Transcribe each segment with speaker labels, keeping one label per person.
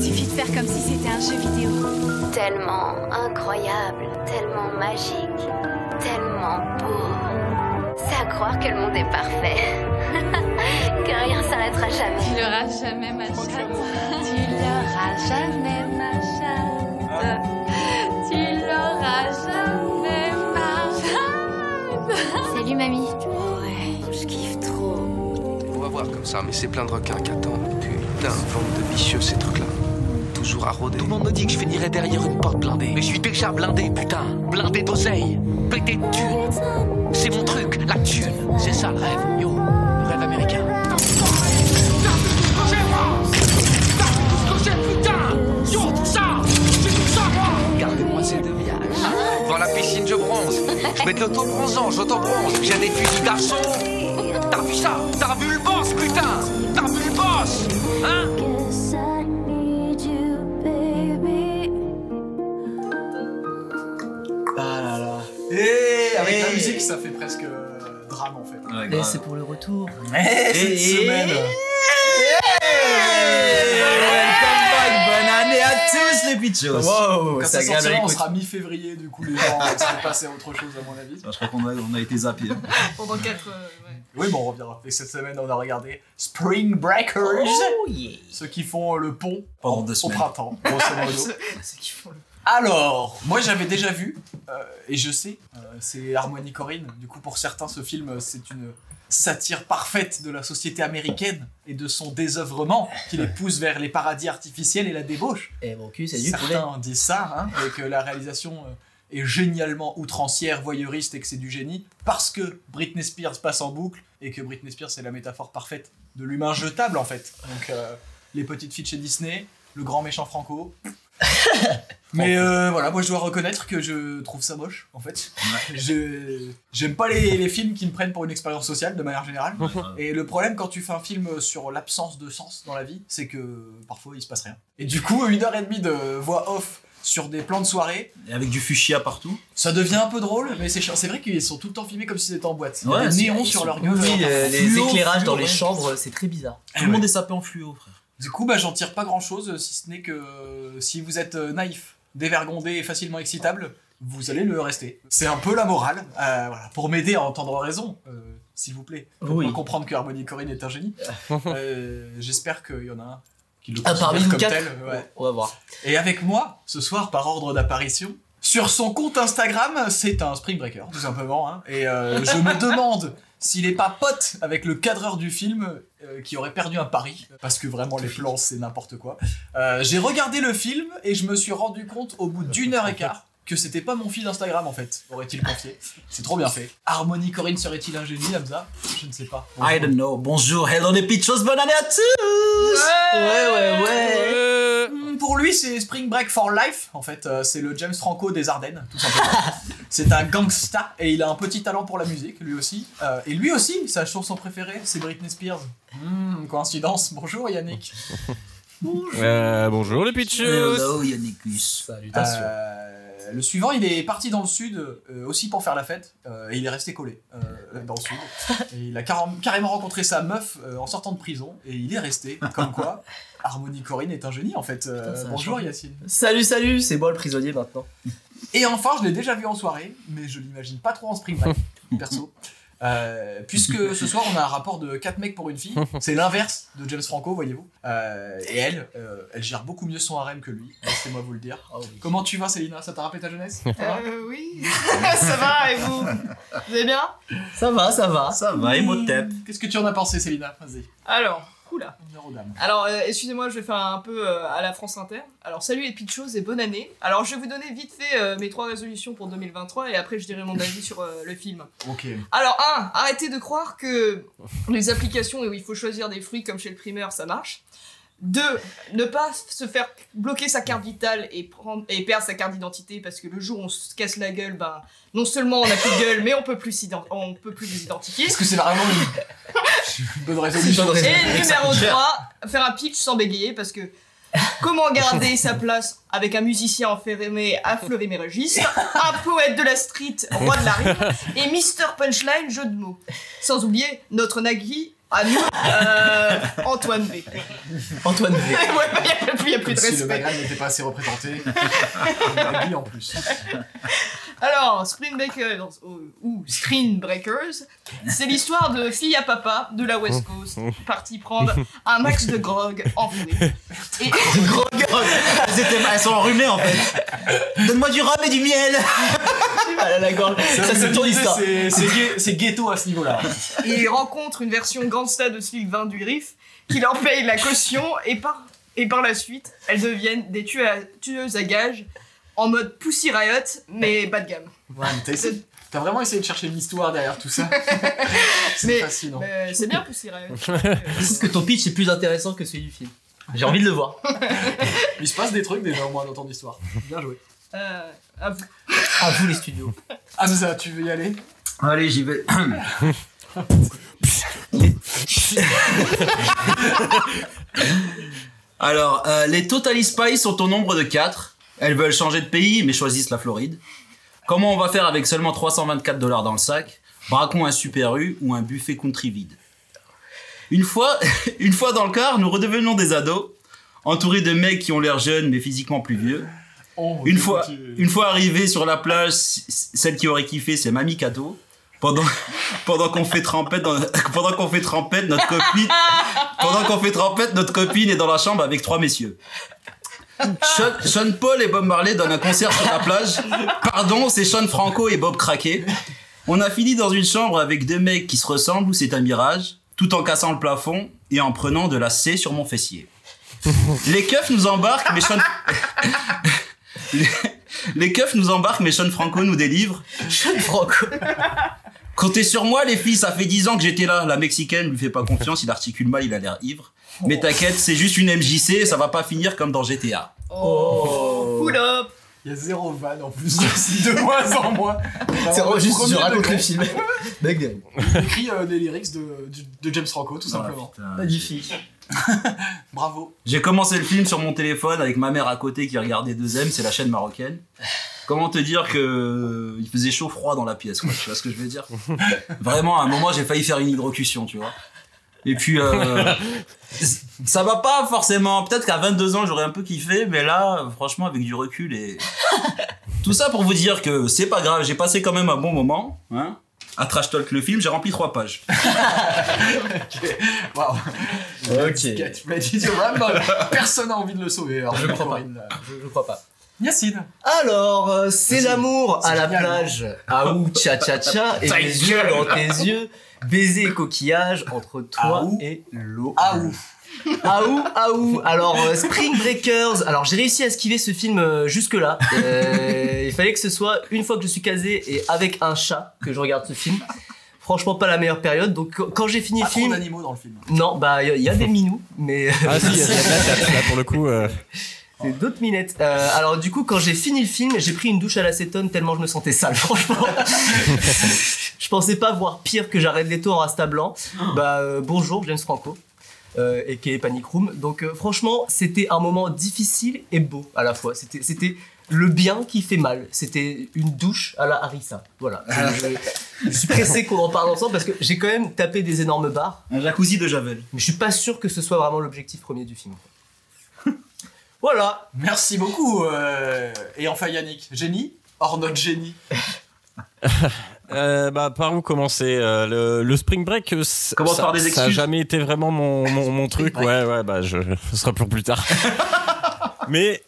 Speaker 1: Suffit de faire comme si c'était un jeu vidéo.
Speaker 2: Tellement incroyable, tellement magique, tellement beau. C'est à croire que le monde est parfait. que rien s'arrêtera
Speaker 1: Tu
Speaker 2: jamais.
Speaker 1: l'auras jamais, ma chatte.
Speaker 2: Tu l'auras jamais, ma chatte.
Speaker 1: Tu l'auras jamais, ma
Speaker 2: Salut, mamie. Ouais, je kiffe trop.
Speaker 3: On va voir comme ça, mais c'est plein de requins qui attendent. Putain, bande de bicheux ces trucs-là. Toujours à rôder.
Speaker 4: Tout le monde me dit que je finirais derrière une porte blindée. Mais je suis déjà blindé, putain. Blindé d'oseille. Pété de thunes. C'est mon truc, la thune. C'est ça le rêve. Yo, le rêve américain.
Speaker 3: Regardez-moi ces deux villages. Dans la piscine, je bronze. Je mets de l'auto-bronzant, j'auto-bronze. J'ai des fusils d'arçon. T'as vu ça T'as vu le boss, putain T'as vu le boss Hein
Speaker 5: Guess I need you, baby.
Speaker 6: Ah là là.
Speaker 7: Eh,
Speaker 6: Avec
Speaker 7: eh.
Speaker 6: la musique, ça fait presque euh, drame en fait.
Speaker 7: Ouais,
Speaker 8: Eh,
Speaker 7: grave.
Speaker 8: c'est pour le retour.
Speaker 7: Eh, cette semaine. Eh, welcome back, bonne année à tous les pitchos.
Speaker 6: Quand
Speaker 7: Wow,
Speaker 6: ça
Speaker 7: gale à
Speaker 6: sortira, on
Speaker 7: l'écoute.
Speaker 6: sera mi-février, du coup, les gens seront passés à autre chose, à mon avis.
Speaker 7: Je crois qu'on a, on a été zappés. hein.
Speaker 8: Pendant 4
Speaker 6: Oui, bon, on reviendra. Et cette semaine, on a regardé Spring Breakers,
Speaker 8: Oh yeah
Speaker 6: ceux qui font le pont
Speaker 7: Pendant deux
Speaker 6: au
Speaker 7: semaines.
Speaker 6: printemps, grosso modo.
Speaker 8: C'est qu'ils font le
Speaker 6: Alors, moi j'avais déjà vu, euh, et je sais, euh, c'est Harmony Corinne. Du coup, pour certains, ce film, euh, c'est une satire parfaite de la société américaine et de son désœuvrement qui les pousse vers les paradis artificiels et la débauche.
Speaker 8: Eh, mon cul, c'est du poulet.
Speaker 6: Certains disent ça, hein, et que la réalisation euh, est génialement outrancière, voyeuriste et que c'est du génie, parce que Britney Spears passe en boucle et que Britney Spears c'est la métaphore parfaite de l'humain jetable en fait. Donc euh, les petites filles de chez Disney, le grand méchant Franco. Mais euh, voilà, moi je dois reconnaître que je trouve ça moche en fait. Je- J'aime pas les, les films qui me prennent pour une expérience sociale de manière générale. Et le problème quand tu fais un film sur l'absence de sens dans la vie, c'est que parfois il se passe rien. Et du coup, une heure et demie de voix off sur des plans de soirée,
Speaker 7: Et avec du fuchsia partout.
Speaker 6: ça devient un peu drôle, mais c'est chiant. C'est vrai qu'ils sont tout le temps filmés comme s'ils étaient en boîte. Il y a
Speaker 7: Ouais,
Speaker 6: des
Speaker 7: c'est-
Speaker 6: néons
Speaker 7: ils
Speaker 6: sur
Speaker 7: sont
Speaker 6: leur gueule.
Speaker 7: compris,
Speaker 6: alors.
Speaker 7: euh, les
Speaker 8: Fluo,
Speaker 7: éclairages
Speaker 8: fluo,
Speaker 7: dans les
Speaker 8: ouais.
Speaker 7: chambres.
Speaker 8: c'est très bizarre.
Speaker 7: Tout le monde est sapé en fluo, frère.
Speaker 6: Du coup, bah, j'en tire pas grand chose, si ce n'est que euh, si vous êtes euh, naïf, dévergondé et facilement excitable, vous allez le rester. C'est un peu la morale, euh, voilà, pour m'aider à entendre raison, euh, s'il vous plaît.
Speaker 7: Ah,
Speaker 6: Pour
Speaker 8: Oui.
Speaker 6: comprendre que Harmony Corinne est un génie. Euh, J'espère qu'il y en a un qui le
Speaker 8: Ah, parmi
Speaker 6: considère
Speaker 8: nous
Speaker 6: comme
Speaker 8: quatre
Speaker 6: tel. ouais.
Speaker 8: On va voir.
Speaker 6: Et avec moi, ce soir, par ordre d'apparition, sur son compte Instagram, c'est un Spring Breaker, tout simplement. hein. Et euh, je me demande s'il est pas pote avec le cadreur du film euh, qui aurait perdu un pari, parce que vraiment les plans, c'est n'importe quoi. Euh, J'ai regardé le film et je me suis rendu compte au bout d'une heure et quart que c'était pas mon fil Instagram en fait, aurait-il confié. C'est trop bien fait. Harmony Corinne serait-il un génie, Hamza Je ne sais pas.
Speaker 7: I don't know. Bonjour, hello les pitchos, bonne année à tous
Speaker 8: Ouais, ouais, ouais.
Speaker 6: Mm, Pour lui, c'est Spring Break for Life. En fait, euh, c'est le James Franco des Ardennes, tout simplement. c'est un gangsta et il a un petit talent pour la musique, lui aussi. Euh, et lui aussi, sa chanson préférée, c'est Britney Spears. Hmm, coïncidence. Bonjour Yannick.
Speaker 9: Euh, bonjour les pitchers
Speaker 7: Hello Yannickus.
Speaker 8: Salutations.
Speaker 6: Euh, le suivant, il est parti dans le sud euh, aussi pour faire la fête euh, et il est resté collé euh, dans le sud. Et il a carré- carrément rencontré sa meuf euh, en sortant de prison et il est resté. Comme quoi, Harmony Corinne est un génie en fait. Euh,
Speaker 8: Putain, ça a
Speaker 6: bonjour
Speaker 8: changé.
Speaker 6: Yacine.
Speaker 8: Euh, Salut, salut, c'est moi le prisonnier maintenant.
Speaker 6: Et enfin, je l'ai déjà vu en soirée, mais je l'imagine pas trop en spring break, perso. Euh, puisque ce soir on a un rapport de 4 mecs pour une fille, c'est l'inverse de James Franco, voyez-vous. Euh, et elle, euh, elle gère beaucoup mieux son harem que lui, laissez-moi vous le dire.
Speaker 8: Ah oui.
Speaker 6: Comment tu vas Célina Ça t'a rappelé ta jeunesse Ça va
Speaker 10: Euh, oui. ça va, et vous Vous allez bien
Speaker 8: Ça va, ça va.
Speaker 7: Ça va, Emotep.
Speaker 6: Qu'est-ce que tu en as pensé Célina Vas-y,
Speaker 10: Alors, oula.
Speaker 6: honneur aux dames.
Speaker 10: Alors, euh, excusez-moi, je vais faire un peu euh, à la France Inter. Alors, salut les petites choses et bonne année. Alors, je vais vous donner vite fait euh, mes trois résolutions pour 2023 et après, je dirai mon avis sur euh, le film.
Speaker 6: Ok.
Speaker 10: Alors, un, arrêtez de croire que les applications où il faut choisir des fruits comme chez le primeur, ça marche. Deux, ne pas se faire bloquer sa carte vitale et, prendre, et perdre sa carte d'identité parce que le jour où on se casse la gueule, ben, non seulement on a plus de gueule, mais on peut plus, s'ident- on peut plus vous identifier.
Speaker 6: Est-ce que c'est vraiment une, une bonne résolution
Speaker 8: C'est une bonne
Speaker 10: Et
Speaker 8: résolution.
Speaker 10: numéro 3, faire un pitch sans bégayer parce que Comment garder sa place avec un musicien enfermé à fleurer mes registres, un poète de la street, roi de la rime, et Mister Punchline, jeu de mots. Sans oublier notre Nagui, à nous, euh, Antoine B.
Speaker 8: Antoine
Speaker 10: Il
Speaker 8: V.
Speaker 10: n'y a, plus de
Speaker 6: Comme si le
Speaker 10: respect.
Speaker 6: Maghreb n'était pas assez représenté. Magui en plus.
Speaker 10: Alors, Spring Breakers, ou, ou String Breakers, c'est l'histoire de fille à papa de la West Coast, partie prendre un max de grog en fouet. Et
Speaker 7: elles, étaient- elles sont enrhumées en fait. Donne-moi du rhum et du miel.
Speaker 8: J'ai mal à Ah la gorge. Ça, c'est ton histoire.
Speaker 6: C'est- c'est gay- C'est ghetto à ce niveau-là.
Speaker 10: il rencontre une version gangsta de Sylvain du Griff, qui leur paye la caution, et par, et par la suite, elles deviennent des tues à- tueuses à gages, en mode Pussy Riot, mais bas de gamme.
Speaker 6: Ouais, mais t'as essayé- t'as vraiment essayé de chercher une histoire derrière tout ça. C'est
Speaker 10: Mais-
Speaker 6: fascinant.
Speaker 10: Mais C'est bien Pussy Riot.
Speaker 8: Je trouve que ton pitch est plus intéressant que celui du film. J'ai envie de le voir.
Speaker 6: Il se passe des trucs déjà au moins dans ton histoire. Bien joué.
Speaker 10: Euh, ah, vous-
Speaker 8: À vous les studios.
Speaker 6: Ah, c'est ça, tu veux y aller
Speaker 11: Allez, j'y vais.
Speaker 7: Alors, euh, les Total Spies sont au nombre de 4. Elles veulent changer de pays, mais choisissent la Floride. Comment on va faire avec seulement 324 dollars dans le sac Braquons un Super U ou un buffet country vide. Une fois, une fois dans le car, nous redevenons des ados, entourés de mecs qui ont l'air jeunes mais physiquement plus vieux.
Speaker 6: Oh,
Speaker 7: Une
Speaker 6: tu-
Speaker 7: fois,
Speaker 6: tu-
Speaker 7: une fois arrivée sur la plage, c- celle qui aurait kiffé, c'est Mamie Kato. Pendant, pendant qu'on fait trempette, dans- pendant qu'on fait trempette, notre copine, pendant qu'on fait trempette, notre copine est dans la chambre avec trois messieurs. Sean, Sean Paul et Bob Marley donnent un concert sur la plage. Pardon, c'est Sean Franco et Bob Craqué. On a fini dans une chambre avec deux mecs qui se ressemblent ou c'est un mirage, tout en cassant le plafond et en prenant de la C sur mon fessier. Les keufs nous embarquent, mais Sean, les keufs nous embarquent, mais Sean Franco nous délivre.
Speaker 8: Sean Franco.
Speaker 7: Comptez sur moi, les filles, ça fait 10 ans que j'étais là. La Mexicaine lui fait pas confiance, il articule mal, il a l'air ivre.
Speaker 8: Oh.
Speaker 7: Mais t'inquiète, c'est juste une MJC, ça va pas finir comme dans GTA.
Speaker 10: Oh, pull up
Speaker 6: Il y a zéro van en plus, c'est de moins en moins.
Speaker 8: C'est
Speaker 6: Vraiment,
Speaker 8: vraiment juste
Speaker 6: premier
Speaker 8: je raconte
Speaker 6: degré.
Speaker 8: le film. Mec, des-
Speaker 6: Il écrit euh, des lyrics de, du- de James Franco, tout simplement.
Speaker 8: magnifique.
Speaker 6: Bravo.
Speaker 7: J'ai commencé le film sur mon téléphone avec ma mère à côté qui regardait 2M, c'est la chaîne marocaine. Comment te dire que euh, il faisait chaud froid dans la pièce, quoi, tu vois ce que je veux dire Vraiment, à un moment, j'ai failli faire une hydrocution, tu vois. Et puis, euh, ça va pas forcément. Peut-être qu'à 22 ans, j'aurais un peu kiffé, mais là, franchement, avec du recul et tout ça pour vous dire que c'est pas grave. J'ai passé quand même un bon moment, hein. À trash talk le film, j'ai rempli trois pages.
Speaker 6: Waouh.
Speaker 8: Ok.
Speaker 6: Get ready to rumble. Personne n'a envie de le sauver. Alors, je crois pas.
Speaker 8: Je, je crois pas.
Speaker 6: Yacine.
Speaker 8: Alors, euh, c'est l'amour
Speaker 6: c'est
Speaker 8: à la
Speaker 6: génial.
Speaker 8: plage. Ah ou cha cha cha et
Speaker 6: Ta
Speaker 8: les yeux dans tes yeux, baiser et coquillage entre toi
Speaker 6: Aou.
Speaker 8: et l'eau.
Speaker 6: Ah ou.
Speaker 8: Aou, aou. Alors, euh, Spring Breakers. Alors, j'ai réussi à esquiver ce film euh, jusque-là. Euh, il fallait que ce soit une fois que je suis casé et avec un chat que je regarde ce film. Franchement, pas la meilleure période. Donc, quand- quand j'ai fini
Speaker 6: Pas
Speaker 8: le
Speaker 6: trop
Speaker 8: film.
Speaker 6: d'animaux dans le film.
Speaker 8: Non, bah, il y, a des minous, mais.
Speaker 9: Ah si, il y a de la glace, là, là, pour le coup. euh,
Speaker 8: C'est d'autres minettes. Euh, alors du coup, quand j'ai fini le film, j'ai pris une douche à l'acétone tellement je me sentais sale, franchement. je pensais pas voir pire que j'arrête les tours en Rasta Blanc. Bah euh, bonjour, James Franco. Euh, et qui est Panic Room. Donc euh, franchement, c'était un moment difficile et beau à la fois. C'était, c'était le bien qui fait mal. C'était une douche à la Harissa. Voilà. Je, je- je suis pressé qu'on en parle ensemble parce que j'ai quand même tapé des énormes barres.
Speaker 7: Un jacuzzi de Javel.
Speaker 8: Mais je suis pas sûr que ce soit vraiment l'objectif premier du film. voilà.
Speaker 6: Merci beaucoup. euh, Et enfin, Yannick. Génie Hors notre génie.
Speaker 9: euh, bah, par où commencer Euh, le, le spring break, euh, c-
Speaker 7: Commence
Speaker 9: ça,
Speaker 7: par des
Speaker 9: ça a
Speaker 7: excuses.
Speaker 9: jamais été vraiment mon, mon, mon truc. Ouais, ouais, bah, je, ce sera pour plus tard. Mais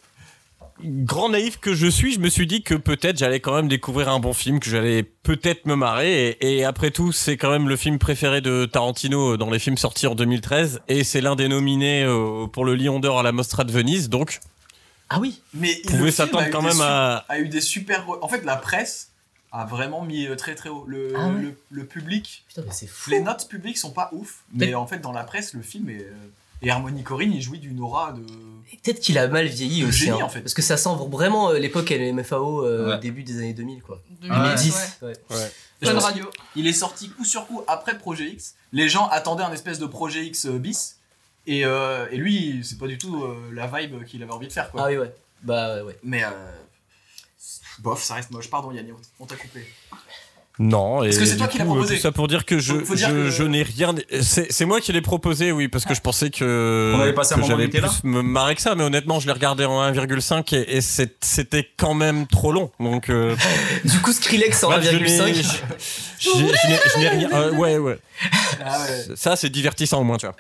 Speaker 9: grand naïf que je suis, je me suis dit que peut-être j'allais quand même découvrir un bon film, que j'allais peut-être me marrer. Et, et après tout, c'est quand même le film préféré de Tarantino euh, dans les films sortis en 2013. Et c'est l'un des nominés euh, pour le Lion d'Or à la Mostra de Venise. Donc,
Speaker 8: Ah oui.
Speaker 6: Mais
Speaker 9: vous pouvez
Speaker 6: le film a
Speaker 9: s'attendre
Speaker 6: eu
Speaker 9: quand
Speaker 6: des
Speaker 9: même
Speaker 6: su-
Speaker 9: à.
Speaker 6: a eu des super. re- En fait, la presse a vraiment mis euh, très très haut. Le,
Speaker 8: Ah ouais.
Speaker 6: le, le public,
Speaker 8: Putain, mais c'est fou.
Speaker 6: les notes publiques sont pas ouf, mais,
Speaker 8: Mais-
Speaker 6: en fait, dans la presse, le film est. euh, Et Harmony Corinne, il jouit d'une aura de.
Speaker 8: Et Peut-être qu'il a mal vieilli
Speaker 6: Le
Speaker 8: aussi.
Speaker 6: génie,
Speaker 8: hein.
Speaker 6: en fait.
Speaker 8: Parce que ça sent vraiment euh, l'époque LMFAO euh,
Speaker 7: Ouais.
Speaker 8: début des années 2000, quoi.
Speaker 7: Ah ouais.
Speaker 8: 2010. ouais.
Speaker 6: Je
Speaker 10: Jeune
Speaker 6: pense
Speaker 10: radio.
Speaker 6: Il est sorti coup sur coup après Projet X. Les gens attendaient un espèce de Projet X euh, bis. Et, euh, et lui, c'est pas du tout euh, la vibe qu'il avait envie de faire, quoi.
Speaker 8: Ah oui, ouais. Bah ouais.
Speaker 6: Mais euh, bof, ça reste moche. Pardon, Yannick, on t'a coupé.
Speaker 9: Non, et
Speaker 6: Parce que c'est
Speaker 9: du
Speaker 6: toi qui l'as
Speaker 9: coup, euh,
Speaker 6: proposé.
Speaker 9: tout ça pour dire que je,
Speaker 6: Faut- faut dire
Speaker 9: je,
Speaker 6: que-
Speaker 9: je n'ai rien. C'est c'est moi qui l'ai proposé, oui, parce que je pensais que,
Speaker 7: On avait passé un
Speaker 9: que
Speaker 7: moment
Speaker 9: j'allais
Speaker 7: Nutella.
Speaker 9: plus me marrer que ça, mais honnêtement, je l'ai regardé en 1,5 et, et c'est- c'était quand même trop long. Donc, euh,
Speaker 8: Du coup, Skrillex en
Speaker 9: bref, je n'ai-
Speaker 8: 1,5.
Speaker 9: je- je je n'ai- je n'ai rien. euh, ouais, ouais.
Speaker 6: Ah ouais.
Speaker 9: Ça, c'est divertissant au moins, tu vois.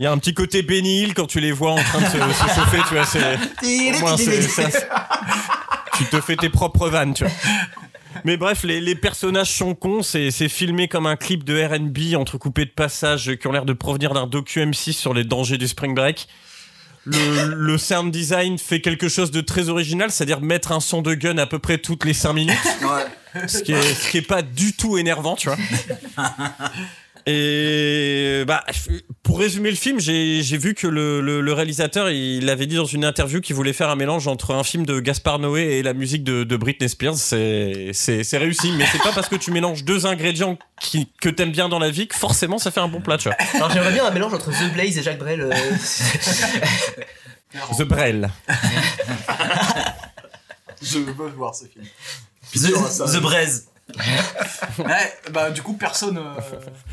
Speaker 9: Il y a un petit côté Benny Hill quand tu les vois en train de se, se chauffer, tu vois. c'est- au moins, c'est- ça, c'est- tu te fais tes propres vannes, tu vois. Mais bref, les, les personnages sont cons, c'est c'est filmé comme un clip de RB entrecoupé de passages qui ont l'air de provenir d'un docu-M6 sur les dangers du Spring Break. Le, le sound design fait quelque chose de très original, c'est-à-dire mettre un son de gun à peu près toutes les 5 minutes ce qui est, ce qui est pas du tout énervant, tu vois. Et bah, pour résumer le film, j'ai j'ai vu que le, le- le réalisateur, il avait dit dans une interview qu'il voulait faire un mélange entre un film de Gaspard Noé et la musique de, de Britney Spears. C'est c'est- c'est réussi, mais c'est pas parce que tu mélanges deux ingrédients qui, que t'aimes bien dans la vie que forcément ça fait un bon plat, tu vois.
Speaker 8: Alors j'aimerais bien un mélange entre The Blaze et Jacques Brel. euh,
Speaker 9: The Brel.
Speaker 6: Je veux voir ce film.
Speaker 7: The, The Braise.
Speaker 6: Ouais, bah du coup, personne. euh,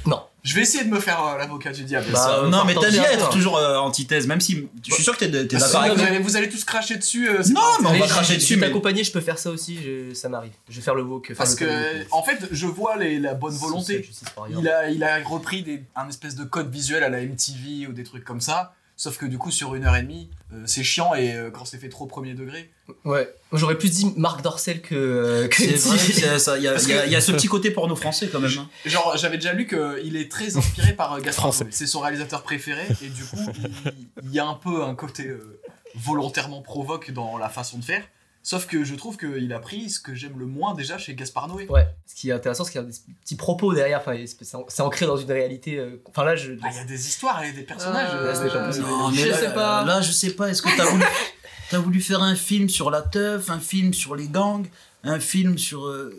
Speaker 8: Non.
Speaker 6: Je vais essayer de me faire euh, l'avocat du diable.
Speaker 8: Bah,
Speaker 7: Ça-
Speaker 8: euh,
Speaker 7: non, mais
Speaker 8: portant
Speaker 7: t'aimes bien
Speaker 8: bien, Ah,
Speaker 7: être
Speaker 8: toi.
Speaker 7: toujours euh, antithèse, même si je suis sûr que t'es de- t'es
Speaker 6: Sinon,
Speaker 7: d'accord avec
Speaker 6: vous,
Speaker 7: moi.
Speaker 6: allez, vous allez tous cracher dessus. euh, c'est
Speaker 7: Non,
Speaker 6: pas
Speaker 7: mais on
Speaker 6: intéressant.
Speaker 7: va cracher dessus, mais-
Speaker 8: accompagné, je peux faire ça aussi, je- ça m'arrive. Je vais faire le walk. faire
Speaker 6: Parce
Speaker 8: le
Speaker 6: que,
Speaker 8: walk.
Speaker 6: en fait, je vois les- la bonne volonté.
Speaker 8: Justice par ailleurs.
Speaker 6: Il a, il a repris des, un espèce de code visuel à la MTV ou des trucs comme ça. Sauf que du coup, sur une heure et demie, euh, c'est chiant et euh, quand c'est fait trop premier degré.
Speaker 8: Ouais. J'aurais plus dit Marc Dorcel que. euh, que
Speaker 7: C'est
Speaker 8: Tim.
Speaker 7: vrai, c'est ça, il y, a- il y a- il y a ce petit côté porno français quand même. hein.
Speaker 6: Genre, j'avais déjà lu qu'il est très inspiré par euh, Gaspard
Speaker 9: Français.
Speaker 6: Noé. C'est son réalisateur préféré et du coup, il, il y a un peu un côté euh, volontairement provoque dans la façon de faire. Sauf que je trouve qu'il a pris ce que j'aime le moins déjà chez Gaspard Noé.
Speaker 8: Ouais. Ce qui est intéressant, c'est qu'il y a des petits propos derrière. Enfin, c'est- c'est c'est ancré dans une réalité. euh, Enfin là, je.
Speaker 6: Ah, Il y a des histoires et des personnages.
Speaker 10: Euh,
Speaker 6: euh,
Speaker 8: c'est pas-
Speaker 6: euh,
Speaker 10: mais je
Speaker 7: là,
Speaker 10: sais pas.
Speaker 7: Là, je sais pas. Est-ce que t'as voulu, t'as voulu faire un film sur la teuf, un film sur les gangs, un film sur. euh,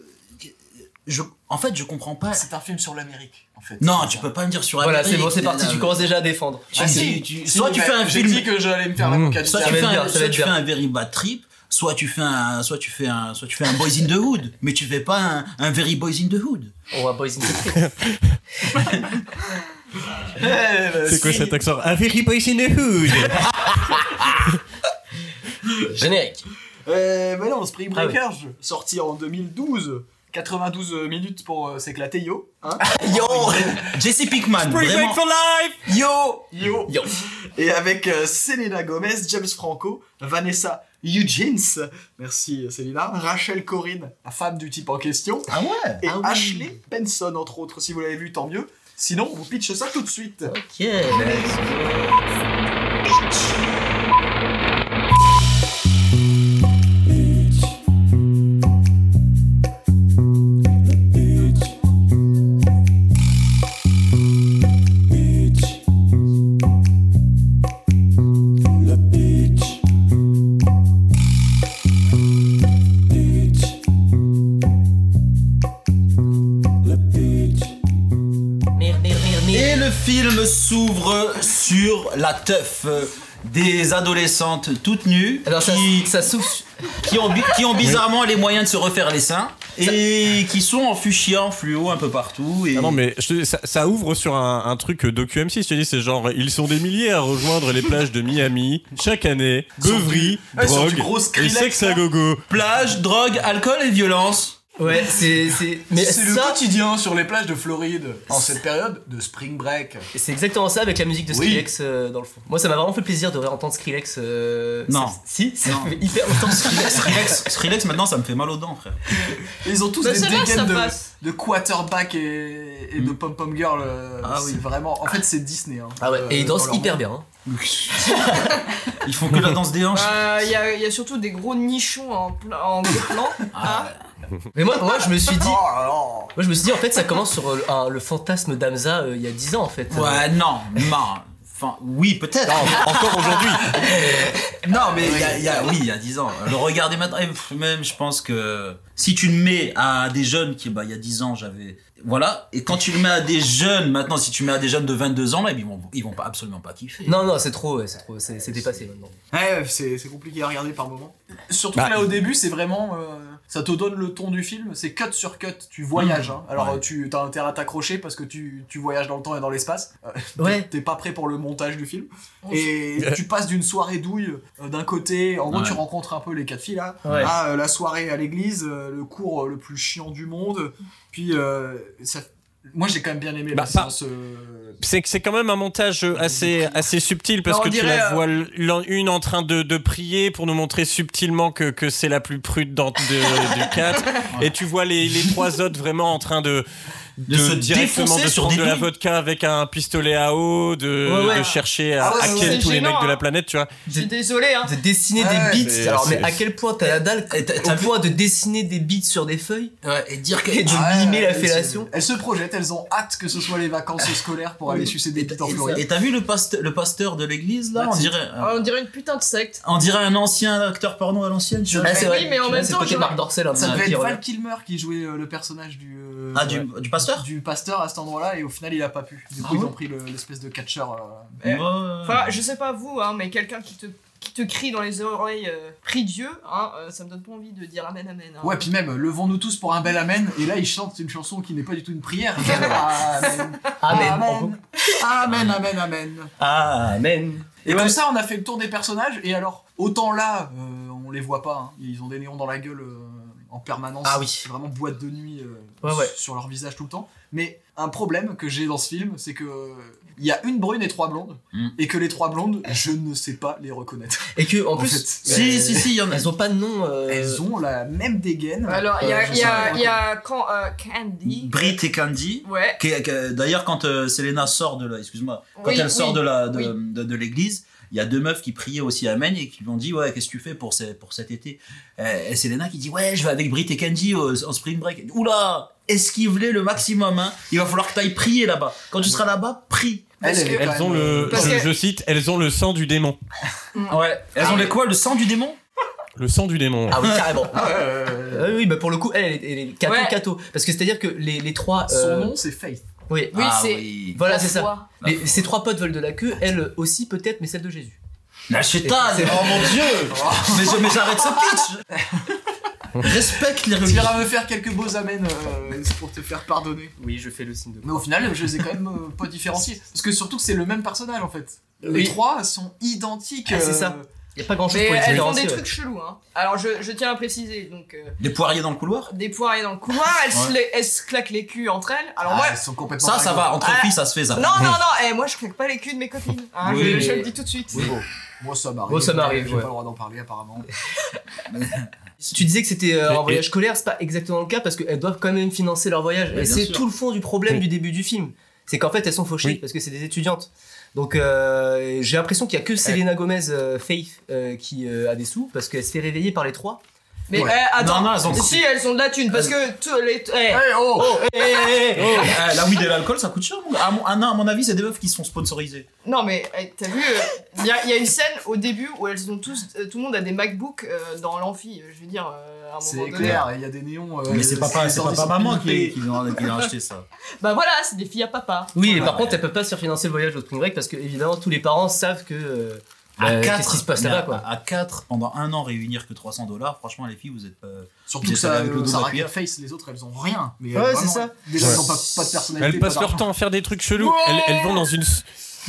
Speaker 7: je, en fait, je comprends pas.
Speaker 6: C'est un film sur l'Amérique, en fait.
Speaker 7: Non, tu peux pas me dire sur.
Speaker 8: Voilà, c'est
Speaker 7: Amérique,
Speaker 8: bon, c'est
Speaker 7: là,
Speaker 8: parti.
Speaker 7: là,
Speaker 8: Tu commences déjà à défendre.
Speaker 7: tu-
Speaker 6: Ah,
Speaker 7: tu-
Speaker 6: si.
Speaker 7: tu-
Speaker 6: Si,
Speaker 7: soit tu
Speaker 6: mais
Speaker 7: fais un
Speaker 6: j'ai
Speaker 7: film. Mmh.
Speaker 6: dit que j'allais me faire l'avocat du
Speaker 7: Soit
Speaker 8: Ça
Speaker 7: tu
Speaker 6: diable.
Speaker 8: va
Speaker 7: fais
Speaker 8: être bien,
Speaker 7: un,
Speaker 8: ça
Speaker 7: soit
Speaker 8: va être
Speaker 7: tu fais
Speaker 8: bien.
Speaker 7: un very bad trip, soit tu fais un, soit tu fais un, soit tu fais un boys in the hood, mais tu fais pas un, un very boys in the hood.
Speaker 8: On va boys in the street. Eh, bah,
Speaker 9: C'est quoi cet accent A very boys in the hood
Speaker 8: Générique.
Speaker 6: Euh, mais non, Spring
Speaker 8: Ah ouais.
Speaker 6: Breakers, sorti en 2012. 92 minutes pour euh, s'éclater, yo. Hein
Speaker 7: Oh, Yo, Jesse Pinkman,
Speaker 9: Free
Speaker 7: vraiment.
Speaker 9: break for life
Speaker 6: yo Yo
Speaker 8: Yo.
Speaker 6: Et avec euh, Selena Gomez, James Franco, Vanessa Hudgens, merci euh, Selena, Rachel Corinne, la femme du type en question,
Speaker 7: Ah ouais.
Speaker 6: et
Speaker 8: Ah oui.
Speaker 6: Ashley Benson, entre autres. Si vous l'avez vu, tant mieux. Sinon, on vous pitch ça tout de suite.
Speaker 7: Ok.
Speaker 8: Merde, merde, merde, merde.
Speaker 7: Et le film s'ouvre sur la teuf euh, des adolescentes toutes nues
Speaker 8: Alors ça,
Speaker 7: qui,
Speaker 8: ça souffle.
Speaker 7: qui ont, bi- qui ont bizarrement les moyens de se refaire les seins et qui sont en fuchsia, en fluo un peu partout. Et...
Speaker 9: Ah non, mais je te dis, ça, ça ouvre sur un, un truc docu-M6. Je te dis, c'est genre, ils sont des milliers à rejoindre les plages de Miami chaque année. Beuvry,
Speaker 6: Ouais, sur du
Speaker 9: drogue
Speaker 6: gros
Speaker 9: et
Speaker 6: Skrillex,
Speaker 9: sexe
Speaker 6: là.
Speaker 9: à gogo.
Speaker 7: Plage, drogue, alcool et violence.
Speaker 8: Ouais, c'est. c'est- Mais
Speaker 6: C'est le
Speaker 8: ça,
Speaker 6: quotidien sur les plages de Floride, en cette période de Spring Break.
Speaker 8: c'est exactement ça avec la musique de
Speaker 6: Oui.
Speaker 8: Skrillex euh, dans le fond. Moi, ça m'a vraiment fait plaisir de réentendre Skrillex. euh,
Speaker 7: Non.
Speaker 8: ça- Si, ça
Speaker 7: Non.
Speaker 8: fait hyper longtemps Skrillex.
Speaker 7: Skrillex, Skrillex, maintenant ça me fait mal aux dents, frère.
Speaker 6: Ils ont tous
Speaker 10: Bah,
Speaker 6: des
Speaker 10: celle-là, ça
Speaker 6: dégaines de,
Speaker 10: passe.
Speaker 6: de quarterback et, et de pom-pom girl. euh,
Speaker 7: Ah oui.
Speaker 6: C'est vraiment. En fait, c'est Disney. hein.
Speaker 8: Ah ouais,
Speaker 6: Euh,
Speaker 8: et il danse
Speaker 6: dans leur
Speaker 8: hyper bien. hein.
Speaker 7: Ils font que la danse des hanches.
Speaker 10: Euh, Il y, a- il y a surtout des gros nichons en, pla- en gros plan.
Speaker 6: Ah.
Speaker 10: hein.
Speaker 8: Mais moi, moi, je me suis dit.
Speaker 6: Oh
Speaker 8: Moi,
Speaker 6: là là.
Speaker 8: je me suis dit, en fait, ça commence sur euh, un- le fantasme d'Amza euh, il y a 10 ans, en fait.
Speaker 7: Ouais, non, non. Enfin, oui, peut-être.
Speaker 9: Encore aujourd'hui.
Speaker 7: Non, mais il y a, il y a- oui, il y a 10 ans. Le regarder maintenant, et pff, même, je pense que si tu le mets à des jeunes qui, bah, il y a 10 ans, j'avais Voilà, et quand tu le mets à des jeunes, maintenant, si tu mets à des jeunes de 22 ans, là, ils vont, ils vont pas, absolument pas kiffer.
Speaker 8: Non, non, c'est trop, ouais, c'est trop, c'est c'est dépassé maintenant.
Speaker 6: Ouais, c'est c'est compliqué à regarder par moment. Surtout
Speaker 7: Bah.
Speaker 6: que là, au début, c'est vraiment. euh, ça te donne le ton du film, c'est cut sur cut, tu voyages. hein. Alors,
Speaker 7: Ouais.
Speaker 6: tu as intérêt à t'accrocher parce que tu, tu voyages dans le temps et dans l'espace. Euh, t'es-
Speaker 8: Ouais.
Speaker 6: T'es pas prêt pour le montage du film. Et tu passes d'une soirée douille euh, d'un côté, en gros,
Speaker 7: Ouais.
Speaker 6: tu rencontres un peu les quatre filles là.
Speaker 8: Ouais.
Speaker 6: Ah, euh, la soirée à l'église, euh, le cours euh, le plus chiant du monde. Puis, euh, ça- moi, j'ai quand même bien aimé
Speaker 9: Bah,
Speaker 6: la
Speaker 9: par-
Speaker 6: séance. euh,
Speaker 9: C'est que c'est quand même un montage euh, assez, assez subtil parce
Speaker 6: Non, on
Speaker 9: que tu
Speaker 6: dirait,
Speaker 9: la
Speaker 6: euh,
Speaker 9: vois l- l'en- une en train de, de prier pour nous montrer subtilement que, que c'est la plus prude dans, de, du 4 et tu vois les, les trois autres vraiment en train de
Speaker 7: De se
Speaker 9: directement
Speaker 7: défoncer
Speaker 9: de
Speaker 7: sur
Speaker 9: prendre
Speaker 7: des
Speaker 9: de la
Speaker 7: douilles.
Speaker 9: vodka avec un pistolet à eau de,
Speaker 8: Ouais, ouais.
Speaker 9: de chercher à
Speaker 8: Ah ouais,
Speaker 9: hacker
Speaker 8: ouais, ouais.
Speaker 9: tous les mecs
Speaker 10: C'est
Speaker 9: de
Speaker 10: gênant,
Speaker 9: la
Speaker 10: hein.
Speaker 9: planète tu vois
Speaker 10: Je suis désolé, hein.
Speaker 8: De dessiner
Speaker 6: Ouais,
Speaker 8: des
Speaker 9: c'est-
Speaker 8: beats. Alors, mais
Speaker 9: c'est-
Speaker 8: à quel point t'as la dalle
Speaker 7: Et t'as-
Speaker 8: Au
Speaker 7: t'as vu-
Speaker 8: point de dessiner des beats sur des feuilles
Speaker 7: Ouais, et dire que.
Speaker 8: et de
Speaker 6: Ah ouais,
Speaker 8: mimer la
Speaker 6: elles se-
Speaker 8: fellation
Speaker 6: Elles se projettent, elles ont hâte que ce soit les vacances scolaires pour aller sucer des
Speaker 7: Et
Speaker 6: pites en
Speaker 7: t'as-
Speaker 6: Floride.
Speaker 7: et t'as vu le, paste- le pasteur de l'église, là
Speaker 8: Bah,
Speaker 6: Ouais,
Speaker 7: on,
Speaker 6: c'est-
Speaker 7: dirait,
Speaker 10: Ah, On dirait une putain de secte.
Speaker 7: on dirait un ancien acteur porno à l'ancienne, tu vois.
Speaker 8: Ah, c'est
Speaker 10: Oui, mais en
Speaker 8: Tu vois,
Speaker 10: même
Speaker 8: c'est
Speaker 10: temps,
Speaker 8: le côté
Speaker 10: je-
Speaker 8: Marc Dorcel, un peu
Speaker 6: Ça
Speaker 8: un
Speaker 6: devait
Speaker 8: pire,
Speaker 6: être
Speaker 8: ouais.
Speaker 6: Val Kilmer qui jouait euh, le personnage du, euh,
Speaker 7: Ah, du, du pasteur
Speaker 6: du pasteur à cet endroit-là et au final il a pas pu. Du coup
Speaker 7: Ah
Speaker 6: ils
Speaker 7: ouais
Speaker 6: ont pris le- l'espèce de catcheur. euh,
Speaker 10: Eh,
Speaker 7: Ouais, ouais, ouais.
Speaker 10: Enfin, je sais pas vous, hein, mais quelqu'un qui te, qui te crie dans les oreilles euh, Prie Dieu, hein, euh, ça me donne pas envie de dire Amen, Amen. hein.
Speaker 6: Ouais, puis même, euh, levons-nous tous pour un bel amen. Et là, il chante une chanson qui n'est pas du tout une prière. amen.
Speaker 8: Amen.
Speaker 6: Amen. Amen, amen, amen.
Speaker 8: Amen.
Speaker 6: Et comme ça, on a fait le tour des personnages. Et alors, autant là, euh, on les voit pas. hein. Ils ont des néons dans la gueule euh, en permanence.
Speaker 8: Ah oui.
Speaker 6: C'est Vraiment boîte de nuit euh,
Speaker 8: Ouais, ouais.
Speaker 6: s- sur leur visage tout le temps. Mais un problème que j'ai dans ce film, c'est que euh, il y a une brune et trois blondes.
Speaker 7: Mm.
Speaker 6: Et que les trois blondes, je ne sais pas les reconnaître.
Speaker 8: Et que, en
Speaker 6: En
Speaker 8: plus, euh,
Speaker 6: fait,
Speaker 7: Si, si, si, il y en a.
Speaker 8: elles ont pas de nom. euh,
Speaker 6: Elles ont la même dégaine.
Speaker 10: Alors, il y
Speaker 6: Euh,
Speaker 10: a,
Speaker 6: je
Speaker 10: il y a-
Speaker 6: sais pas.
Speaker 10: il y a quand, euh, Candy.
Speaker 7: Britt et Candy.
Speaker 10: Ouais.
Speaker 7: Qui- qui- D'ailleurs, quand euh, Selena sort de la, excuse-moi, quand
Speaker 10: Oui,
Speaker 7: elle sort
Speaker 10: oui.
Speaker 7: de la de,
Speaker 10: oui.
Speaker 7: de- de l'église, il y a deux meufs qui priaient aussi Amen et qui lui ont dit ouais qu'est-ce que tu fais pour ce- pour cet été Euh, Et Selena qui dit ouais je vais avec Britt et Candy au- en spring break. Oula esquive-les le maximum hein. Il va falloir que t'ailles prier là-bas. Quand tu seras là-bas, prie.
Speaker 10: Parce
Speaker 6: elle
Speaker 10: que-
Speaker 6: est quand
Speaker 9: elles ont
Speaker 6: même, euh,
Speaker 9: le
Speaker 10: Parce
Speaker 9: je,
Speaker 10: que-
Speaker 9: je cite elles ont le sang du démon
Speaker 7: Ouais. Elles
Speaker 10: Ah
Speaker 7: ont
Speaker 10: oui.
Speaker 7: les quoi le sang du démon
Speaker 9: le sang du démon ouais.
Speaker 8: Ah oui, carrément.
Speaker 6: Euh,
Speaker 8: Ah oui, bah pour le coup, elle, elle est, elle est cato,
Speaker 10: Ouais.
Speaker 8: cato. Parce que c'est-à-dire que les, les trois.
Speaker 6: Son
Speaker 8: euh,
Speaker 6: nom, c'est Faith.
Speaker 8: Oui.
Speaker 10: Oui,
Speaker 7: Ah
Speaker 10: c'est-
Speaker 7: oui.
Speaker 8: Voilà,
Speaker 10: la
Speaker 8: c'est ça.
Speaker 10: foi.
Speaker 8: Les- ces trois potes veulent de la queue, elle aussi peut-être, mais celle de Jésus.
Speaker 7: La chétane
Speaker 8: C'est-
Speaker 7: Oh mon dieu Mais, je- mais j'arrête ce pitch Respecte les
Speaker 6: Tu
Speaker 7: religions.
Speaker 6: iras me faire quelques beaux amens euh, pour te faire pardonner.
Speaker 8: Oui, je fais le signe de.
Speaker 6: Mais au final, je les ai quand même euh, pas différenciés. Parce que surtout que c'est le même personnage en fait. Les
Speaker 8: Oui.
Speaker 6: trois sont identiques.
Speaker 8: Ah, c'est
Speaker 6: euh,
Speaker 8: ça. Y a pas grand-chose
Speaker 10: Mais
Speaker 8: pour les
Speaker 10: elles font
Speaker 8: différencier,
Speaker 10: des
Speaker 8: ouais.
Speaker 10: trucs chelous. Hein. Alors, je, je tiens à préciser, donc, euh,
Speaker 7: Des poiriers dans le couloir
Speaker 10: des poiriers dans le couloir, elles, se, les- elles se claquent les culs entre elles. Alors,
Speaker 6: ah,
Speaker 10: moi,
Speaker 6: ils sont complètement.
Speaker 7: Ça, ça va,
Speaker 6: dingues.
Speaker 7: entre
Speaker 10: Ah.
Speaker 7: filles, ça se fait ça.
Speaker 10: Non, non, non, eh, moi je claque pas les culs de mes copines. hein,
Speaker 7: Oui,
Speaker 10: je,
Speaker 7: mais-
Speaker 10: je le dis tout de suite.
Speaker 6: Oui, bon. Moi, ça m'arrive.
Speaker 8: Moi, ça m'arrive,
Speaker 6: J'ai
Speaker 8: ouais.
Speaker 6: pas le droit d'en parler apparemment.
Speaker 8: Tu disais que c'était euh,
Speaker 9: Et-
Speaker 8: un
Speaker 9: et-
Speaker 8: voyage scolaire, c'est pas exactement le cas parce qu'elles doivent quand même financer leur voyage. et
Speaker 7: Ouais, bien
Speaker 8: c'est
Speaker 7: sûr.
Speaker 8: tout le fond du problème
Speaker 9: Oui.
Speaker 8: du début du film. C'est qu'en fait elles sont fauchées
Speaker 9: Oui.
Speaker 8: parce que c'est des étudiantes. Donc euh, j'ai l'impression qu'il y a que Selena Gomez, euh, Faith, euh, qui euh, a des sous parce qu'elle se fait réveiller par les trois.
Speaker 10: Mais
Speaker 6: Ouais.
Speaker 10: eh, attends,
Speaker 7: Non, non, elles ont-
Speaker 10: si elles ont de la thune, parce que tous les. eh,
Speaker 6: Hey, oh
Speaker 8: eh,
Speaker 7: Euh, la weed et l'alcool, ça coûte cher. mon gars. À mon, ah non, à mon avis, c'est des meufs qui sont sponsorisées.
Speaker 10: Non mais eh, t'as vu, il y, a- y a une scène au début où elles ont tous, euh, tout le monde a des MacBooks euh, dans l'amphi, euh, je veux dire, euh, à un moment
Speaker 6: C'est
Speaker 10: donné.
Speaker 6: clair, il y a des néons. euh,
Speaker 7: Mais c'est pas, pas, c'est pas,
Speaker 6: sortis, sont
Speaker 7: pas maman qui,
Speaker 6: pimpés.
Speaker 7: qui, a, qui a acheté
Speaker 8: Euh,
Speaker 7: ça.
Speaker 10: Bah voilà, c'est des filles à papa.
Speaker 8: Oui, et
Speaker 7: Ouais,
Speaker 8: par
Speaker 7: ouais.
Speaker 8: contre elles peuvent pas se faire financer le voyage au spring break parce que évidemment tous les parents savent que. euh, bah,
Speaker 7: quatre,
Speaker 8: Qu'est-ce qui se passe
Speaker 7: mais
Speaker 8: là-bas
Speaker 7: à-
Speaker 8: quoi
Speaker 7: À 4, pendant un an, réunir que 300 dollars, franchement, les filles, vous êtes pas.
Speaker 6: Surtout
Speaker 7: Ils
Speaker 6: que ça,
Speaker 7: étaient avec le
Speaker 6: euh,
Speaker 7: dos
Speaker 6: ça
Speaker 7: dans la
Speaker 6: raquette
Speaker 7: cuillère.
Speaker 6: face, les autres elles ont rien. Mais
Speaker 8: Ouais,
Speaker 6: euh,
Speaker 8: c'est
Speaker 6: vraiment,
Speaker 8: ça.
Speaker 6: Déjà,
Speaker 7: Ouais.
Speaker 6: elles ont pas, pas de personnalité.
Speaker 9: Elles passent
Speaker 6: pas
Speaker 9: leur
Speaker 6: d'argent.
Speaker 9: temps à faire des trucs chelous. Elles, elles vont dans une,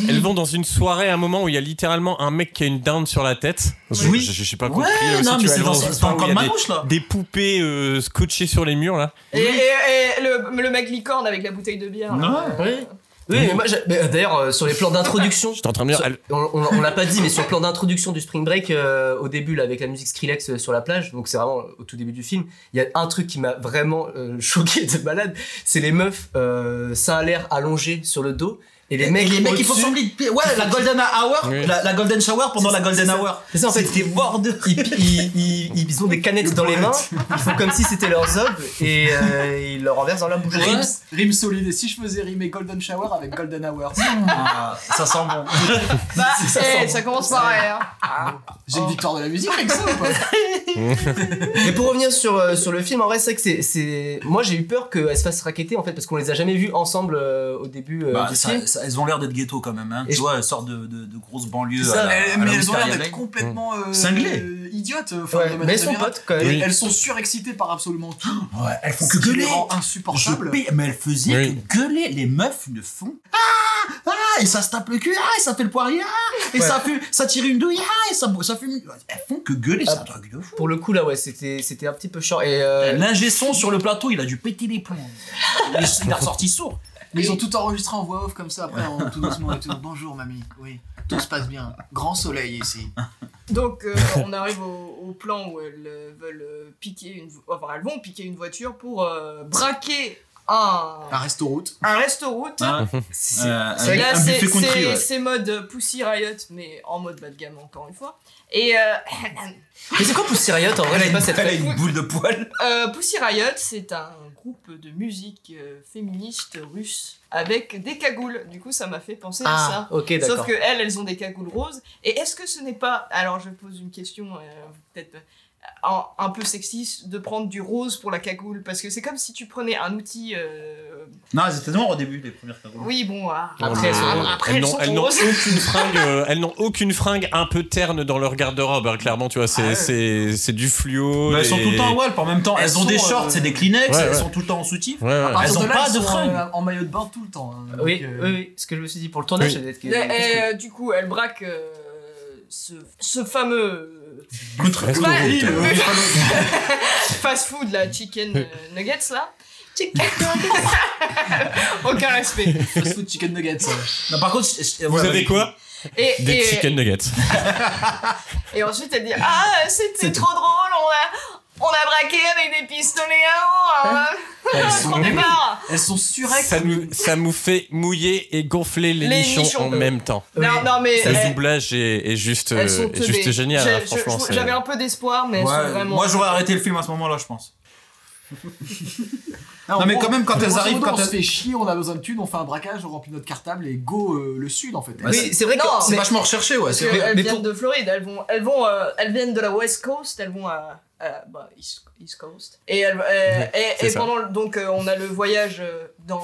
Speaker 9: elles vont dans une soirée à un moment où il y a littéralement un mec qui a une dinde sur la tête. Je-
Speaker 7: Oui.
Speaker 9: Je, je sais pas
Speaker 7: ouais,
Speaker 9: compris. euh, aussi,
Speaker 7: non,
Speaker 9: tu vois,
Speaker 7: mais c'est
Speaker 9: elles vont
Speaker 7: dans,
Speaker 9: dans une
Speaker 7: c'est
Speaker 9: soirée
Speaker 7: dans
Speaker 9: où
Speaker 7: le
Speaker 9: il y
Speaker 7: camp de
Speaker 9: a des-
Speaker 7: Manouche, là.
Speaker 9: des poupées euh, scotchées sur les murs là.
Speaker 10: Et, et- et le, le mec licorne avec la bouteille de bière. là,
Speaker 7: Ouais.
Speaker 10: euh,
Speaker 8: Oui. Oui, mais moi, j'ai- mais, euh, d'ailleurs, euh, sur les plans d'introduction,
Speaker 9: J'étais en train de me dire,
Speaker 8: Sur-
Speaker 9: elle-
Speaker 8: on, on- on l'a pas dit, mais sur le plan d'introduction du Spring Break, euh, au début, là, avec la musique Skrillex euh, sur la plage, donc c'est vraiment euh, au tout début du film, il y a un truc qui m'a vraiment euh, choqué de malade, c'est les meufs, euh, ça a l'air allongé sur le dos, et les mecs,
Speaker 7: Et les mecs, ils font
Speaker 8: au-dessus-
Speaker 7: semblant de pi- Ouais, la Golden Hour,
Speaker 9: Oui.
Speaker 7: la, la Golden Shower pendant
Speaker 8: C'est
Speaker 7: la
Speaker 8: ça,
Speaker 7: Golden
Speaker 8: c'est ça.
Speaker 7: Hour.
Speaker 8: C'est ça, en fait,
Speaker 7: C'était
Speaker 8: ils-
Speaker 7: bord de.
Speaker 8: ils, ils- ils- ils ont des canettes dans les mains, ils font comme si c'était leurs obs, et euh, ils leur renversent dans la bouche.
Speaker 6: Rimes, rimes solides. Et si je faisais rimer Golden Shower avec Golden Hour
Speaker 7: Ah, ça sent bon.
Speaker 10: Bah,
Speaker 8: Ça
Speaker 10: eh,
Speaker 8: sent
Speaker 10: ça commence pareil. hein.
Speaker 6: J'ai une victoire de la musique avec ça ou pas
Speaker 9: hum.
Speaker 8: Mais pour revenir sur, euh, sur le film, en vrai, c'est vrai que c'est- c'est. Moi, j'ai eu peur qu'elles se fassent raqueter en fait, parce qu'on les a jamais vus ensemble euh, au début euh,
Speaker 7: Bah,
Speaker 8: du
Speaker 7: ça-
Speaker 8: film.
Speaker 7: ça- elles ont l'air d'être ghetto quand même, hein.
Speaker 8: Et
Speaker 7: tu
Speaker 8: je-
Speaker 7: vois, elles sortent de, de, de grosses banlieues.
Speaker 6: Ça,
Speaker 7: à Ah, la-
Speaker 6: mais-
Speaker 7: à la
Speaker 6: mais elles ont
Speaker 7: Wisteria
Speaker 6: l'air d'être
Speaker 7: Lane.
Speaker 6: complètement euh,
Speaker 7: Cinglées.
Speaker 6: euh, idiotes. euh, enfin,
Speaker 8: Ouais,
Speaker 6: de manière
Speaker 8: mais elles sont
Speaker 6: générale.
Speaker 8: potes, quand même.
Speaker 6: Et
Speaker 9: Oui.
Speaker 6: Elles sont surexcitées par absolument tout.
Speaker 7: Ouais, elles font
Speaker 6: ce
Speaker 7: Ah, que
Speaker 6: qui les
Speaker 7: gueuler.
Speaker 6: rend
Speaker 7: Je
Speaker 6: insupportables.
Speaker 7: paie- mais elles faisaient
Speaker 9: Oui.
Speaker 7: que gueuler. Les meufs ne font. Ah Ah Et ça se tape le cul. Ah Et ça fait le poirier. Ah Et
Speaker 8: Ouais.
Speaker 7: ça, fume, ça tire une douille. Ah Et ça, ça fume. Elles font que gueuler. C'est
Speaker 8: Ah.
Speaker 7: un truc de fou.
Speaker 8: Pour le coup, là, ouais, c'était c'était un petit peu chiant. Et euh,
Speaker 7: L'ingé son sur le plateau, il a dû péter les plombs. Il est il est ressorti sourd.
Speaker 6: Mais ils ont tout enregistré en voix off comme ça, après, en tout doucement et tout. Bonjour, mamie. Oui, tout se passe bien. Grand soleil ici.
Speaker 10: Donc euh, on arrive au, au plan où elles euh, veulent euh, piquer une, vo- enfin elles vont piquer une voiture pour euh, braquer
Speaker 6: Un
Speaker 7: Ah.
Speaker 10: un
Speaker 6: restoroute.
Speaker 10: un restoroute.
Speaker 7: Hein
Speaker 8: c'est-
Speaker 7: Euh,
Speaker 8: c'est vrai
Speaker 10: Là,
Speaker 7: un
Speaker 10: c'est
Speaker 7: buffet country,
Speaker 10: c'est-
Speaker 7: ouais.
Speaker 10: c'est mode Pussy Riot, mais en mode bas de gamme encore une fois. Et euh,
Speaker 8: Mais c'est quoi Pussy Riot en vrai
Speaker 7: Elle a
Speaker 8: J'ai
Speaker 7: une-
Speaker 8: pas cette
Speaker 7: elle a
Speaker 8: règle.
Speaker 7: une boule de poil.
Speaker 10: euh, Pussy Riot, c'est un groupe de musique euh, féministe russe avec des cagoules. Du coup, ça m'a fait penser à ça.
Speaker 8: Ah, ok,
Speaker 10: Sauf
Speaker 8: d'accord.
Speaker 10: que elles, elles ont des cagoules roses. Et est-ce que ce n'est pas, alors je pose une question euh, peut-être euh, un, un peu sexiste, de prendre du rose pour la cagoule Parce que c'est comme si tu prenais un outil. euh,
Speaker 7: Non, elles étaient noires au début, les premières carreaux.
Speaker 10: Oui, bon, ah,
Speaker 9: Non, non,
Speaker 10: après, elles
Speaker 9: non,
Speaker 10: sont-
Speaker 9: non.
Speaker 10: après,
Speaker 9: elles
Speaker 10: elles
Speaker 9: n'ont
Speaker 10: sont
Speaker 9: elles n'ont
Speaker 10: roses.
Speaker 9: aucune fringue, euh, elles n'ont aucune fringue un peu terne dans leur garde-robe. Alors, Clairement, tu vois, c'est
Speaker 10: Ah ouais.
Speaker 9: c'est c'est du fluo.
Speaker 7: Bah, elles sont
Speaker 9: et-
Speaker 7: tout le temps en Walp en même temps. Elles,
Speaker 6: Elles
Speaker 7: ont des
Speaker 6: sont,
Speaker 7: shorts,
Speaker 6: euh,
Speaker 7: c'est des Kleenex,
Speaker 9: Ouais,
Speaker 7: elles
Speaker 9: ouais.
Speaker 7: sont tout le temps en soutif.
Speaker 9: Ouais, ouais.
Speaker 7: Elles ont
Speaker 6: ont
Speaker 7: pas de fringues.
Speaker 6: euh, en maillot de bain tout le temps. hein.
Speaker 8: Oui,
Speaker 6: Donc, euh,
Speaker 8: oui, oui, ce que je me suis dit pour le tournage,
Speaker 9: Oui.
Speaker 8: ça doit être-
Speaker 10: Et, euh, du coup, elles braquent euh, ce, ce fameux
Speaker 9: Reste
Speaker 10: Bah,
Speaker 9: au route.
Speaker 10: le- fast-food, la chicken euh, nuggets là. Chicken Aucun respect.
Speaker 6: Fast food chicken nuggets. ça.
Speaker 7: Non, par contre, je- je-
Speaker 9: Vous
Speaker 7: ouais,
Speaker 9: avez
Speaker 7: bah,
Speaker 9: quoi
Speaker 10: Et,
Speaker 9: Des
Speaker 10: et-
Speaker 9: chicken nuggets.
Speaker 10: Et ensuite, elle dit Ah, c'était trop drôle, on a, on a braqué avec des pistolets à eau. hein.
Speaker 6: Elles
Speaker 10: On
Speaker 6: sont,
Speaker 10: est marre.
Speaker 6: elles sont surex.
Speaker 9: Ça nous, ça nous fait mouiller et gonfler les,
Speaker 10: Les
Speaker 9: nichons,
Speaker 10: nichons,
Speaker 9: en
Speaker 10: euh.
Speaker 9: même temps.
Speaker 10: Non, non, mais.
Speaker 9: Le
Speaker 10: elles-
Speaker 9: doublage est, est juste,
Speaker 10: Elles sont
Speaker 9: euh, est juste
Speaker 10: teubées.
Speaker 9: génial,
Speaker 10: J'ai-
Speaker 9: hein,
Speaker 10: je-
Speaker 9: franchement.
Speaker 10: je-
Speaker 9: c'est-
Speaker 10: J'avais un peu d'espoir, mais elles
Speaker 7: Ouais,
Speaker 10: sont vraiment.
Speaker 7: Moi, j'aurais arrêté le film à ce moment-là, je pense.
Speaker 6: en
Speaker 7: Non, mais
Speaker 6: gros,
Speaker 7: quand même, quand
Speaker 6: grosso
Speaker 7: elles arrivent,
Speaker 6: modo,
Speaker 7: quand
Speaker 6: on
Speaker 7: elles-
Speaker 6: se fait chier, on a besoin de thunes, on fait un braquage, on remplit notre cartable et go euh, le sud en fait.
Speaker 7: Bah,
Speaker 8: Oui, c'est vrai que.
Speaker 10: Non,
Speaker 8: c'est
Speaker 7: C'est
Speaker 8: vachement-
Speaker 7: vachement recherché, ouais.
Speaker 10: Parce
Speaker 7: C'est
Speaker 10: que
Speaker 7: vrai.
Speaker 10: elles
Speaker 7: Mais
Speaker 10: viennent
Speaker 7: pour-
Speaker 10: de Floride, elles vont, elles vont, euh, elles viennent de la West Coast, elles vont à, à- bah, East, East Coast. Et, elles- euh, et,
Speaker 9: c'est
Speaker 10: et
Speaker 9: ça.
Speaker 10: pendant le- donc euh, on a le voyage euh, dans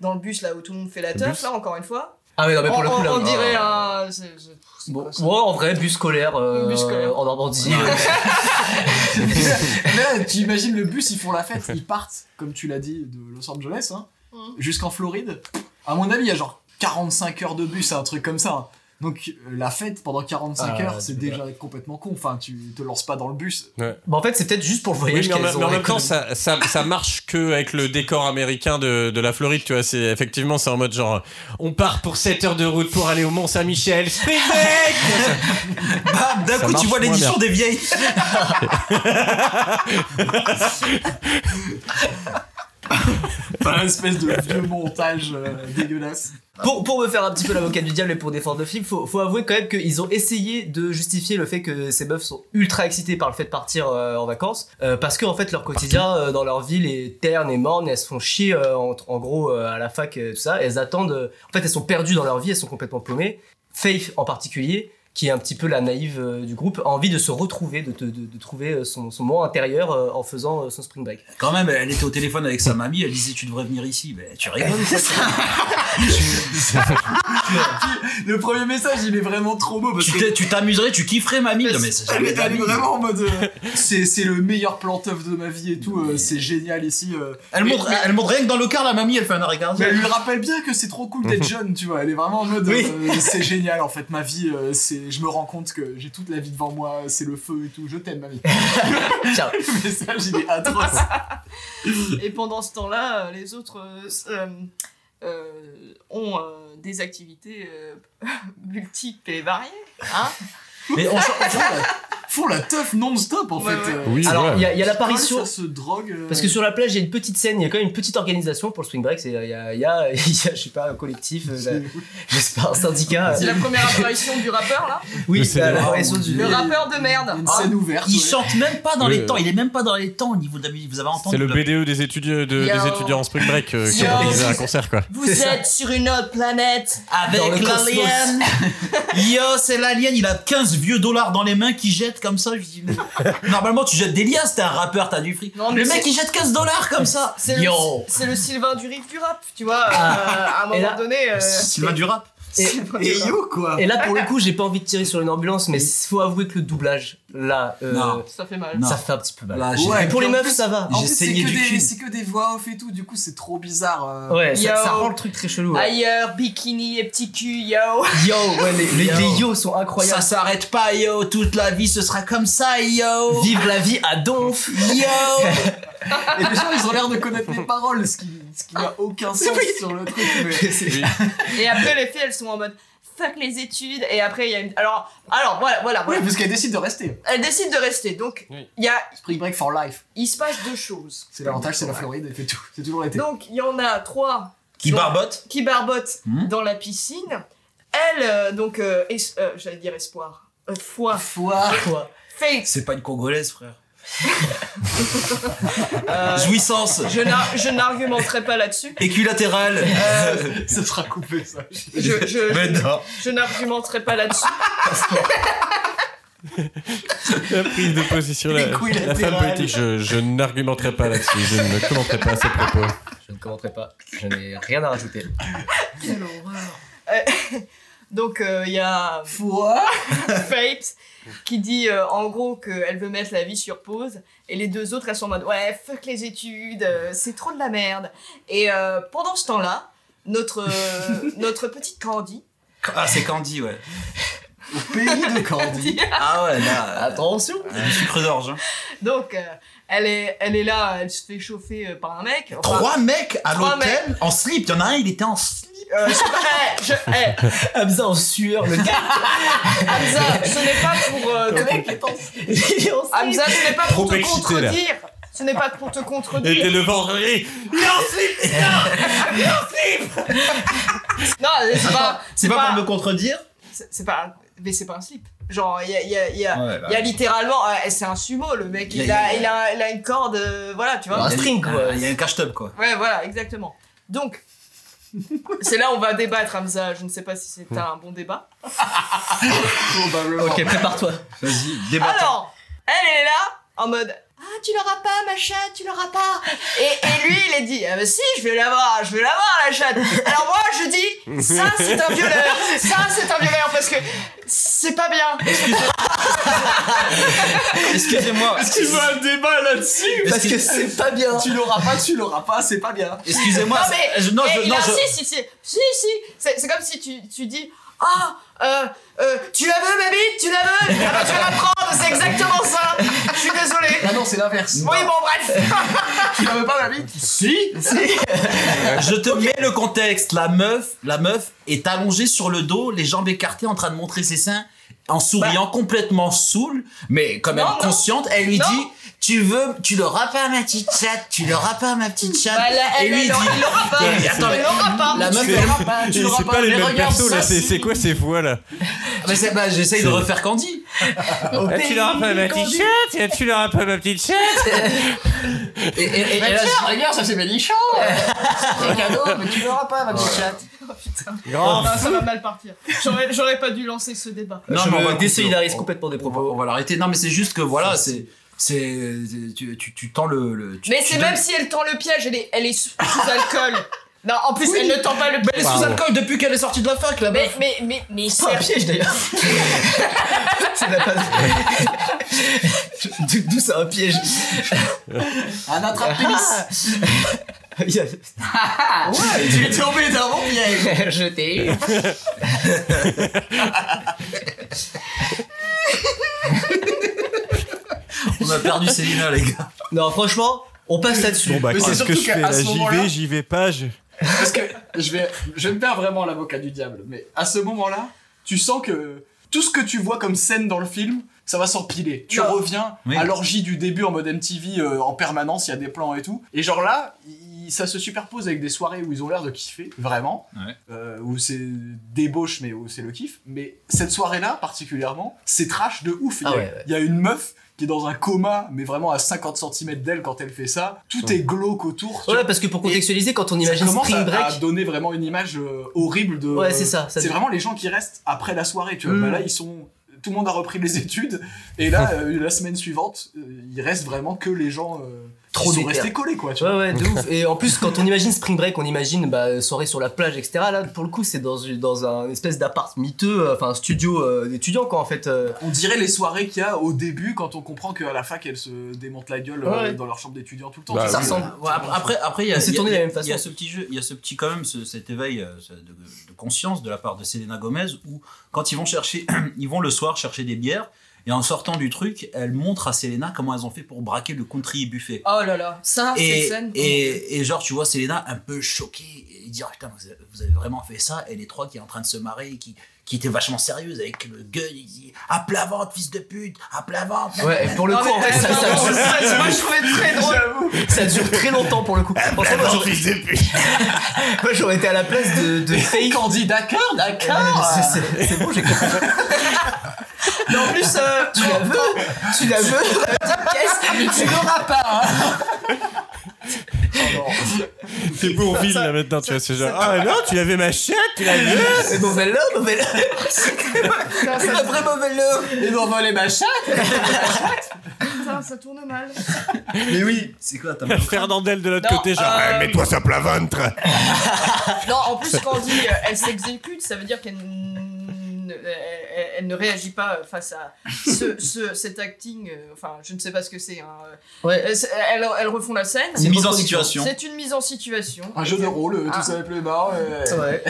Speaker 10: dans le bus là où tout le monde fait la teuf
Speaker 9: bus.
Speaker 10: là encore une fois.
Speaker 8: Ah, mais non, mais
Speaker 10: on,
Speaker 8: pour le coup,
Speaker 10: on-
Speaker 8: là.
Speaker 10: on
Speaker 8: euh,
Speaker 10: dirait un. c'est- c'est- c'est
Speaker 8: Bon,
Speaker 10: quoi ça
Speaker 8: ouais, en vrai, bus scolaire, euh,
Speaker 10: Bus scolaire.
Speaker 8: en Normandie.
Speaker 6: Là, tu imagines le bus, ils font la fête, ils partent, comme tu l'as dit, de Los Angeles, hein,
Speaker 10: Mhm.
Speaker 6: jusqu'en Floride. À mon avis, il y a genre 45 heures de bus, un truc comme ça. hein. Donc euh, la fête pendant 45
Speaker 8: Ah,
Speaker 6: heures, c'est
Speaker 8: c'est
Speaker 6: déjà complètement con. Enfin, tu te lances pas dans le bus.
Speaker 8: Bah, en fait, c'est peut-être juste pour le
Speaker 9: Oui,
Speaker 8: voyage
Speaker 9: mais en,
Speaker 8: qu'elles
Speaker 9: mais
Speaker 8: ont
Speaker 9: en même temps,
Speaker 8: économisé.
Speaker 9: ça, ça, ça marche que avec le décor américain de, de la Floride, tu vois. C'est effectivement, c'est en mode genre, on part pour 7 heures de route pour aller au Mont Saint-Michel. Speedback
Speaker 7: Bam, d'un
Speaker 9: Ça
Speaker 7: coup, tu
Speaker 9: marche
Speaker 7: vois les
Speaker 9: moins
Speaker 7: nichons des vieilles.
Speaker 6: Enfin, une espèce de vieux montage euh, dégueulasse.
Speaker 8: Pour, pour me faire un petit peu l'avocat du diable et pour défendre le film, faut, faut avouer quand même qu'ils ont essayé de justifier le fait que ces meufs sont ultra excitées par le fait de partir euh, en vacances, euh, parce que en fait leur quotidien euh, dans leur ville est terne et morne, et elles se font chier euh, en, en gros euh, à la fac et tout ça, elles attendent, euh, en fait elles sont perdues dans leur vie, elles sont complètement paumées. Faith en particulier, qui est un petit peu la naïve euh, du groupe, a envie de se retrouver, de, de- de- de trouver euh, son, son moment intérieur euh, en faisant euh, son spring break.
Speaker 7: Quand même, elle était au téléphone avec sa mamie, elle disait Tu devrais venir ici. Mais tu rigoles.
Speaker 6: Le premier message, il est vraiment trop beau parce
Speaker 7: Tu
Speaker 6: que
Speaker 7: t'es- Tu t'amuserais, tu kifferais, mamie. Non, mais c'est
Speaker 6: Elle
Speaker 7: jamais
Speaker 6: est
Speaker 7: de la
Speaker 6: allée
Speaker 7: vie.
Speaker 6: vraiment en mode euh, c'est c'est le meilleur plan teuf de ma vie et tout, euh, c'est génial ici. euh.
Speaker 7: Elle montre, elle montre rien que dans le car, la mamie, elle fait un arrêt
Speaker 6: Mais
Speaker 7: cardiaque.
Speaker 6: elle lui rappelle bien que c'est trop cool d'être jeune, tu vois. Elle est vraiment en mode
Speaker 7: Oui.
Speaker 6: euh, c'est génial en fait, ma vie, euh, c'est je me rends compte que j'ai toute la vie devant moi, c'est le feu et tout, je t'aime ma vie.
Speaker 8: Ciao.
Speaker 6: Le message il est atroce.
Speaker 10: Et pendant ce temps-là, euh, les autres euh, s- euh, euh, ont euh, des activités euh, multiples et variées. Hein
Speaker 7: Mais on, cha-
Speaker 6: font la teuf non-stop en
Speaker 10: Ouais,
Speaker 6: fait.
Speaker 10: ouais.
Speaker 6: euh.
Speaker 12: Oui,
Speaker 8: Alors,
Speaker 12: ouais.
Speaker 8: il y a, il y a l'apparition.
Speaker 6: Ça se drogue. euh,
Speaker 8: Parce que sur la plage, il y a une petite scène, il y a quand même une petite organisation pour le swing break. c'est- euh, Il y a, il y, a, il y a, je sais pas, un collectif, euh, la- j'espère, un syndicat. euh,
Speaker 10: C'est la première apparition du rappeur là.
Speaker 8: Oui,
Speaker 12: Le
Speaker 8: c'est la
Speaker 12: CDA.
Speaker 8: SO du. euh.
Speaker 10: Le
Speaker 6: Et-
Speaker 10: rappeur de
Speaker 6: il y a
Speaker 10: merde.
Speaker 6: une
Speaker 10: Ah,
Speaker 6: scène ouverte.
Speaker 7: Il
Speaker 6: ouais.
Speaker 7: chante même pas dans
Speaker 9: Oui,
Speaker 7: les
Speaker 9: euh.
Speaker 7: temps, il est même pas dans les temps au niveau de la musique. Vous avez entendu
Speaker 9: C'est le
Speaker 7: la-
Speaker 9: BDE des étudiants de,
Speaker 10: Yo.
Speaker 9: des étudiants en spring break euh, qui
Speaker 10: Yo.
Speaker 9: organisait un concert quoi.
Speaker 10: Vous
Speaker 8: C'est ça.
Speaker 10: êtes sur une autre planète. Ah,
Speaker 8: Dans le
Speaker 7: Avec
Speaker 8: cosmos.
Speaker 7: l'alien Yo, c'est l'alien, il a 15 vieux dollars dans les mains qui jette comme ça. Je dis, Normalement, tu jettes des liasses, t'es un rappeur, t'as du fric.
Speaker 10: Non, mais
Speaker 7: le mec,
Speaker 10: c'est-
Speaker 7: il jette 15 dollars comme ça.
Speaker 10: C'est le,
Speaker 7: Yo
Speaker 10: c'est le Sylvain du riff du rap, tu vois. euh, à un moment
Speaker 8: Et là-
Speaker 10: donné. euh,
Speaker 7: Sylvain du rap.
Speaker 10: Sylvain
Speaker 6: Et
Speaker 10: du rap.
Speaker 6: yo quoi.
Speaker 8: Et là, pour le coup, j'ai pas envie de tirer sur une ambulance, mais faut avouer que le doublage, là, euh,
Speaker 7: Non.
Speaker 10: Ça fait mal.
Speaker 7: Non.
Speaker 8: ça fait un petit peu mal.
Speaker 7: Là, j'ai-
Speaker 6: Ouais,
Speaker 8: Mais pour les
Speaker 6: puis en
Speaker 8: meufs,
Speaker 6: plus-
Speaker 8: ça va.
Speaker 6: En
Speaker 7: J'ai
Speaker 6: plus, c'est
Speaker 7: saigné
Speaker 6: que,
Speaker 7: du
Speaker 6: des,
Speaker 7: cul.
Speaker 6: c'est que des voix off et tout, du coup c'est trop bizarre. euh.
Speaker 8: Ouais, ça,
Speaker 10: Yo.
Speaker 8: ça rend le truc très chelou. ouais.
Speaker 10: Ailleurs, bikini et petit cul, yo.
Speaker 8: Yo, ouais, les, les-
Speaker 7: Yo.
Speaker 8: les yo sont
Speaker 7: Ça
Speaker 8: incroyables.
Speaker 7: s'arrête pas, yo. Toute la vie, ce sera comme ça, yo.
Speaker 8: Vive la vie à donf.
Speaker 7: Yo
Speaker 6: Et les gens ils ont l'air de connaître les paroles, ce qui, ce qui n'a aucun sens sur le truc. Mais...
Speaker 10: Et après, les filles, elles sont en mode fuck les études. Et après, il y a une. Alors, alors voilà, voilà.
Speaker 6: Oui,
Speaker 10: voilà.
Speaker 6: parce qu'elle décide de rester.
Speaker 10: Elles décident de rester. Donc,
Speaker 9: Oui.
Speaker 10: il y a...
Speaker 6: Spring break for life.
Speaker 10: il se passe deux choses.
Speaker 6: C'est l'avantage, c'est la Floride, elle fait tout. C'est toujours l'été.
Speaker 10: Donc, il y en a trois
Speaker 7: Qui barbote
Speaker 10: qui barbotent
Speaker 7: Hmm.
Speaker 10: dans la piscine. Elle, euh, donc, euh, es- euh, j'allais dire espoir. Euh, foi.
Speaker 6: Foi.
Speaker 8: Quoi
Speaker 10: Faith.
Speaker 7: C'est pas une congolaise, frère.
Speaker 10: Euh,
Speaker 7: Jouissance
Speaker 10: je n'a- je n'argumenterai pas là-dessus.
Speaker 7: Équilatérale
Speaker 10: Euh,
Speaker 6: Ça sera coupé ça.
Speaker 10: je je,
Speaker 7: Mais
Speaker 10: je,
Speaker 7: non
Speaker 10: je n'argumenterai pas là-dessus.
Speaker 9: La prise de position,
Speaker 6: Les
Speaker 9: la,
Speaker 6: couilles
Speaker 9: la femme
Speaker 6: latérales.
Speaker 9: politique, je, je n'argumenterai pas là-dessus, je ne commenterai pas ses propos.
Speaker 8: Je ne commenterai pas. Je n'ai rien à rajouter.
Speaker 10: Quelle horreur. donc, euh, il y a
Speaker 6: Foi.
Speaker 10: Faith qui dit euh, en gros qu'elle veut mettre la vie sur pause et les deux autres elles sont en mode ouais fuck les études euh, c'est trop de la merde et euh, pendant ce temps là notre euh, notre petite Candy
Speaker 7: Ah, c'est Candy, ouais.
Speaker 6: Au pays de Candy.
Speaker 7: Ah ouais, là. euh,
Speaker 8: Attention
Speaker 7: euh, du sucre d'orge. hein.
Speaker 10: donc euh, elle est elle est là elle se fait chauffer euh, par un mec Enfin,
Speaker 7: Trois mecs à
Speaker 10: trois
Speaker 7: l'hôtel en slip. Il y en a un, il était en slip.
Speaker 10: euh, je, eh, je- eh,
Speaker 8: Hamza en sueur, le gars.
Speaker 10: Hamza ce n'est pas pour euh, te-
Speaker 8: il est en slip.
Speaker 10: Hamza ce n'est pas
Speaker 9: Trop
Speaker 10: pour te
Speaker 9: excité,
Speaker 10: contredire ce n'est pas pour te
Speaker 9: Et
Speaker 10: contredire
Speaker 9: t'es le vendredi
Speaker 10: non c'est pas
Speaker 7: C'est pas, pour me contredire
Speaker 10: c'est c'est pas un- mais c'est pas un slip genre il y a, il y a- il y a-
Speaker 7: Ouais, bah.
Speaker 10: il y a littéralement euh, c'est un sumo le mec il,
Speaker 7: Il y a-
Speaker 10: a, il, a, il a une corde euh, voilà tu vois
Speaker 8: Un string, quoi.
Speaker 7: Ah, Il y a un cash-top, quoi.
Speaker 10: ouais voilà exactement donc c'est là où on va débattre Hamza je ne sais pas si c'est un bon débat
Speaker 6: Probablement.
Speaker 8: Ok, prépare-toi.
Speaker 7: Vas-y, débattons.
Speaker 10: alors elle est là en mode ah tu l'auras pas ma chatte tu l'auras pas et, et lui il est dit ah bah si je vais l'avoir je vais l'avoir la chatte alors moi je dis ça c'est un violeur ça c'est un violeur parce que c'est pas bien
Speaker 7: Excusez-moi.
Speaker 6: un débat là-dessus.
Speaker 8: Parce que c'est pas bien.
Speaker 6: Tu l'auras pas, tu l'auras pas, c'est pas bien.
Speaker 7: Excusez-moi.
Speaker 10: Non mais
Speaker 7: je- non,
Speaker 10: eh,
Speaker 7: Oh, je,
Speaker 10: il
Speaker 7: non, je-
Speaker 10: insiste, il dit, si si c'est c'est comme si tu, tu dis ah euh, euh, tu la veux ma bite tu la veux Ah bah, tu vas la prendre c'est exactement ça je suis désolée
Speaker 6: Ah non, c'est l'inverse.
Speaker 10: oui bon bref
Speaker 6: Tu l'avais pas ma bite Si
Speaker 7: je te mets le contexte. La meuf, la meuf est allongée sur le dos, les jambes écartées, en train de montrer ses seins, en souriant complètement saoule, mais quand même
Speaker 10: Non, non.
Speaker 7: consciente. Elle lui
Speaker 10: Non.
Speaker 7: dit. Tu veux, tu l'auras pas ma petite chatte, tu l'auras pas ma petite chatte.
Speaker 10: Bah, là, elle, elle,
Speaker 7: dit-
Speaker 10: il l'aura pas
Speaker 7: Mais attends,
Speaker 10: il l'aura pas
Speaker 7: La meuf,
Speaker 9: C'est-
Speaker 7: elle aura pas, Ah, tu
Speaker 9: C'est
Speaker 7: l'auras
Speaker 9: pas,
Speaker 7: pas.
Speaker 9: les
Speaker 7: mais
Speaker 9: mêmes
Speaker 7: regarde
Speaker 9: persos là,
Speaker 7: ça,
Speaker 9: c'est
Speaker 7: si.
Speaker 9: c'est quoi ces voix là
Speaker 7: Mais c'est- bah, J'essaye de
Speaker 9: C'est-
Speaker 7: refaire Candy.
Speaker 9: Ah, Tu l'auras pas ma petite chatte Ah, Tu l'auras pas ma petite chatte
Speaker 7: Et, et- et- et là,
Speaker 6: regarde, ça c'est mélichant C'est cadeau, mais tu l'auras pas, ma petite chatte.
Speaker 10: Oh, putain.
Speaker 9: Grand
Speaker 10: Ah, ça va mal partir J'aurais- j'aurais pas dû lancer ce débat
Speaker 7: Non,
Speaker 8: je
Speaker 7: mais on va
Speaker 8: me
Speaker 7: couper.
Speaker 8: désolidarise
Speaker 7: On-
Speaker 8: complètement des
Speaker 7: on va,
Speaker 8: propos.
Speaker 7: on va l'arrêter. Non, mais c'est juste que voilà, c'est. c'est tu, tu, tu tends le. le- tu-
Speaker 10: mais
Speaker 7: tu
Speaker 10: c'est
Speaker 7: donnes-
Speaker 10: même si elle tend le piège elle est, elle est sous, sous alcool non en plus elle ne tend pas le
Speaker 7: Elle est
Speaker 10: piège
Speaker 7: sous
Speaker 9: Pardon.
Speaker 7: alcool depuis qu'elle est sortie de la fac là-bas.
Speaker 10: mais mais mais mais
Speaker 8: C'est pas un
Speaker 10: sérieux,
Speaker 8: piège d'ailleurs. C'est la base. D'où- D'où c'est un piège.
Speaker 7: Ah,
Speaker 6: Un attrape-pénis
Speaker 8: Il y a-
Speaker 6: Tu es tombé d'un bon piège
Speaker 8: Je t'ai eu.
Speaker 7: On a perdu Célina, les gars.
Speaker 8: Non, franchement, on passe là-dessus.
Speaker 9: Bon bah
Speaker 6: Mais c'est
Speaker 9: qu'est-ce que
Speaker 6: surtout
Speaker 9: je
Speaker 6: qu'à
Speaker 9: fais
Speaker 6: ce
Speaker 9: là J'y
Speaker 6: moment-là-
Speaker 9: vais, j'y vais pas, je...
Speaker 6: Parce que je vais, je vais me faire vraiment l'avocat du diable, mais à ce moment-là, tu sens que tout ce que tu vois comme scène dans le film, ça va s'empiler. Tu
Speaker 10: Non.
Speaker 6: reviens
Speaker 7: Oui.
Speaker 6: à l'orgie du début en mode MTV euh, en permanence, il y a des plans et tout. Et genre là, il- ça se superpose avec des soirées où ils ont l'air de kiffer, vraiment.
Speaker 7: Ouais.
Speaker 6: Euh, où c'est débauche, mais où c'est le kiff. Mais cette soirée-là, particulièrement, c'est trash de ouf. Il y,
Speaker 8: Ah
Speaker 6: a-
Speaker 8: ouais, ouais.
Speaker 6: il y a une meuf qui est dans un coma, mais vraiment à 50 cm d'elle quand elle fait ça. Tout est glauque autour. tu
Speaker 8: Ouais, parce que pour contextualiser, quand on imagine
Speaker 6: ça commence
Speaker 8: Spring
Speaker 6: à-
Speaker 8: Break,
Speaker 6: à donner vraiment une image euh, horrible de.
Speaker 8: Ouais, c'est ça, ça
Speaker 6: c'est
Speaker 8: devient-
Speaker 6: vraiment les gens qui restent après la soirée. Tu vois,
Speaker 8: Mm.
Speaker 6: Bah là ils sont. Tout le monde a repris les études et là euh, la semaine suivante, euh, il reste vraiment que les gens euh,
Speaker 8: Trop
Speaker 6: qui sont
Speaker 8: déter.
Speaker 6: restés collés quoi. Tu vois.
Speaker 8: Ouais, ouais, de ouf. Et en plus, quand on imagine Spring Break, on imagine bah, soirée sur la plage, etc. Là, pour le coup, c'est dans, dans un espèce d'appart miteux, euh, enfin, un studio euh, d'étudiants, quoi, en fait. euh.
Speaker 6: On dirait les soirées qu'il y a au début quand on comprend qu'à la fac elles se démontent la gueule euh,
Speaker 8: Ouais.
Speaker 6: dans leur chambre d'étudiant tout le temps.
Speaker 9: Bah,
Speaker 6: Ça
Speaker 9: oui.
Speaker 6: ressemble-
Speaker 7: Ouais, ap- après, après, il y a,
Speaker 8: Mais c'est
Speaker 7: il y a-
Speaker 8: tourné de la
Speaker 7: il y a-
Speaker 8: même façon.
Speaker 7: Il y a ce petit jeu, il y a ce petit quand même ce- cet éveil euh, ce- de, de conscience de la part de Selena Gomez où quand ils vont chercher, ils vont le soir chercher des bières et en sortant du truc, elle montre à Selena comment elles ont fait pour braquer le country buffet.
Speaker 10: Oh là là, ça, cette
Speaker 7: Et,
Speaker 10: scène.
Speaker 7: et, et genre, tu vois Selena un peu choquée et dire Putain, vous avez, vous avez vraiment fait ça Et les trois qui est en train de se marrer, qui, qui était vachement sérieuse avec le gueule, il dit À plat ventre, fils de pute, à plat ventre
Speaker 8: Ouais, et pour le
Speaker 10: Non,
Speaker 8: coup,
Speaker 10: mais-
Speaker 8: en fait, ça,
Speaker 10: non,
Speaker 8: ça,
Speaker 10: non,
Speaker 8: dure,
Speaker 10: ça, moi, je trouvais très drôle.
Speaker 8: ça dure très longtemps pour le coup. Franchement, moi, j'aurais-
Speaker 7: fils de pute
Speaker 8: moi, j'aurais été à la place de, de Faye.
Speaker 6: Candy, d'accord, d'accord.
Speaker 8: C'est- c'est- C'est bon, j'ai compris.
Speaker 10: Mais en plus, euh,
Speaker 8: Tu la veux Tu la veux
Speaker 6: Tu l'auras pas. hein.
Speaker 9: C'est Bourville là maintenant, tu vois. C'est genre, ah non, tu l'avais ma chatte, tu l'avais.
Speaker 8: Et Mauvais l'homme, mauvais l'homme
Speaker 10: ça,
Speaker 8: Un vrai mauvais l'homme
Speaker 6: Et d'en voler ma chatte.
Speaker 10: ça, ça tourne mal.
Speaker 6: Mais oui.
Speaker 7: C'est quoi ta
Speaker 9: Fernandel de l'autre
Speaker 10: Non,
Speaker 9: côté, genre,
Speaker 10: euh,
Speaker 9: Ah, mets-toi ça plat ventre.
Speaker 10: Non, en plus, quand on dit euh, elle s'exécute, ça veut dire qu'elle ne- elle- elle- elle ne réagit pas euh, face à ce, ce- cet acting. euh, Enfin, je ne sais pas ce que c'est. hein.
Speaker 8: Ouais.
Speaker 10: Euh, c'est- Elle, elle refond la scène.
Speaker 7: Une mise en
Speaker 8: reproduction.
Speaker 7: situation.
Speaker 10: C'est une mise en situation.
Speaker 6: Un jeu de rôle, euh,
Speaker 10: Ah.
Speaker 6: tout ça avec les barres. euh,
Speaker 8: Ouais.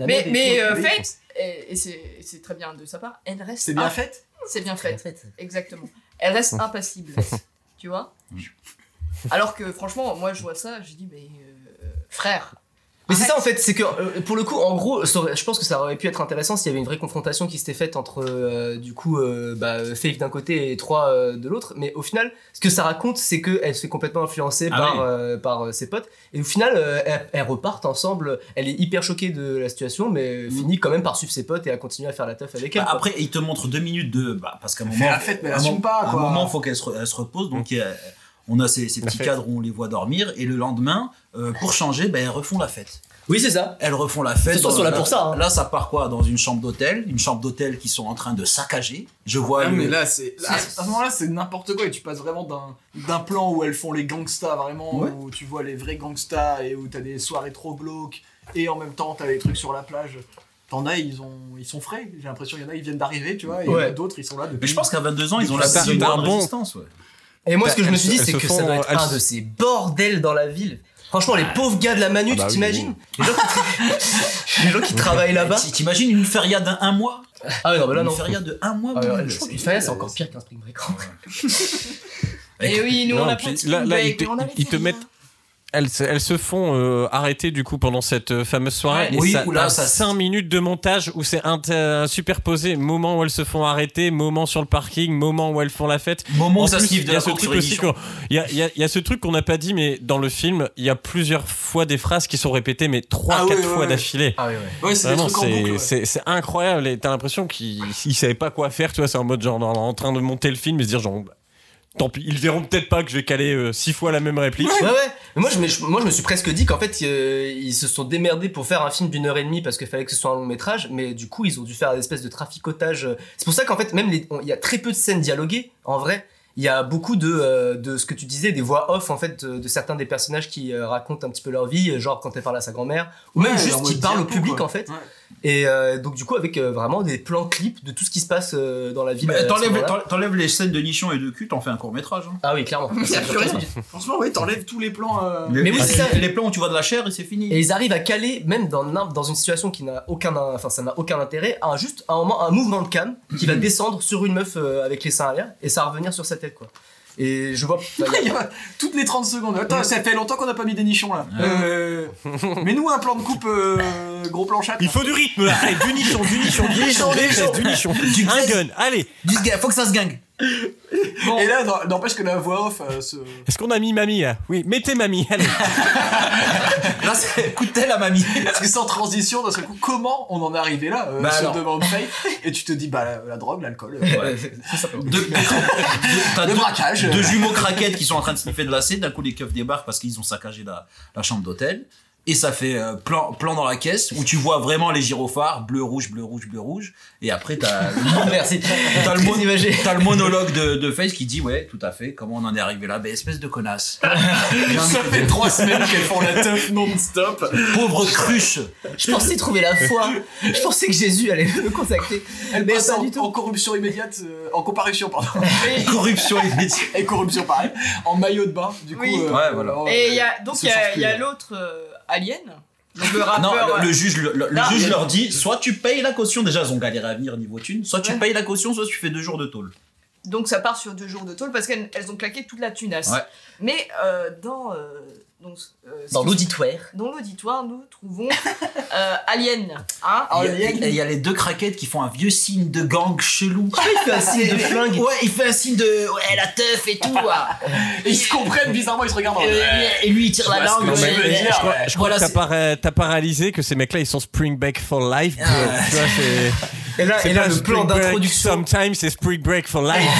Speaker 10: Mais, mais euh, Fate, et, et c'est c'est très bien de sa part, elle reste.
Speaker 6: C'est
Speaker 8: Ah.
Speaker 6: bien
Speaker 10: imp-
Speaker 6: fait.
Speaker 10: C'est bien fait. Exactement. Elle reste impassible. tu vois Alors que franchement, moi je vois ça, je dis, mais euh, frère.
Speaker 8: Mais c'est ça en fait, c'est que euh, pour le coup, en gros, ça aurait- je pense que ça aurait pu être intéressant s'il y avait une vraie confrontation qui s'était faite entre euh, du coup euh, bah, Faith d'un côté et Troy euh, de l'autre. Mais au final, ce que ça raconte, c'est qu'elle se fait complètement influencer
Speaker 7: Ah
Speaker 8: par,
Speaker 7: oui.
Speaker 8: euh, par euh, ses potes. Et au final, euh, elles, elles repartent ensemble. Elle est hyper choquée de la situation, mais
Speaker 9: Mm.
Speaker 8: finit quand même par suivre ses potes et à continuer à faire la teuf avec elle.
Speaker 7: Bah,
Speaker 8: quoi.
Speaker 7: après, il te montre deux minutes de. Bah, parce qu'à un moment.
Speaker 6: Fais la fête, mais
Speaker 7: à un
Speaker 6: l'assume
Speaker 7: moment-
Speaker 6: pas,
Speaker 7: à
Speaker 6: quoi.
Speaker 7: un moment, faut qu'elle se, re- elle se repose. Donc, il y a- on a ces, ces petits
Speaker 9: fête.
Speaker 7: cadres où on les voit dormir. Et le lendemain, euh, pour changer, bah, elles refont la fête.
Speaker 8: Oui, c'est ça.
Speaker 7: Elles refont la fête.
Speaker 8: Ce soir,
Speaker 7: dans-
Speaker 8: sont là pour ça, hein.
Speaker 7: Là, ça part quoi Dans une chambre d'hôtel. Une chambre d'hôtel qui sont en train de saccager. Je vois.
Speaker 6: Ah,
Speaker 7: le-
Speaker 6: mais là, c'est à ce moment-là, c'est n'importe quoi. Et tu passes vraiment d'un d'un plan où elles font les gangstas, vraiment,
Speaker 7: Ouais.
Speaker 6: où tu vois les vrais gangstas et où t'as des soirées trop glauques et en même temps t'as les trucs sur la plage. T'en as, ils ont, ils sont frais. J'ai l'impression qu'il y en a, ils viennent d'arriver, tu vois. Et il y en a
Speaker 8: Ouais.
Speaker 6: d'autres, ils sont là depuis.
Speaker 7: Mais je pense qu'à 22 ans, ils ont
Speaker 9: Bah,
Speaker 7: la
Speaker 9: t'as-
Speaker 7: plus
Speaker 9: t'as un
Speaker 7: grande
Speaker 9: bon-
Speaker 7: résistance. ouais.
Speaker 8: Et moi, ce que je
Speaker 9: Bah, Elles
Speaker 8: me suis
Speaker 9: se-
Speaker 8: dit,
Speaker 9: elles
Speaker 8: c'est
Speaker 9: se
Speaker 8: que
Speaker 9: font-
Speaker 8: ça doit être
Speaker 9: elles
Speaker 8: un
Speaker 9: se-
Speaker 8: de ces bordels dans la ville. Franchement, les pauvres gars de la Manu,
Speaker 9: Ah bah
Speaker 8: tu
Speaker 9: oui,
Speaker 8: t'imagines les, gens qui les gens qui travaillent là-bas.
Speaker 7: T'i- T'imagines une feria d'un un mois
Speaker 8: Ah ouais, non, mais Bah. là,
Speaker 7: Une
Speaker 8: non.
Speaker 7: feria de un mois
Speaker 8: Ah,
Speaker 7: bordel,
Speaker 8: je trouve
Speaker 7: c'est-
Speaker 8: qu'une faillite, c'est encore pire qu'un spring break. en vrai.
Speaker 10: Et Eh oui, nous
Speaker 9: Non,
Speaker 10: on a
Speaker 9: puis
Speaker 10: plein de
Speaker 9: là- là,
Speaker 10: Spring
Speaker 9: ils te-
Speaker 10: Break, on a les
Speaker 9: ils te
Speaker 10: férias.
Speaker 9: mettent- Elles, se- elles se font euh, arrêter du coup pendant cette euh, fameuse soirée.
Speaker 10: Ouais.
Speaker 9: et
Speaker 7: Oui,
Speaker 9: ça,
Speaker 7: où là,
Speaker 9: t'as
Speaker 7: ça-
Speaker 9: cinq minutes de montage où c'est inter- superposé moment où elles se font arrêter, moment sur le parking, moment où elles font la fête.
Speaker 7: Moment
Speaker 9: En
Speaker 7: où ça
Speaker 9: plus,
Speaker 7: se livre de
Speaker 9: il y a
Speaker 7: la
Speaker 9: ce
Speaker 7: course
Speaker 9: truc
Speaker 7: sur
Speaker 9: aussi
Speaker 7: émission.
Speaker 9: qu'on- il y a, il y a- il y a ce truc qu'on n'a pas dit, mais dans le film, il y a plusieurs fois des phrases qui sont répétées, mais trois,
Speaker 6: Ah oui,
Speaker 9: quatre
Speaker 6: oui,
Speaker 9: fois
Speaker 6: oui.
Speaker 9: d'affilée.
Speaker 8: Ah ouais, ouais.
Speaker 6: Ouais, c'est des
Speaker 9: Vraiment,
Speaker 6: trucs en boucle.
Speaker 9: c'est
Speaker 6: ouais.
Speaker 9: c'est- c'est incroyable. Et t'as l'impression qu'ils ils savaient pas quoi faire. Tu vois, c'est en mode genre on est en train de monter le film et se dire genre bah, tant pis, ils verront peut-être pas que je vais caler euh, six fois la même réplique.
Speaker 8: Ouais, ouais. Mais moi, je, me- je- moi, je me suis presque dit qu'en fait, euh, ils se sont démerdés pour faire un film d'une heure et demie parce qu'il fallait que ce soit un long métrage. Mais du coup, ils ont dû faire des espèces de traficotage. euh. C'est pour ça qu'en fait, même les- on- il y a très peu de scènes dialoguées, en vrai. Il y a beaucoup de, euh, de ce que tu disais, des voix off, en fait, de, de certains des personnages qui euh, racontent un petit peu leur vie, euh, genre quand elle parle à sa grand-mère, ou même
Speaker 6: Ouais,
Speaker 8: juste
Speaker 6: en
Speaker 8: qui
Speaker 6: mode
Speaker 8: parle au
Speaker 6: diapo,
Speaker 8: public,
Speaker 6: quoi.
Speaker 8: en fait.
Speaker 6: Ouais.
Speaker 8: Et euh, donc, du coup, avec euh, vraiment des plans clips de tout ce qui se passe euh, dans la ville.
Speaker 7: Bah,
Speaker 8: euh, à ce
Speaker 7: T'enlèves
Speaker 8: moment-là.
Speaker 7: t'en- t'enlèves les scènes de nichon et de cul, t'en fais un court métrage. hein.
Speaker 8: Ah oui, clairement.
Speaker 10: hein.
Speaker 6: Ça dure quinze minutes. Franchement, ouais, t'enlèves tous les plans. euh,
Speaker 8: Mais oui, c'est ça.
Speaker 7: Les plans où tu vois de la chair et c'est fini.
Speaker 8: Et ils arrivent à caler, même dans, n'im- dans une situation qui n'a aucun, enfin ça n'a aucun intérêt, un, juste un moment, un mouvement de cam qui va descendre sur une meuf euh, avec les seins à l'air et ça va revenir sur sa tête quoi. Et je vois. bah, y a-
Speaker 6: Il y a- Toutes les 30 secondes. Attends, ça fait longtemps qu'on n'a pas mis des nichons là. Euh, Mets-nous un plan de coupe euh, gros plan chat.
Speaker 9: Il faut du rythme là. Allez, du nichon, du nichon, du nichon, du nichon, du nichon. Un gun, allez.
Speaker 7: Du- Faut que ça se gangue.
Speaker 6: Et là, n'en- n'empêche que la voix off euh, se.
Speaker 9: Est-ce qu'on a mis mamie là Oui, mettez mamie, allez.
Speaker 7: Là, c'est coup de telle à mamie.
Speaker 6: Parce que sans transition, d'un seul coup, comment on en est arrivé là euh,
Speaker 7: Bah
Speaker 6: se
Speaker 7: alors.
Speaker 6: demande Faye. Et tu te dis, bah la, la drogue, l'alcool. euh,
Speaker 7: Ouais. Deux, deux- t'as
Speaker 6: Le
Speaker 7: deux-
Speaker 6: braquage.
Speaker 7: deux jumeaux craquettes qui sont en train de sniffer de l'acide. D'un coup, les keufs débarquent parce qu'ils ont saccagé la, la chambre d'hôtel. Et ça fait euh, plan, plan dans la caisse où tu vois vraiment les gyrophares bleu, rouge, bleu, rouge, bleu, rouge. Et après, t'as
Speaker 8: Merci.
Speaker 7: t'as le,
Speaker 8: Très
Speaker 7: mon-
Speaker 8: imagé.
Speaker 7: t'as le monologue de, de Face qui dit Ouais, tout à fait, comment on en est arrivé là Ben, espèce de connasse.
Speaker 6: Ça fait trois semaines qu'elles font la teuf non-stop.
Speaker 7: Pauvre cruche.
Speaker 8: Je pensais trouver la foi. Je pensais que Jésus allait me contacter.
Speaker 6: Elles
Speaker 8: Mais
Speaker 6: passent
Speaker 8: pas
Speaker 6: en,
Speaker 8: du tout.
Speaker 6: en corruption immédiate, euh, en comparution, pardon.
Speaker 7: Corruption immédiate.
Speaker 6: Et corruption, pareil. En maillot de bain, du coup.
Speaker 10: Oui.
Speaker 6: euh,
Speaker 7: Ouais, voilà.
Speaker 6: euh,
Speaker 10: Et il y a, donc
Speaker 6: se
Speaker 10: il y
Speaker 6: change
Speaker 10: a,
Speaker 6: plus,
Speaker 10: il y a
Speaker 6: là.
Speaker 10: l'autre euh, alien, donc le
Speaker 7: Ah non,
Speaker 10: rappeur. euh,
Speaker 7: le, le juge, le, le- le
Speaker 10: Non,
Speaker 7: juge
Speaker 10: mais-
Speaker 7: leur dit soit tu payes la caution, déjà ils ont galéré à venir niveau thune, soit tu payes la caution, soit tu fais deux jours de tôle.
Speaker 10: Donc ça part sur deux jours de tôle parce qu'elles elles ont claqué toute la tunasse.
Speaker 7: Ouais.
Speaker 10: Mais euh, dans euh, donc, euh,
Speaker 8: Dans l'auditoire.
Speaker 10: dans l'auditoire, nous trouvons euh, Alien. Hein
Speaker 7: Et il y a- et il y, a les deux craquettes qui font un vieux signe de gang chelou.
Speaker 8: Il fait un signe de flingue.
Speaker 7: Ouais, il fait un signe de. Ouais, la teuf et tout. ah.
Speaker 6: Et ils se comprennent euh, bizarrement, ils se regardent. en-
Speaker 7: Et, lui- et lui, il tire la
Speaker 6: vois ce
Speaker 7: langue.
Speaker 6: que
Speaker 7: ouais,
Speaker 6: tu veux
Speaker 7: ouais.
Speaker 6: dire, ouais.
Speaker 9: Je crois
Speaker 7: Voilà,
Speaker 9: que t'as
Speaker 7: c'est-
Speaker 9: para- t'as paralysé que ces mecs-là ils sont Spring Break for Life. bro.
Speaker 7: Ah.
Speaker 9: Tu vois, c'est-
Speaker 8: Et là,
Speaker 9: c'est
Speaker 8: et là
Speaker 9: pas
Speaker 8: le
Speaker 9: Spring
Speaker 8: plan
Speaker 9: Break
Speaker 8: d'introduction.
Speaker 9: Sometimes c'est Spring Break for
Speaker 7: Ah,
Speaker 9: Life.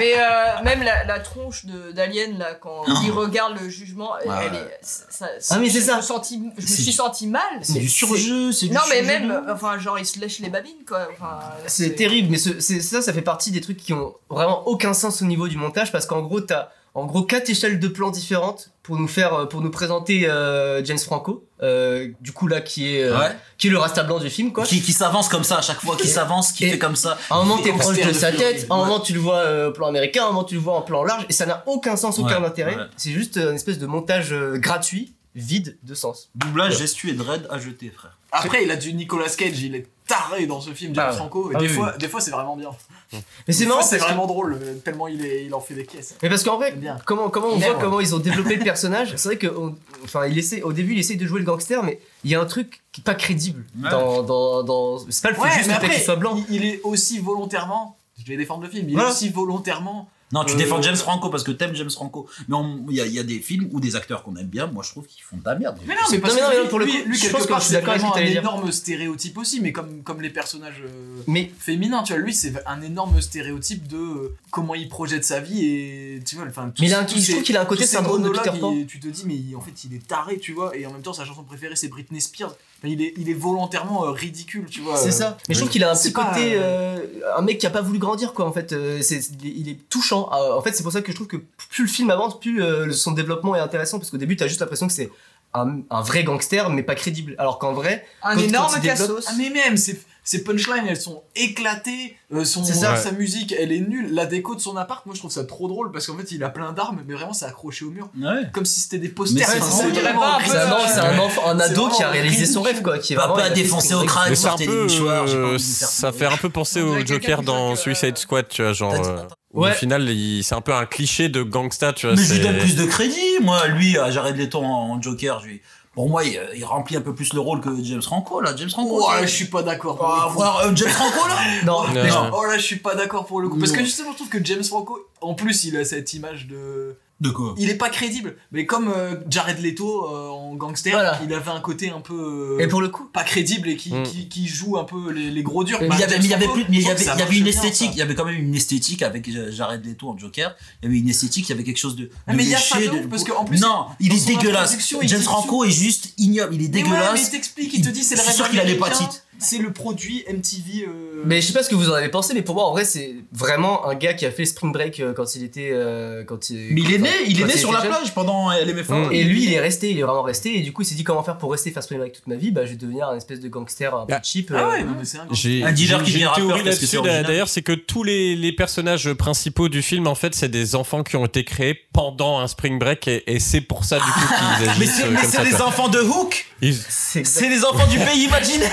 Speaker 10: Mais euh, même la, la tronche de- d'Alien là quand il regarde le jugement, elle
Speaker 7: ouais.
Speaker 10: est- ça-
Speaker 8: Ah, mais c'est
Speaker 10: je
Speaker 8: ça.
Speaker 10: me sentis- je me
Speaker 7: C'est
Speaker 10: suis
Speaker 7: du-
Speaker 10: senti mal.
Speaker 7: C'est du surjeu, c'est du
Speaker 10: Non mais
Speaker 7: surjeu.
Speaker 10: même euh, enfin genre il se lèche les babines quoi. Enfin,
Speaker 8: C'est terrible, mais ce- c'est- ça, ça fait partie des trucs qui ont vraiment aucun sens au niveau du montage parce qu'en gros, t'as en gros quatre échelles de plans différentes pour nous faire, euh, pour nous présenter euh, James Franco, euh, du coup là qui est, euh,
Speaker 7: Ouais.
Speaker 8: qui est le rasta blanc du film quoi.
Speaker 7: Qui, qui s'avance comme ça à chaque fois, qui
Speaker 8: Et-
Speaker 7: s'avance, qui
Speaker 8: et-
Speaker 7: fait comme ça.
Speaker 8: À un moment,
Speaker 7: Et
Speaker 8: t'es
Speaker 7: on
Speaker 8: proche
Speaker 7: se
Speaker 8: de
Speaker 7: perd
Speaker 8: sa
Speaker 7: de
Speaker 8: tête,
Speaker 7: vue.
Speaker 8: à un moment, tu le vois euh, au plan américain, à un moment, tu le vois en plan large, et ça n'a aucun sens, aucun
Speaker 7: Ouais,
Speaker 8: intérêt.
Speaker 7: ouais.
Speaker 8: C'est juste euh, une espèce de montage euh, gratuit, vide de sens.
Speaker 7: Doublage gestueux et dread à jeter, frère.
Speaker 6: Après, il a du Nicolas Cage, il est taré dans ce film, James
Speaker 8: Ah ouais.
Speaker 6: Franco. Et
Speaker 8: Ah
Speaker 6: des,
Speaker 8: oui,
Speaker 6: fois, des fois, c'est vraiment bien.
Speaker 8: Mais c'est
Speaker 6: Des fois,
Speaker 8: marrant,
Speaker 6: c'est
Speaker 8: parce que-
Speaker 6: vraiment drôle, euh, tellement il, est, il en fait des caisses.
Speaker 8: Mais parce qu'en vrai,
Speaker 6: J'aime bien.
Speaker 8: comment, comment on
Speaker 6: Merde.
Speaker 8: voit comment ils ont développé le personnage, c'est vrai que, on- enfin, il essaie, au début, il essaie de jouer le gangster, mais il y a un truc qui est pas crédible
Speaker 7: Ouais.
Speaker 8: dans, dans, dans- c'est pas le fait
Speaker 6: Ouais,
Speaker 8: juste
Speaker 6: mais
Speaker 8: le fait
Speaker 6: après,
Speaker 8: qu'il soit blanc.
Speaker 6: Il, il est aussi volontairement. Je vais défendre le film. Il est
Speaker 8: Ouais.
Speaker 6: aussi volontairement.
Speaker 7: Non, tu
Speaker 6: Euh,
Speaker 7: défends James Franco parce que t'aimes James Franco. Mais on- il y, a- il y a des films ou des acteurs qu'on aime bien, moi je trouve qu'ils font de la merde.
Speaker 6: Mais non, mais parce
Speaker 8: Non, mais non,
Speaker 6: que
Speaker 8: mais
Speaker 6: lui,
Speaker 8: pour le
Speaker 6: lui-
Speaker 8: coup,
Speaker 6: lui,
Speaker 8: je
Speaker 6: quelque
Speaker 8: pense que
Speaker 6: part,
Speaker 8: je suis
Speaker 6: c'est
Speaker 8: d'accord avec ce
Speaker 6: vraiment
Speaker 8: que
Speaker 6: un
Speaker 8: t'allais dire.
Speaker 6: énorme stéréotype aussi, mais comme, comme les personnages euh,
Speaker 8: Mais
Speaker 6: féminins, tu vois, lui, c'est un énorme stéréotype de euh, comment il projette sa vie et tu vois, enfin. tous-
Speaker 8: Mais il a un-
Speaker 6: tous
Speaker 8: je
Speaker 6: ces-
Speaker 8: trouve qu'il a un côté
Speaker 6: tous ces
Speaker 8: syndrome de
Speaker 6: monologues,
Speaker 8: Peter Pan.
Speaker 6: il- Tu te dis, mais il- en fait, il est taré, tu vois, et en même temps, sa chanson préférée, c'est Britney Spears. Enfin, il, est, il est volontairement euh, ridicule, tu vois.
Speaker 8: C'est
Speaker 6: euh,
Speaker 8: ça. Mais je trouve qu'il a un
Speaker 6: C'est
Speaker 8: petit
Speaker 6: pas,
Speaker 8: côté, euh, un mec qui a pas voulu grandir, quoi. En fait, Euh, c'est- c'est- il est- il est touchant. Euh, en fait, c'est pour ça que je trouve que plus le film avance, plus euh, son développement est intéressant, parce qu'au début, t'as juste l'impression que c'est un, un vrai gangster, mais pas crédible. Alors qu'en vrai,
Speaker 10: un
Speaker 8: quand- quand
Speaker 10: énorme
Speaker 8: il développe-
Speaker 10: cassos.
Speaker 6: Ah mais même, ces, ces punchlines, elles sont éclatées, euh, son,
Speaker 8: C'est ça.
Speaker 6: sa musique, elle est nulle, la déco de son appart, moi je trouve ça trop drôle parce qu'en fait il a plein d'armes, mais vraiment c'est accroché au mur,
Speaker 7: Ouais.
Speaker 6: comme si c'était des posters.
Speaker 7: Mais Ah, c'est
Speaker 6: vraiment
Speaker 7: ça,
Speaker 10: dirait
Speaker 6: vraiment
Speaker 10: pas un peu,
Speaker 8: c'est
Speaker 6: horrible.
Speaker 8: un, enfant- Ah, c'est un enfant, un
Speaker 6: C'est
Speaker 8: ado qui a
Speaker 6: vraiment
Speaker 8: réalisé son
Speaker 6: ridicule.
Speaker 8: rêve, quoi. Qui est vraiment,
Speaker 7: Papa
Speaker 8: il a fait
Speaker 7: défoncé
Speaker 8: ce qu'on
Speaker 7: au
Speaker 8: veut.
Speaker 7: crâne,
Speaker 9: Mais c'est un
Speaker 7: sortez les
Speaker 9: peu.
Speaker 7: mouchoirs, j'ai pas
Speaker 9: euh,
Speaker 7: envie de faire
Speaker 9: Ça
Speaker 7: ça.
Speaker 9: fait un peu penser
Speaker 10: On
Speaker 9: au
Speaker 10: dirait quelqu'un
Speaker 9: Joker
Speaker 10: qui
Speaker 9: dans
Speaker 10: joue avec, euh,
Speaker 9: Suicide Squad, tu vois, genre.
Speaker 7: Attends,
Speaker 9: euh,
Speaker 7: attends.
Speaker 9: où Au
Speaker 8: Ouais.
Speaker 9: final, il- c'est un peu un cliché de gangsta, tu vois.
Speaker 7: Mais je lui
Speaker 9: c'est-
Speaker 7: donne plus de crédit, moi, lui, à Jared Leto en, en Joker, je lui... Pour moi, il, il remplit un peu plus le rôle que James Franco, là. James Franco,
Speaker 6: Oh là,
Speaker 7: c'est-
Speaker 6: je suis pas d'accord. pour
Speaker 7: Ah,
Speaker 6: le coup.
Speaker 7: frère, euh, James Franco, là
Speaker 8: Non,
Speaker 6: Oh,
Speaker 9: Non.
Speaker 6: mais-
Speaker 7: Non.
Speaker 6: oh là, je suis pas d'accord pour le coup. Parce que
Speaker 7: Non.
Speaker 6: justement, je trouve que James Franco, en plus, il a cette image de.
Speaker 7: De quoi
Speaker 6: Il est pas crédible, mais comme euh, Jared Leto euh, en gangster,
Speaker 8: Voilà.
Speaker 6: il avait un côté un peu. euh,
Speaker 8: Et pour le coup,
Speaker 6: pas crédible et qui,
Speaker 9: Mm.
Speaker 6: qui, qui joue un peu les, les gros durs.
Speaker 7: mais
Speaker 6: Bah,
Speaker 7: il y avait,
Speaker 6: James
Speaker 7: mais il y avait
Speaker 6: Franco,
Speaker 7: plus, mais
Speaker 6: je
Speaker 7: il y
Speaker 6: trouve
Speaker 7: avait,
Speaker 6: que ça
Speaker 7: il y avait une
Speaker 6: marche bien,
Speaker 7: esthétique,
Speaker 6: ça.
Speaker 7: il y avait quand même une esthétique avec Ja- Jared Leto en Joker. Il y avait une esthétique, il y avait quelque chose de, de
Speaker 6: Ah, mais il y a ça
Speaker 7: léché,
Speaker 6: de ouf,
Speaker 7: de-
Speaker 6: parce que en plus,
Speaker 7: non, il
Speaker 6: dans
Speaker 7: est
Speaker 6: son
Speaker 7: dégueulasse.
Speaker 6: introduction, il
Speaker 7: James
Speaker 6: dit-
Speaker 7: Franco est juste ignoble, il est
Speaker 6: Mais ouais, mais
Speaker 7: dégueulasse.
Speaker 6: il t'explique, il te dit c'est le
Speaker 7: Je suis
Speaker 6: rêve
Speaker 7: sûr qu'il a
Speaker 6: américain,
Speaker 7: l'hépatite.
Speaker 6: C'est le produit MTV. euh,
Speaker 8: mais je sais pas ce que vous en avez pensé, mais pour moi, en vrai, c'est vraiment un gars qui a fait Spring Break euh, quand il était, euh, quand il.
Speaker 7: Mais il est né, il est
Speaker 8: quand
Speaker 7: né sur la
Speaker 8: jeune.
Speaker 7: plage pendant LMFAO.
Speaker 9: Mm.
Speaker 8: Et lui, il est resté, il est vraiment resté, et du coup, il s'est dit comment faire pour rester faire Spring Break toute ma vie Bah, je vais devenir un espèce de gangster un peu
Speaker 9: Ah.
Speaker 8: cheap.
Speaker 6: Ah
Speaker 8: euh,
Speaker 6: ouais, non, mais c'est un gros-
Speaker 9: J'ai
Speaker 7: Un dealer
Speaker 9: j'ai-
Speaker 7: qui
Speaker 9: j'ai
Speaker 7: devient
Speaker 9: une théorie
Speaker 7: rappeur parce que
Speaker 9: là-dessus
Speaker 7: c'est original.
Speaker 9: d'ailleurs, c'est que tous les, les personnages principaux du film, en fait, c'est des enfants qui ont été créés pendant un spring break et, et c'est pour ça du coup qu'ils
Speaker 7: Ah. Mais
Speaker 9: agissent
Speaker 7: c'est
Speaker 9: euh,
Speaker 7: mais
Speaker 9: comme
Speaker 7: c'est
Speaker 9: ça. tu
Speaker 7: les
Speaker 9: vois.
Speaker 7: enfants de Hook
Speaker 9: Ils-
Speaker 8: C'est
Speaker 7: C'est les enfants du pays imaginaire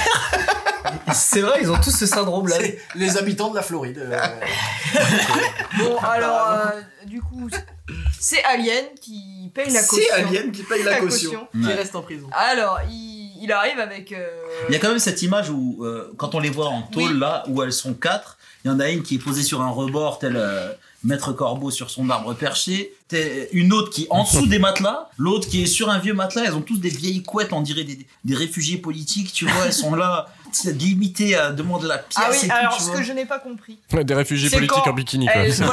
Speaker 8: c'est vrai, ils ont tous ce syndrome là.
Speaker 6: C'est les habitants de la Floride. euh,
Speaker 10: Bon alors euh, du coup c'est Alien qui paye la caution.
Speaker 6: qui paye
Speaker 10: La caution.
Speaker 6: qui
Speaker 7: Ouais.
Speaker 6: reste en prison.
Speaker 10: Alors il, il arrive avec. euh,
Speaker 7: Il y a quand même cette image où, euh, quand on les voit en tôle, là, où elles sont quatre, il y en a une qui est posée sur un rebord, tel euh, Maître Corbeau sur son arbre perché, tel- une autre qui est en dessous des matelas, l'autre qui est sur un vieux matelas, elles ont tous des vieilles couettes, on dirait des, des réfugiés politiques, tu vois, elles sont là, limitées à demander la pièce.
Speaker 10: Ah
Speaker 7: et
Speaker 10: oui,
Speaker 7: tout,
Speaker 10: alors
Speaker 7: tu
Speaker 10: ce
Speaker 7: vois.
Speaker 10: que je n'ai pas compris.
Speaker 9: Des réfugiés
Speaker 10: C'est
Speaker 9: politiques
Speaker 10: quand
Speaker 9: en bikini, quoi.
Speaker 10: Elles,
Speaker 9: C'est-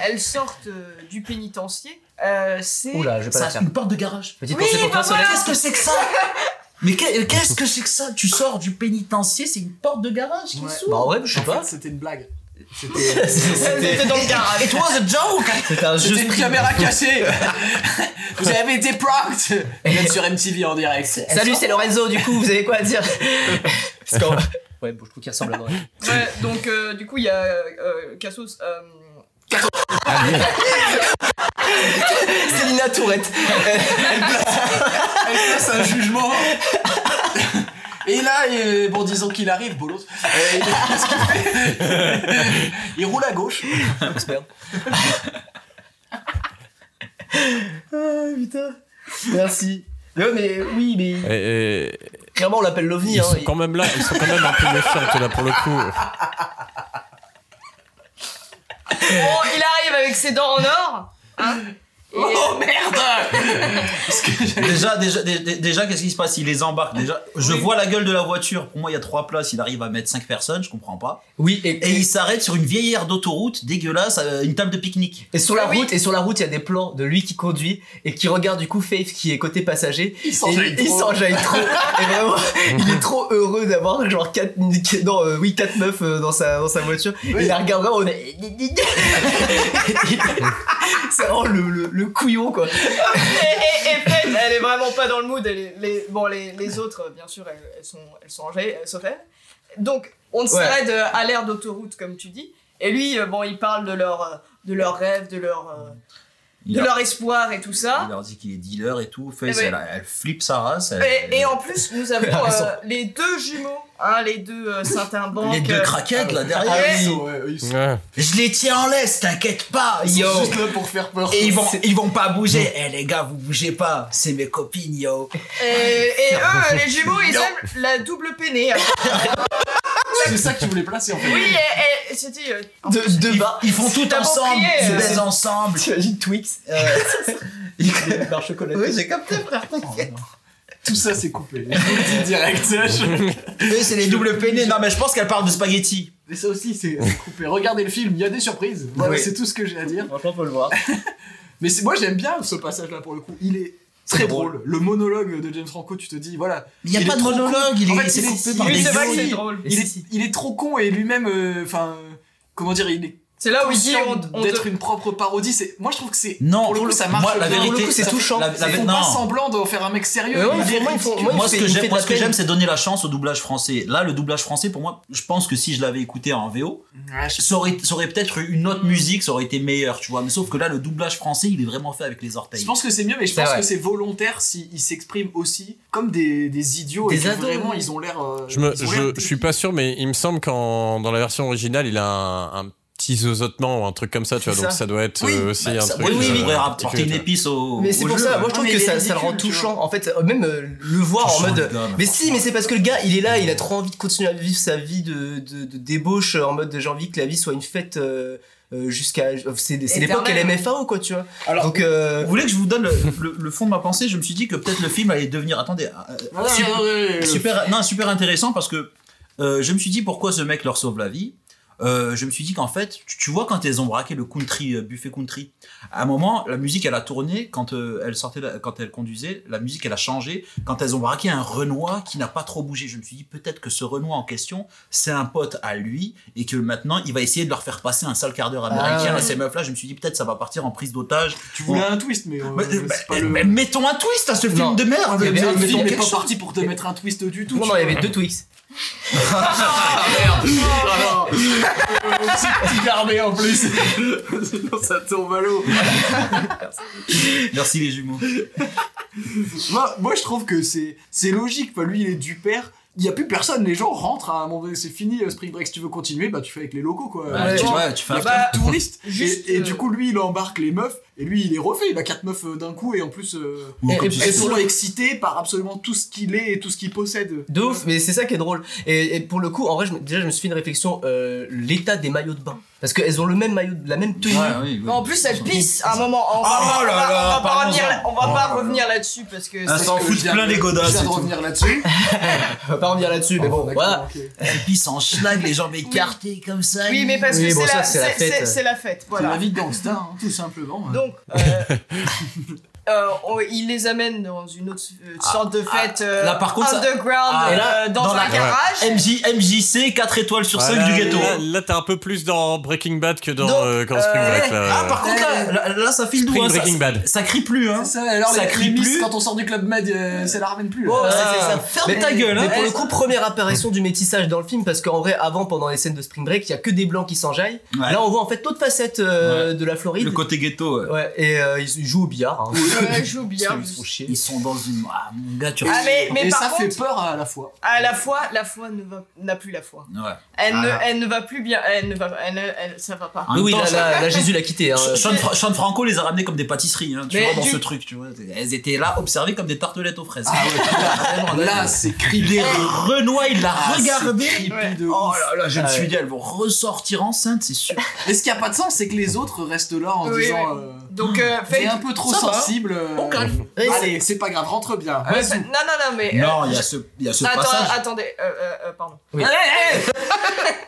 Speaker 10: elles sortent euh, du pénitencier. Euh, c'est.
Speaker 8: Oula, je vais pas
Speaker 7: Ça,
Speaker 8: la faire.
Speaker 7: une porte de garage.
Speaker 8: Petite
Speaker 10: Oui,
Speaker 8: pensée pour
Speaker 10: bah
Speaker 8: toi, Solène.
Speaker 10: voilà.
Speaker 7: Qu'est-ce que c'est que ça Mais qu'est- qu'est-ce que c'est que ça Tu sors du pénitencier, c'est une porte de garage qui
Speaker 6: Ouais.
Speaker 7: s'ouvre.
Speaker 8: Bah ouais, je sais pas.
Speaker 6: C'était une blague. C'était
Speaker 10: C'était dans le garage.
Speaker 7: It was a joke
Speaker 8: C'était un jeu.
Speaker 6: c'était une caméra cassée. Vous avez été pranked. Vous êtes sur MTV en direct.
Speaker 8: Salut, c'est Lorenzo, du coup, vous avez quoi à dire Parce qu'en- Ouais, bon, je trouve qu'il ressemble à moi.
Speaker 10: Ouais, donc euh, du coup, il y a euh, Cassos. euh,
Speaker 8: Célina Tourette.
Speaker 6: Elle passe un jugement. Et là, euh, bon, disons qu'il arrive, Bolos. Euh, il- qu'est-ce qu'il fait Il roule à gauche.
Speaker 8: J'espère. ah putain. Merci. Non, mais oui, mais
Speaker 9: Et- et-
Speaker 8: clairement, on l'appelle l'OVNI.
Speaker 9: ils
Speaker 8: Hein.
Speaker 9: sont quand même là, ils sont quand même un peu méfiantes là pour le coup.
Speaker 10: Bon, Oh, il arrive avec ses dents en or. hein, et-
Speaker 7: Déjà, déjà, dé- dé- déjà qu'est-ce qui se passe Il les embarque. Déjà, je vois la gueule de la voiture. Pour moi, il y a trois places. Il arrive à mettre cinq personnes. Je comprends pas.
Speaker 8: Oui, et,
Speaker 7: Et il s'arrête sur une vieille aire d'autoroute dégueulasse, euh, une table de pique-nique.
Speaker 8: et sur la
Speaker 10: Oui.
Speaker 8: route, et sur la route, il y a des plans de lui qui conduit et qui regarde du coup Faith qui est côté passager.
Speaker 6: Il
Speaker 8: Et
Speaker 6: s'enjaille
Speaker 8: il
Speaker 6: trop.
Speaker 8: s'enjaille trop. et vraiment, il est trop heureux d'avoir genre 4 non, euh, oui, quatre meufs euh, dans sa dans sa voiture. Il la regarde vraiment. on est- C'est vraiment le, le, le couillon quoi.
Speaker 10: et, et, et Fred, elle est vraiment pas dans le mood. Elle est- les, bon, les, les autres, bien sûr, elles, elles sont, elles sont enjaillées, elles, sauf elle. Donc, on s'arrête euh, à l'ère d'autoroute, comme tu dis. Et lui, euh, bon, il parle de leur, euh, de leurs rêves, de leur, euh,
Speaker 7: Il,
Speaker 10: de
Speaker 7: leur...
Speaker 10: leur espoir et tout
Speaker 7: il
Speaker 6: Ah.
Speaker 10: ça.
Speaker 7: leur dit qu'il est dealer et tout. Face,
Speaker 10: Eh oui.
Speaker 7: elle, elle flippe sa race. elle-
Speaker 10: Et, et en plus, nous avons
Speaker 8: Elle a raison.
Speaker 10: euh, les deux jumeaux, hein, les deux euh, saltimbanques,
Speaker 7: les deux
Speaker 10: euh,
Speaker 7: craquettes là derrière.
Speaker 10: ouais.
Speaker 6: Ils sont, euh, ils sont
Speaker 9: Ouais.
Speaker 7: Je les tiens en laisse, t'inquiète pas, yo.
Speaker 6: juste là pour faire peur.
Speaker 7: Et ils vont, ils vont pas bouger. Eh les gars, vous bougez pas. C'est mes copines, yo.
Speaker 10: Et, et eux, les jumeaux, ils aiment la double peinée.
Speaker 6: C'est ça que tu voulais placer en fait.
Speaker 10: Oui, et, et c'est dit. euh, en plus,
Speaker 8: De, de bas.
Speaker 7: Ils font tout
Speaker 10: t'as
Speaker 7: ensemble.
Speaker 10: compris,
Speaker 7: Ils se
Speaker 10: euh,
Speaker 7: baisent ensemble.
Speaker 8: T'imagines Twix
Speaker 7: Euh,
Speaker 8: Il barre chocolat.
Speaker 7: Oui, j'ai capté, frère.
Speaker 6: Tout ça c'est coupé. Je vous le dis direct. Je-
Speaker 7: Eux, c'est les doubles peinés. Non, mais je pense qu'elle parle de spaghetti.
Speaker 6: Mais ça aussi c'est c'est coupé. Regardez le film, il y a des surprises. Voilà,
Speaker 8: Oui.
Speaker 6: c'est tout ce que j'ai à dire.
Speaker 8: Franchement, faut le voir.
Speaker 6: Mais c'est- moi j'aime bien ce passage-là pour le coup. Il est très
Speaker 8: C'est
Speaker 6: drôle. Le monologue de James Franco, tu te dis voilà.
Speaker 7: Il n'y a
Speaker 6: Il
Speaker 7: pas
Speaker 6: est
Speaker 7: de
Speaker 6: trop
Speaker 7: monologue. Il
Speaker 6: En
Speaker 7: est
Speaker 6: fait,
Speaker 7: c'est
Speaker 6: il est-
Speaker 7: coupé
Speaker 6: il
Speaker 7: par
Speaker 6: est-
Speaker 7: des
Speaker 10: Oui, c'est vrai que
Speaker 7: bruits.
Speaker 10: c'est drôle.
Speaker 6: Il est, il est trop con et lui-même, euh, enfin, comment dire, il est
Speaker 10: C'est là où il dit
Speaker 6: conscient
Speaker 10: Ah on, on
Speaker 6: d'être
Speaker 10: de-
Speaker 6: une propre parodie. C'est moi je trouve que c'est
Speaker 7: Non,
Speaker 6: pour le coup ça marche.
Speaker 7: moi, la
Speaker 6: bien.
Speaker 7: vérité,
Speaker 6: Pour le coup,
Speaker 8: c'est
Speaker 6: ça fait-
Speaker 8: touchant.
Speaker 7: La-
Speaker 6: Ils
Speaker 7: la-
Speaker 6: font
Speaker 7: non.
Speaker 6: pas semblant d'en faire un mec sérieux.
Speaker 8: Mais ouais,
Speaker 6: il
Speaker 8: ils
Speaker 6: est
Speaker 8: font- moi, ils font-
Speaker 6: ridicule.
Speaker 8: moi,
Speaker 7: Moi,
Speaker 8: il
Speaker 7: ce
Speaker 8: fait-
Speaker 7: que
Speaker 8: il
Speaker 7: j'aime,
Speaker 8: fait de
Speaker 7: moi,
Speaker 8: la
Speaker 7: ce que j'aime,
Speaker 8: peine.
Speaker 7: c'est donner la chance au doublage français. Là, le doublage français, pour moi, je pense que si je l'avais écouté en VO,
Speaker 6: Ouais, je-
Speaker 7: ça aurait, ça aurait peut-être eu une autre musique, ça aurait été meilleur, tu vois. Mais sauf que là, le doublage français, il est vraiment fait avec les
Speaker 6: Je
Speaker 7: orteils.
Speaker 6: pense que c'est mieux, mais je
Speaker 8: C'est
Speaker 6: pense
Speaker 8: vrai.
Speaker 6: que c'est volontaire s'ils s'expriment aussi comme des, des idiots et
Speaker 8: Des
Speaker 6: que
Speaker 8: ados,
Speaker 6: vraiment
Speaker 8: oui.
Speaker 6: ils ont l'air. euh,
Speaker 9: Je, me,
Speaker 6: ils ont l'air
Speaker 9: je, je suis pas sûr, mais il me semble qu'en dans la version originale, il a un, un petit zozotement ou un truc comme ça, tu vois.
Speaker 8: C'est
Speaker 9: Donc
Speaker 8: ça.
Speaker 9: ça doit être
Speaker 6: Oui,
Speaker 9: euh, aussi
Speaker 7: Bah,
Speaker 9: un
Speaker 7: ça-
Speaker 9: truc.
Speaker 7: oui, oui,
Speaker 9: euh,
Speaker 7: il faudrait apporter
Speaker 9: particulier,
Speaker 7: une
Speaker 9: tu vois.
Speaker 7: épice au.
Speaker 8: Mais c'est
Speaker 7: au
Speaker 8: pour
Speaker 7: jeu.
Speaker 8: ça, moi je trouve
Speaker 6: mais
Speaker 8: que
Speaker 6: il est
Speaker 8: ça, ça le rend
Speaker 6: ridicule, tu
Speaker 8: touchant. En fait, euh, même euh, le voir en
Speaker 7: Touchant,
Speaker 8: mode.
Speaker 7: le gars, là,
Speaker 8: Mais si, mais c'est parce que le gars, il est là, il a trop envie de continuer à vivre sa vie de, de, de débauche, euh, en mode j'ai envie que la vie soit une fête euh, euh, jusqu'à. C'est c'est l'époque
Speaker 10: Éternelle.
Speaker 8: LMFAO quoi, tu vois.
Speaker 6: Alors-
Speaker 8: Donc, euh,
Speaker 7: Vous voulez que je vous donne le, le- le fond de ma pensée Je me suis dit que peut-être le film allait devenir. Attendez, euh,
Speaker 6: Ouais,
Speaker 7: super-
Speaker 6: Ah, ouais, ouais, ouais.
Speaker 7: super, non, super intéressant parce que euh, je me suis dit pourquoi ce mec leur sauve la vie. Euh, je me suis dit qu'en fait, tu, tu vois, quand elles ont braqué le country, euh, buffet country, à un moment, la musique, elle a tourné quand euh, elle sortait, la- quand elle conduisait, la musique, elle a changé. Quand elles ont braqué un Renoir qui n'a pas trop bougé, je me suis dit peut-être que ce Renoir en question, c'est un pote à lui et que maintenant, il va essayer de leur faire passer un sale quart d'heure américain
Speaker 6: Ah
Speaker 8: ouais.
Speaker 7: à ces meufs-là. Je me suis dit peut-être ça va partir en prise d'otage.
Speaker 6: Tu voulais un twist, mais euh,
Speaker 7: Mais-
Speaker 6: c'est
Speaker 7: bah,
Speaker 6: pas le.
Speaker 7: mais mettons un twist à ce film
Speaker 8: Non.
Speaker 7: de merde.
Speaker 8: Il y avait
Speaker 6: Mais
Speaker 8: un
Speaker 6: le
Speaker 7: Mettons
Speaker 8: film,
Speaker 6: film n'est
Speaker 7: quelque
Speaker 6: pas
Speaker 7: chose.
Speaker 6: parti pour te mettre un twist du tout.
Speaker 8: non,
Speaker 6: tu
Speaker 8: non, il y
Speaker 6: vois.
Speaker 8: avait deux Twix.
Speaker 6: Oh, non. Petit petit armé en plus. Sinon, ça tombe à l'eau.
Speaker 7: Merci les jumeaux. Bah,
Speaker 6: Moi, moi, je trouve que c'est c'est logique. Quoi. Lui, il est du père. il n'y a plus personne, les gens rentrent à un moment donné, c'est fini euh, Spring Break, si tu veux continuer, bah tu fais avec les locaux quoi.
Speaker 7: Ouais, Bah, tu- ouais, tu fais
Speaker 6: Il y
Speaker 7: un
Speaker 6: a pas
Speaker 7: truc.
Speaker 6: de touristes.
Speaker 10: Juste,
Speaker 6: et, et
Speaker 10: euh,
Speaker 6: du coup, lui, il embarque les meufs, et lui, il est refait, il a quatre meufs euh, d'un coup, et en plus, euh,
Speaker 7: Ou
Speaker 8: Et-
Speaker 7: comme
Speaker 8: et-
Speaker 7: tu
Speaker 8: et
Speaker 6: elles
Speaker 7: sais,
Speaker 8: pour
Speaker 6: sont
Speaker 8: le-
Speaker 6: excitées par absolument tout ce qu'il est et tout ce qu'il possède.
Speaker 8: De ouf, mais c'est ça qui est drôle. Et, et pour le coup, en vrai, je me- déjà, je me suis fait une réflexion euh, l'état des maillots de bain. Parce qu'elles ont le même maillot, la même tenue.
Speaker 7: Ouais, oui, oui.
Speaker 10: En plus, elle pisse à un moment. On va,
Speaker 7: Oh là
Speaker 10: on va-
Speaker 7: là,
Speaker 10: on va pas,
Speaker 7: parlons-en.
Speaker 10: revenir, là- on va
Speaker 7: Oh
Speaker 10: pas
Speaker 7: là là.
Speaker 10: revenir là-dessus parce que.
Speaker 7: Ah,
Speaker 10: c'est-
Speaker 7: s'en
Speaker 6: Je
Speaker 7: fout
Speaker 6: viens
Speaker 7: plein
Speaker 6: de-
Speaker 7: les godasses,
Speaker 6: Je viens
Speaker 7: c'est
Speaker 6: de
Speaker 7: tout.
Speaker 6: revenir là-dessus.
Speaker 8: On va pas revenir là-dessus, mais bon,
Speaker 6: D'accord,
Speaker 8: voilà.
Speaker 6: ok.
Speaker 7: Elle pisse en schlag, les jambes écartées comme ça.
Speaker 10: Oui, mais parce
Speaker 8: Oui,
Speaker 10: que
Speaker 8: bon,
Speaker 10: c'est
Speaker 8: ça,
Speaker 10: la,
Speaker 8: c'est la
Speaker 10: c'est-
Speaker 8: fête.
Speaker 10: c'est- c'est la fête.
Speaker 6: C'est la
Speaker 10: Voilà.
Speaker 6: vie de gangsta, hein, tout simplement.
Speaker 10: Donc, euh, euh, on- il les amène dans une autre euh, sorte de fête euh,
Speaker 7: là, par contre, ça-
Speaker 10: underground
Speaker 7: Ah, et là,
Speaker 10: euh, dans,
Speaker 7: dans
Speaker 10: un
Speaker 7: la-
Speaker 10: garage.
Speaker 7: MJ, MJC, 4 étoiles sur 5
Speaker 9: Voilà,
Speaker 7: du ghetto.
Speaker 9: Ah, Là, là, t'es un peu plus dans Breaking Bad que dans
Speaker 10: Donc,
Speaker 9: euh, quand Spring
Speaker 10: euh,
Speaker 9: Break. Là,
Speaker 7: Ah, par contre, là, là, là, ça file doux.
Speaker 9: Spring
Speaker 7: hein, ça,
Speaker 9: Breaking Bad.
Speaker 7: ça crie plus, hein.
Speaker 6: Eh, C'est ça, alors
Speaker 7: Ça
Speaker 6: les,
Speaker 7: crie
Speaker 6: les miss,
Speaker 7: plus.
Speaker 6: quand on sort du club med, euh, ça la ramène plus.
Speaker 8: Oh,
Speaker 7: Ah.
Speaker 6: là.
Speaker 8: ça, c'est ça.
Speaker 7: ferme
Speaker 8: Mais-
Speaker 7: ta gueule, hein.
Speaker 8: Mais pour le coup, première apparition du métissage dans le film, parce qu'en vrai, avant, pendant les scènes de Spring Break, il y a que des blancs qui s'enjaillent.
Speaker 7: Ouais.
Speaker 8: Là, on voit en fait l'autre facette euh, de la Floride.
Speaker 7: Le côté ghetto, ouais.
Speaker 8: Ouais, et euh, ils ils jouent au billard. hein.
Speaker 10: Ouais, j'ai oublié.
Speaker 8: Ils se font chier.
Speaker 7: Ils sont dans une. Ah, mon gars, tu.
Speaker 10: Euh, Ah, mais, mais
Speaker 6: et
Speaker 10: par
Speaker 6: ça
Speaker 10: contre,
Speaker 6: fait peur à la fois.
Speaker 10: à la fois, la foi ne va- n'a plus la foi.
Speaker 7: Ouais.
Speaker 10: Elle, ne,
Speaker 7: Ah.
Speaker 10: elle ne va plus bien. Elle ne va, elle, elle- ça va pas.
Speaker 7: En
Speaker 8: Oui,
Speaker 7: même
Speaker 8: oui,
Speaker 7: temps,
Speaker 8: là,
Speaker 7: ça-
Speaker 8: là, là, Jésus l'a quitté. hein.
Speaker 7: Sean, Sean Fra- Sean Franco les a ramenés comme des pâtisseries, hein, tu
Speaker 10: Euh, Mais
Speaker 7: vois, dans
Speaker 10: du-
Speaker 7: ce truc, tu vois. Elles étaient là, observées comme des tartelettes aux fraises.
Speaker 6: Ah ouais, là, c'est
Speaker 7: Il
Speaker 6: creepy.
Speaker 7: est Renoir, il l'a
Speaker 6: Ah, c'est
Speaker 7: regardé.
Speaker 6: creepy de
Speaker 7: Oh
Speaker 6: ouf.
Speaker 7: là là, je me
Speaker 8: Ah
Speaker 7: suis
Speaker 8: ouais.
Speaker 7: dit, elles vont ressortir enceintes, c'est sûr.
Speaker 6: Et ce qui a pas de sens, c'est que les autres restent là en
Speaker 10: Oui,
Speaker 6: disant.
Speaker 10: oui.
Speaker 6: euh,
Speaker 10: Donc, euh,
Speaker 6: T'es
Speaker 10: faites-
Speaker 6: un peu trop
Speaker 7: Ça va.
Speaker 6: sensible. euh,
Speaker 7: Bon, calme.
Speaker 8: Ouais, c'est-
Speaker 6: Allez, c'est pas grave, rentre bien.
Speaker 10: euh, faites- non, non, non, mais.
Speaker 7: Non,
Speaker 10: euh,
Speaker 7: il y a ce, il y a ce
Speaker 10: Attends,
Speaker 7: passage.
Speaker 10: attendez, euh, euh, euh, pardon.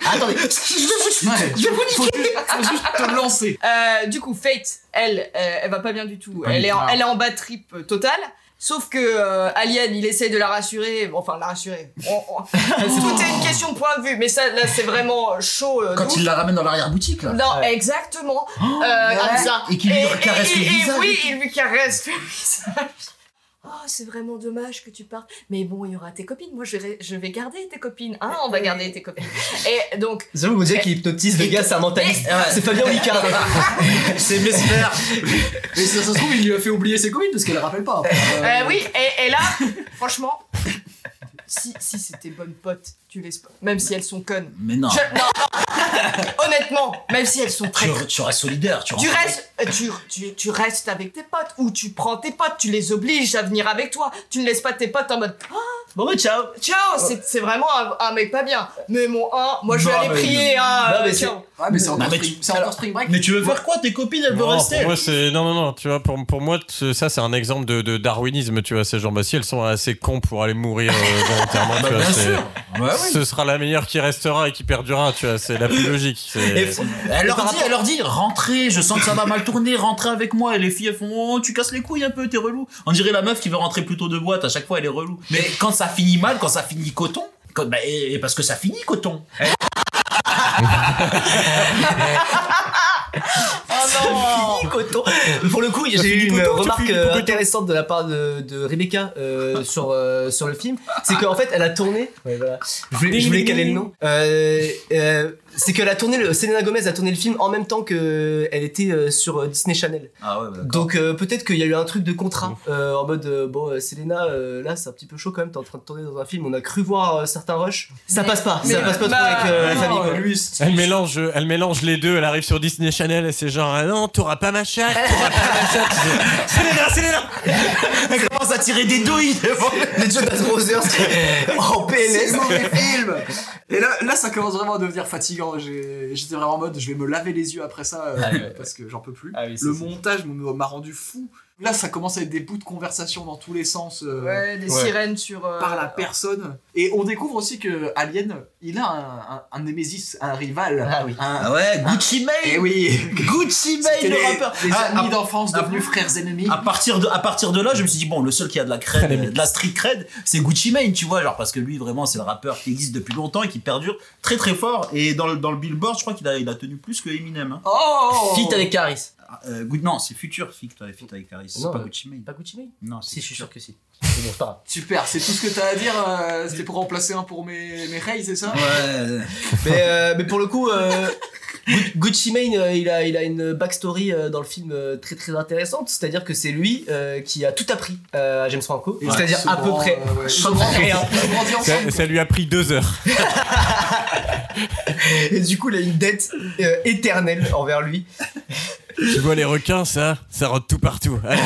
Speaker 8: Attendez,
Speaker 6: Ouais,
Speaker 7: Je vais vous
Speaker 6: faut, juste, faut juste te lancer.
Speaker 10: Euh, du coup, Fate, elle, euh, elle va pas bien du tout.
Speaker 7: Oui,
Speaker 10: elle, est en,
Speaker 6: grave.
Speaker 10: elle est en bad trip euh, totale. Sauf que euh, Alien, il essaye de la rassurer. Bon, Enfin, la rassurer. On- on- tout est une question de point de vue. Mais ça, là, c'est vraiment chaud. euh, de
Speaker 7: Quand
Speaker 10: ouf.
Speaker 7: il la Oh, ramène dans l'arrière-boutique, là.
Speaker 10: Non,
Speaker 8: Ouais.
Speaker 10: exactement. Euh,
Speaker 7: Ah,
Speaker 10: comme ça.
Speaker 7: Et qu'il lui caresse
Speaker 10: et-
Speaker 7: le
Speaker 10: et
Speaker 7: visage.
Speaker 10: oui, il lui caresse le visage. Oh, c'est vraiment dommage que tu partes. Mais bon, il y aura tes copines. Moi, je vais, je vais garder tes copines. Hein, on va garder tes copines. Et donc,
Speaker 8: c'est vous dire qu'il hypnotise le gars, c'est un mentaliste. Ah,
Speaker 7: Ouais.
Speaker 8: C'est Fabien Olicard.
Speaker 7: C'est Mesmer.
Speaker 6: Mais ça, ça se trouve, il lui a fait oublier ses copines parce qu'elle le rappelle pas. Euh,
Speaker 10: euh, oui, et, et là, franchement, si, si c'est tes bonnes potes, tu laisses pas. Même si elles sont connes.
Speaker 7: Mais non,
Speaker 10: Je- non, non. Honnêtement, même si elles sont très
Speaker 7: tu, tu restes solidaire. Tu,
Speaker 10: Tu
Speaker 7: rentres-
Speaker 10: restes, euh, tu, tu, tu restes avec tes potes ou tu prends tes potes, tu les obliges à venir avec toi. Tu ne laisses pas tes potes en mode ah,
Speaker 8: Bon, bah, ciao.
Speaker 10: Ciao, c'est- c'est vraiment un, un mec pas bien. Mais mon 1, moi je vais
Speaker 7: Non,
Speaker 10: aller
Speaker 7: mais-
Speaker 10: prier. hein,
Speaker 8: Non,
Speaker 10: euh,
Speaker 8: mais
Speaker 10: ciao.
Speaker 6: Ouais, mais c'est
Speaker 7: Non,
Speaker 6: encore,
Speaker 7: mais
Speaker 6: spring,
Speaker 7: tu-
Speaker 6: c'est encore Spring Break.
Speaker 7: Mais tu veux faire quoi Tes copines, elles veulent
Speaker 9: Non,
Speaker 7: rester.
Speaker 9: pour moi, c'est. Non, non, non, tu vois, pour, pour moi, t- ça, c'est un exemple de, de darwinisme, tu vois. Ces gens, bah, si elles sont assez cons pour aller mourir euh, volontairement, tu
Speaker 7: Bah,
Speaker 9: vois,
Speaker 7: bien
Speaker 9: c'est-
Speaker 7: sûr. Ouais, oui.
Speaker 9: ce sera la meilleure qui restera et qui perdurera, tu vois. C'est la plus logique. c'est-
Speaker 7: Et elle, leur
Speaker 8: par
Speaker 7: dit, elle leur dit, rentrez, je sens que ça va mal tourner, rentrez avec moi. Et les filles, elles font, oh, tu casses les couilles un peu, t'es relou. On dirait la meuf qui veut rentrer plutôt de boîte, à chaque fois, elle est relou. Mais quand ça finit mal, quand ça finit coton, quand- bah, et, et parce que ça finit coton.
Speaker 10: Oh non
Speaker 8: Coton. Pour le coup, j'ai eu une
Speaker 9: coton, tu
Speaker 8: remarque
Speaker 9: finis
Speaker 8: euh,
Speaker 9: coton.
Speaker 8: intéressante de la part de, de Rebecca euh, sur, euh, sur le film. C'est qu'en fait, elle a tourné. Ouais, voilà. Je voulais, je voulais caler le nom. Euh, euh, c'est qu'elle a tourné. Le, Selena Gomez a tourné le film en même temps que elle était euh, sur euh, Disney Channel.
Speaker 7: Ah ouais,
Speaker 8: Donc euh, peut-être qu'il y a eu un truc de contrat euh, en mode euh, bon, euh, Selena, euh, là c'est un petit peu chaud quand même. T'es en train de tourner dans un film. On a cru voir euh, certains rushs. Ça passe pas. ça
Speaker 10: mais-
Speaker 8: passe pas
Speaker 10: bah,
Speaker 8: trop avec euh, la
Speaker 6: Non,
Speaker 8: famille. quoi.
Speaker 6: lui, c'est-
Speaker 9: Elle mélange, elle mélange les deux, elle arrive sur Disney Channel et c'est genre ah non, t'auras pas ma chatte, t'auras pas ma chatte. C'est là, c'est là.
Speaker 7: Elle commence à tirer des douilles.
Speaker 8: Les Jonas Brothers en
Speaker 6: c'est
Speaker 8: PLS.
Speaker 6: le mauvais film. Et là, là, ça commence vraiment à devenir fatigant. J'ai- J'étais vraiment en mode, je vais me laver les yeux après ça euh,
Speaker 8: Ah ouais.
Speaker 6: parce que j'en peux plus.
Speaker 8: Ah oui, c'est
Speaker 6: le
Speaker 8: ça.
Speaker 6: montage m'a m'a rendu fou. Là, ça commence à être des bouts de conversation dans tous les sens. euh,
Speaker 10: Ouais, des sirènes sur. euh,
Speaker 6: par la personne. Et on découvre aussi que Alien, il a un, un, un némésis, un rival.
Speaker 8: Ah oui.
Speaker 6: Un...
Speaker 7: Ah ouais, Gucci
Speaker 6: Eh
Speaker 7: Mane.
Speaker 6: oui
Speaker 7: Gucci Mane,
Speaker 6: C'était
Speaker 7: le
Speaker 6: les,
Speaker 7: rappeur.
Speaker 6: les
Speaker 7: Ah,
Speaker 6: amis
Speaker 7: ah,
Speaker 6: d'enfance
Speaker 7: ah,
Speaker 6: devenus frères ennemis.
Speaker 7: À partir, de, à partir de là, je me suis dit, bon, le seul qui a de la cred, euh, de la street cred, c'est Gucci Mane, tu vois, genre parce que lui, vraiment, c'est le rappeur qui existe depuis longtemps et qui perdure très très fort. Et dans le, dans le Billboard, je crois qu'il a, il a tenu plus que Eminem. Hein.
Speaker 6: Oh
Speaker 8: Fit avec Caris.
Speaker 7: Ah, euh, Good- non, c'est Future Fit, ouais, Fit avec Harris, c'est
Speaker 8: Non,
Speaker 7: pas
Speaker 8: euh,
Speaker 7: Gucci Mane.
Speaker 8: Pas Gucci Mane
Speaker 7: Non,
Speaker 8: Si,
Speaker 7: c'est
Speaker 8: je suis
Speaker 7: Future.
Speaker 8: sûr que si. C'est bon, c'est pas grave.
Speaker 6: Super, c'est tout ce que t'as à dire. euh, C'était pour remplacer un pour mes, mes rails, c'est ça
Speaker 7: Ouais,
Speaker 8: Mais, euh, mais pour le coup, euh, Gu- Gucci Mane, euh, il, a, il a une backstory euh, dans le film euh, très très intéressante, c'est-à-dire que c'est lui euh, qui a tout appris euh, à James Franco,
Speaker 11: Ouais,
Speaker 8: c'est-à-dire à peu
Speaker 11: souvent,
Speaker 8: près.
Speaker 11: euh, ouais.
Speaker 8: souvent rien.
Speaker 9: Ça, ça lui a pris deux heures.
Speaker 8: Et du coup, il a une dette euh, éternelle envers lui.
Speaker 9: Tu vois les requins, ça, ça rôde tout partout. Allez,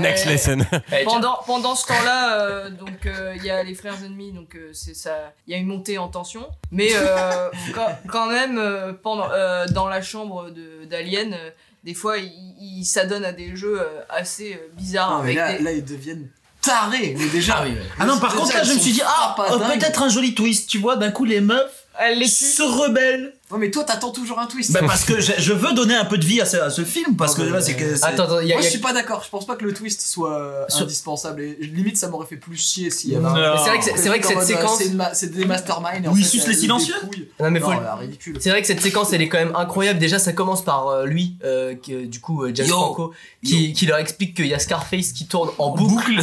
Speaker 9: next lesson.
Speaker 10: Pendant, pendant ce temps-là, euh, donc euh, il y a les frères ennemis, donc euh, c'est ça, il y a une montée en tension. Mais euh, quand, quand même, euh, pendant euh, dans la chambre de- d'Alien, euh, des fois, ils ils s'adonnent à des jeux euh, assez euh,
Speaker 6: Ah,
Speaker 10: bizarres.
Speaker 11: mais
Speaker 10: avec
Speaker 11: là,
Speaker 10: des-
Speaker 11: là, ils deviennent tarés. Mais déjà.
Speaker 8: Ah oui, ouais.
Speaker 11: Mais
Speaker 7: Ah non,
Speaker 11: c'est
Speaker 7: par contre,
Speaker 11: déjà,
Speaker 7: là,
Speaker 11: ils
Speaker 7: je me
Speaker 11: sont
Speaker 7: suis dit, ah,
Speaker 11: pas
Speaker 7: euh,
Speaker 11: dingues.
Speaker 7: peut-être un joli twist, tu vois, d'un coup, les meufs
Speaker 10: Elle les tue.
Speaker 7: se rebellent.
Speaker 11: Ouais, mais toi, t'attends toujours un twist.
Speaker 7: Bah, parce que je, je veux donner un peu de vie à ce, à ce film, parce que
Speaker 11: Ah,
Speaker 7: là,
Speaker 11: mais-
Speaker 7: c'est que. c'est-
Speaker 8: bah, euh, Attends, attends, il y a,
Speaker 11: Moi,
Speaker 8: il y
Speaker 11: je
Speaker 8: a-
Speaker 11: suis pas d'accord. Je pense pas que le twist soit euh,
Speaker 8: Sur-
Speaker 11: indispensable. Et limite, ça m'aurait fait plus chier s'il y avait.
Speaker 7: Non.
Speaker 11: un-
Speaker 8: Mais c'est vrai que c'est- c'est vrai que
Speaker 11: En
Speaker 8: cette
Speaker 11: mode, euh,
Speaker 8: séquence.
Speaker 11: c'est une ma- C'est des masterminds. et en
Speaker 7: Où ils
Speaker 11: fait,
Speaker 7: sucent
Speaker 11: euh,
Speaker 7: les
Speaker 11: des
Speaker 7: silencieux
Speaker 11: couilles.
Speaker 8: Non, mais
Speaker 11: Non,
Speaker 8: faut-
Speaker 11: là, ridicule.
Speaker 8: C'est vrai que cette séquence elle est quand même incroyable. Déjà ça commence par euh, lui, euh, qui, euh, du coup euh, James
Speaker 7: Yo.
Speaker 8: Franco, qui, qui leur explique qu'il y a Scarface qui tourne en boucle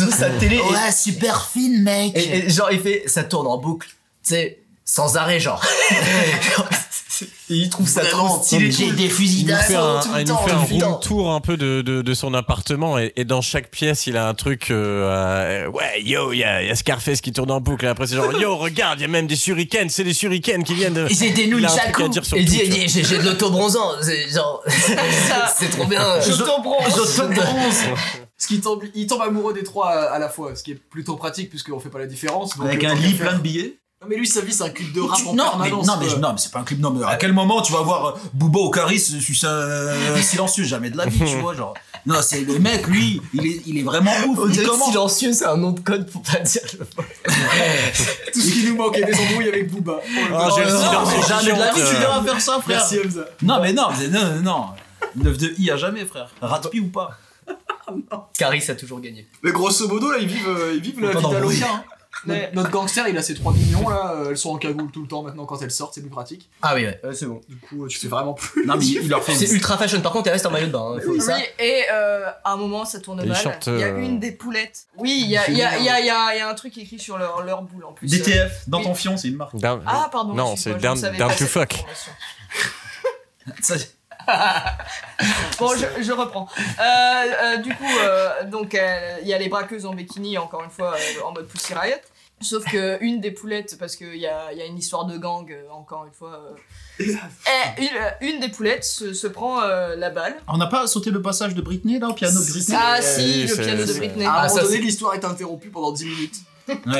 Speaker 8: de sa télé. et-
Speaker 7: Ouais, super fine, mec.
Speaker 8: Et, et genre, il fait, ça tourne en boucle, tu sais, sans arrêt, genre. et il trouve ça
Speaker 7: Vraiment,
Speaker 8: trop stylé.
Speaker 7: J'ai des fusils
Speaker 9: Il nous fait
Speaker 7: d'assaut
Speaker 9: un,
Speaker 7: tout
Speaker 9: il
Speaker 7: le
Speaker 9: nous
Speaker 7: temps.
Speaker 9: fait un
Speaker 7: tout le temps.
Speaker 9: room tour un peu de, de, de son appartement et, et dans chaque pièce il a un truc euh, euh, ouais yo il y, a il y a Scarface qui tourne en boucle et après c'est genre yo regarde il y a même des shurikens c'est des shurikens qui viennent de
Speaker 7: Et c'est des nouilles
Speaker 9: il a un truc
Speaker 7: Chaco.
Speaker 9: à dire sur
Speaker 8: Il dit,
Speaker 9: tout,
Speaker 8: il
Speaker 9: tu
Speaker 8: dit, j'ai j'ai de l'autobronzant, c'est genre,
Speaker 10: Ça.
Speaker 8: c'est trop bien.
Speaker 10: Ah. Je
Speaker 8: Je-
Speaker 10: t'en
Speaker 11: Ce qui tombe, il tombe amoureux des trois à, à la fois, ce qui est plutôt pratique puisqu'on fait pas la différence. donc,
Speaker 7: Avec
Speaker 11: euh,
Speaker 7: un
Speaker 11: tant qu'à
Speaker 7: lit
Speaker 11: faire-
Speaker 7: plein de billets.
Speaker 11: Non, mais lui, sa vie, c'est un cul de rap
Speaker 7: Tu-
Speaker 11: en
Speaker 7: non, mais,
Speaker 11: permanence.
Speaker 7: non, mais,
Speaker 11: quoi.
Speaker 7: non, mais c'est pas un clip. Non, mais à quel moment tu vas voir euh, Booba au Caris sur un euh, silencieux Jamais de la vie, tu vois. Genre. Non, c'est le mec, lui, il est, il est vraiment ouf.
Speaker 8: On
Speaker 7: Il
Speaker 8: dirait que
Speaker 7: commence.
Speaker 8: silencieux, c'est un nom de code pour pas dire le
Speaker 11: Tout ce qui nous manque est des embrouilles avec Booba. Oh,
Speaker 9: vois. Oh, j'ai le
Speaker 7: Non,
Speaker 9: silence
Speaker 7: mais
Speaker 9: qui
Speaker 7: jamais de la
Speaker 9: chante,
Speaker 7: vie, tu
Speaker 9: euh,
Speaker 7: verras faire ça, frère.
Speaker 11: Merci Hamza.
Speaker 7: Non, mais non, mais non, non, non. 9 de I à jamais, frère. Ratpi ou pas
Speaker 8: Caris a toujours gagné.
Speaker 11: Mais grosso modo, là, ils vivent, euh, ils vivent la
Speaker 7: Autant
Speaker 11: vie
Speaker 7: d'embrouilles.
Speaker 11: d'Aloca. hein.
Speaker 10: Ouais.
Speaker 11: Notre, notre gangster, il a ses trois millions là, euh, elles sont en cagoule tout le temps maintenant quand elles sortent, c'est plus pratique.
Speaker 8: Ah oui, ouais, c'est bon.
Speaker 11: Du coup, euh, tu fais vraiment plus.
Speaker 7: Non, mais il leur fait.
Speaker 8: C'est ultra fashion, par contre, elle reste en maillot de bain. hein, faut
Speaker 10: Oui,
Speaker 8: ça.
Speaker 10: et euh, à un moment, ça tourne
Speaker 9: Ils
Speaker 10: mal.
Speaker 9: chantent,
Speaker 10: Il y a
Speaker 9: euh,
Speaker 10: une des poulettes. Oui, il y a, il y a- il y a- il y a- il y a un truc écrit sur leur, leur boule en plus.
Speaker 7: DTF, dans ton fion, c'est une marque.
Speaker 9: Down-
Speaker 10: Ah, pardon.
Speaker 9: non
Speaker 10: excuse-moi,
Speaker 9: c'est
Speaker 10: je ne
Speaker 9: down,
Speaker 10: savais
Speaker 9: down
Speaker 10: pas
Speaker 9: to
Speaker 10: cette
Speaker 9: fuck
Speaker 10: information.
Speaker 7: Ça,
Speaker 10: Bon, je, je reprends. Euh, euh, du coup, euh, donc euh, il y a les braqueuses en bikini, encore une fois, euh, en mode Pussy Riot. Sauf que une des poulettes, parce qu'il y a, il y a une histoire de gang, euh, encore une fois. euh, eh, une, euh, une des poulettes se, se prend euh, la balle.
Speaker 7: On n'a pas sauté le passage de Britney là au piano de Britney
Speaker 10: Ah si,
Speaker 9: oui,
Speaker 10: le
Speaker 9: c'est-
Speaker 10: piano de
Speaker 9: c'est-
Speaker 10: Britney.
Speaker 11: À un
Speaker 8: Ah,
Speaker 11: moment
Speaker 8: ça,
Speaker 11: donné, l'histoire est interrompue pendant 10 minutes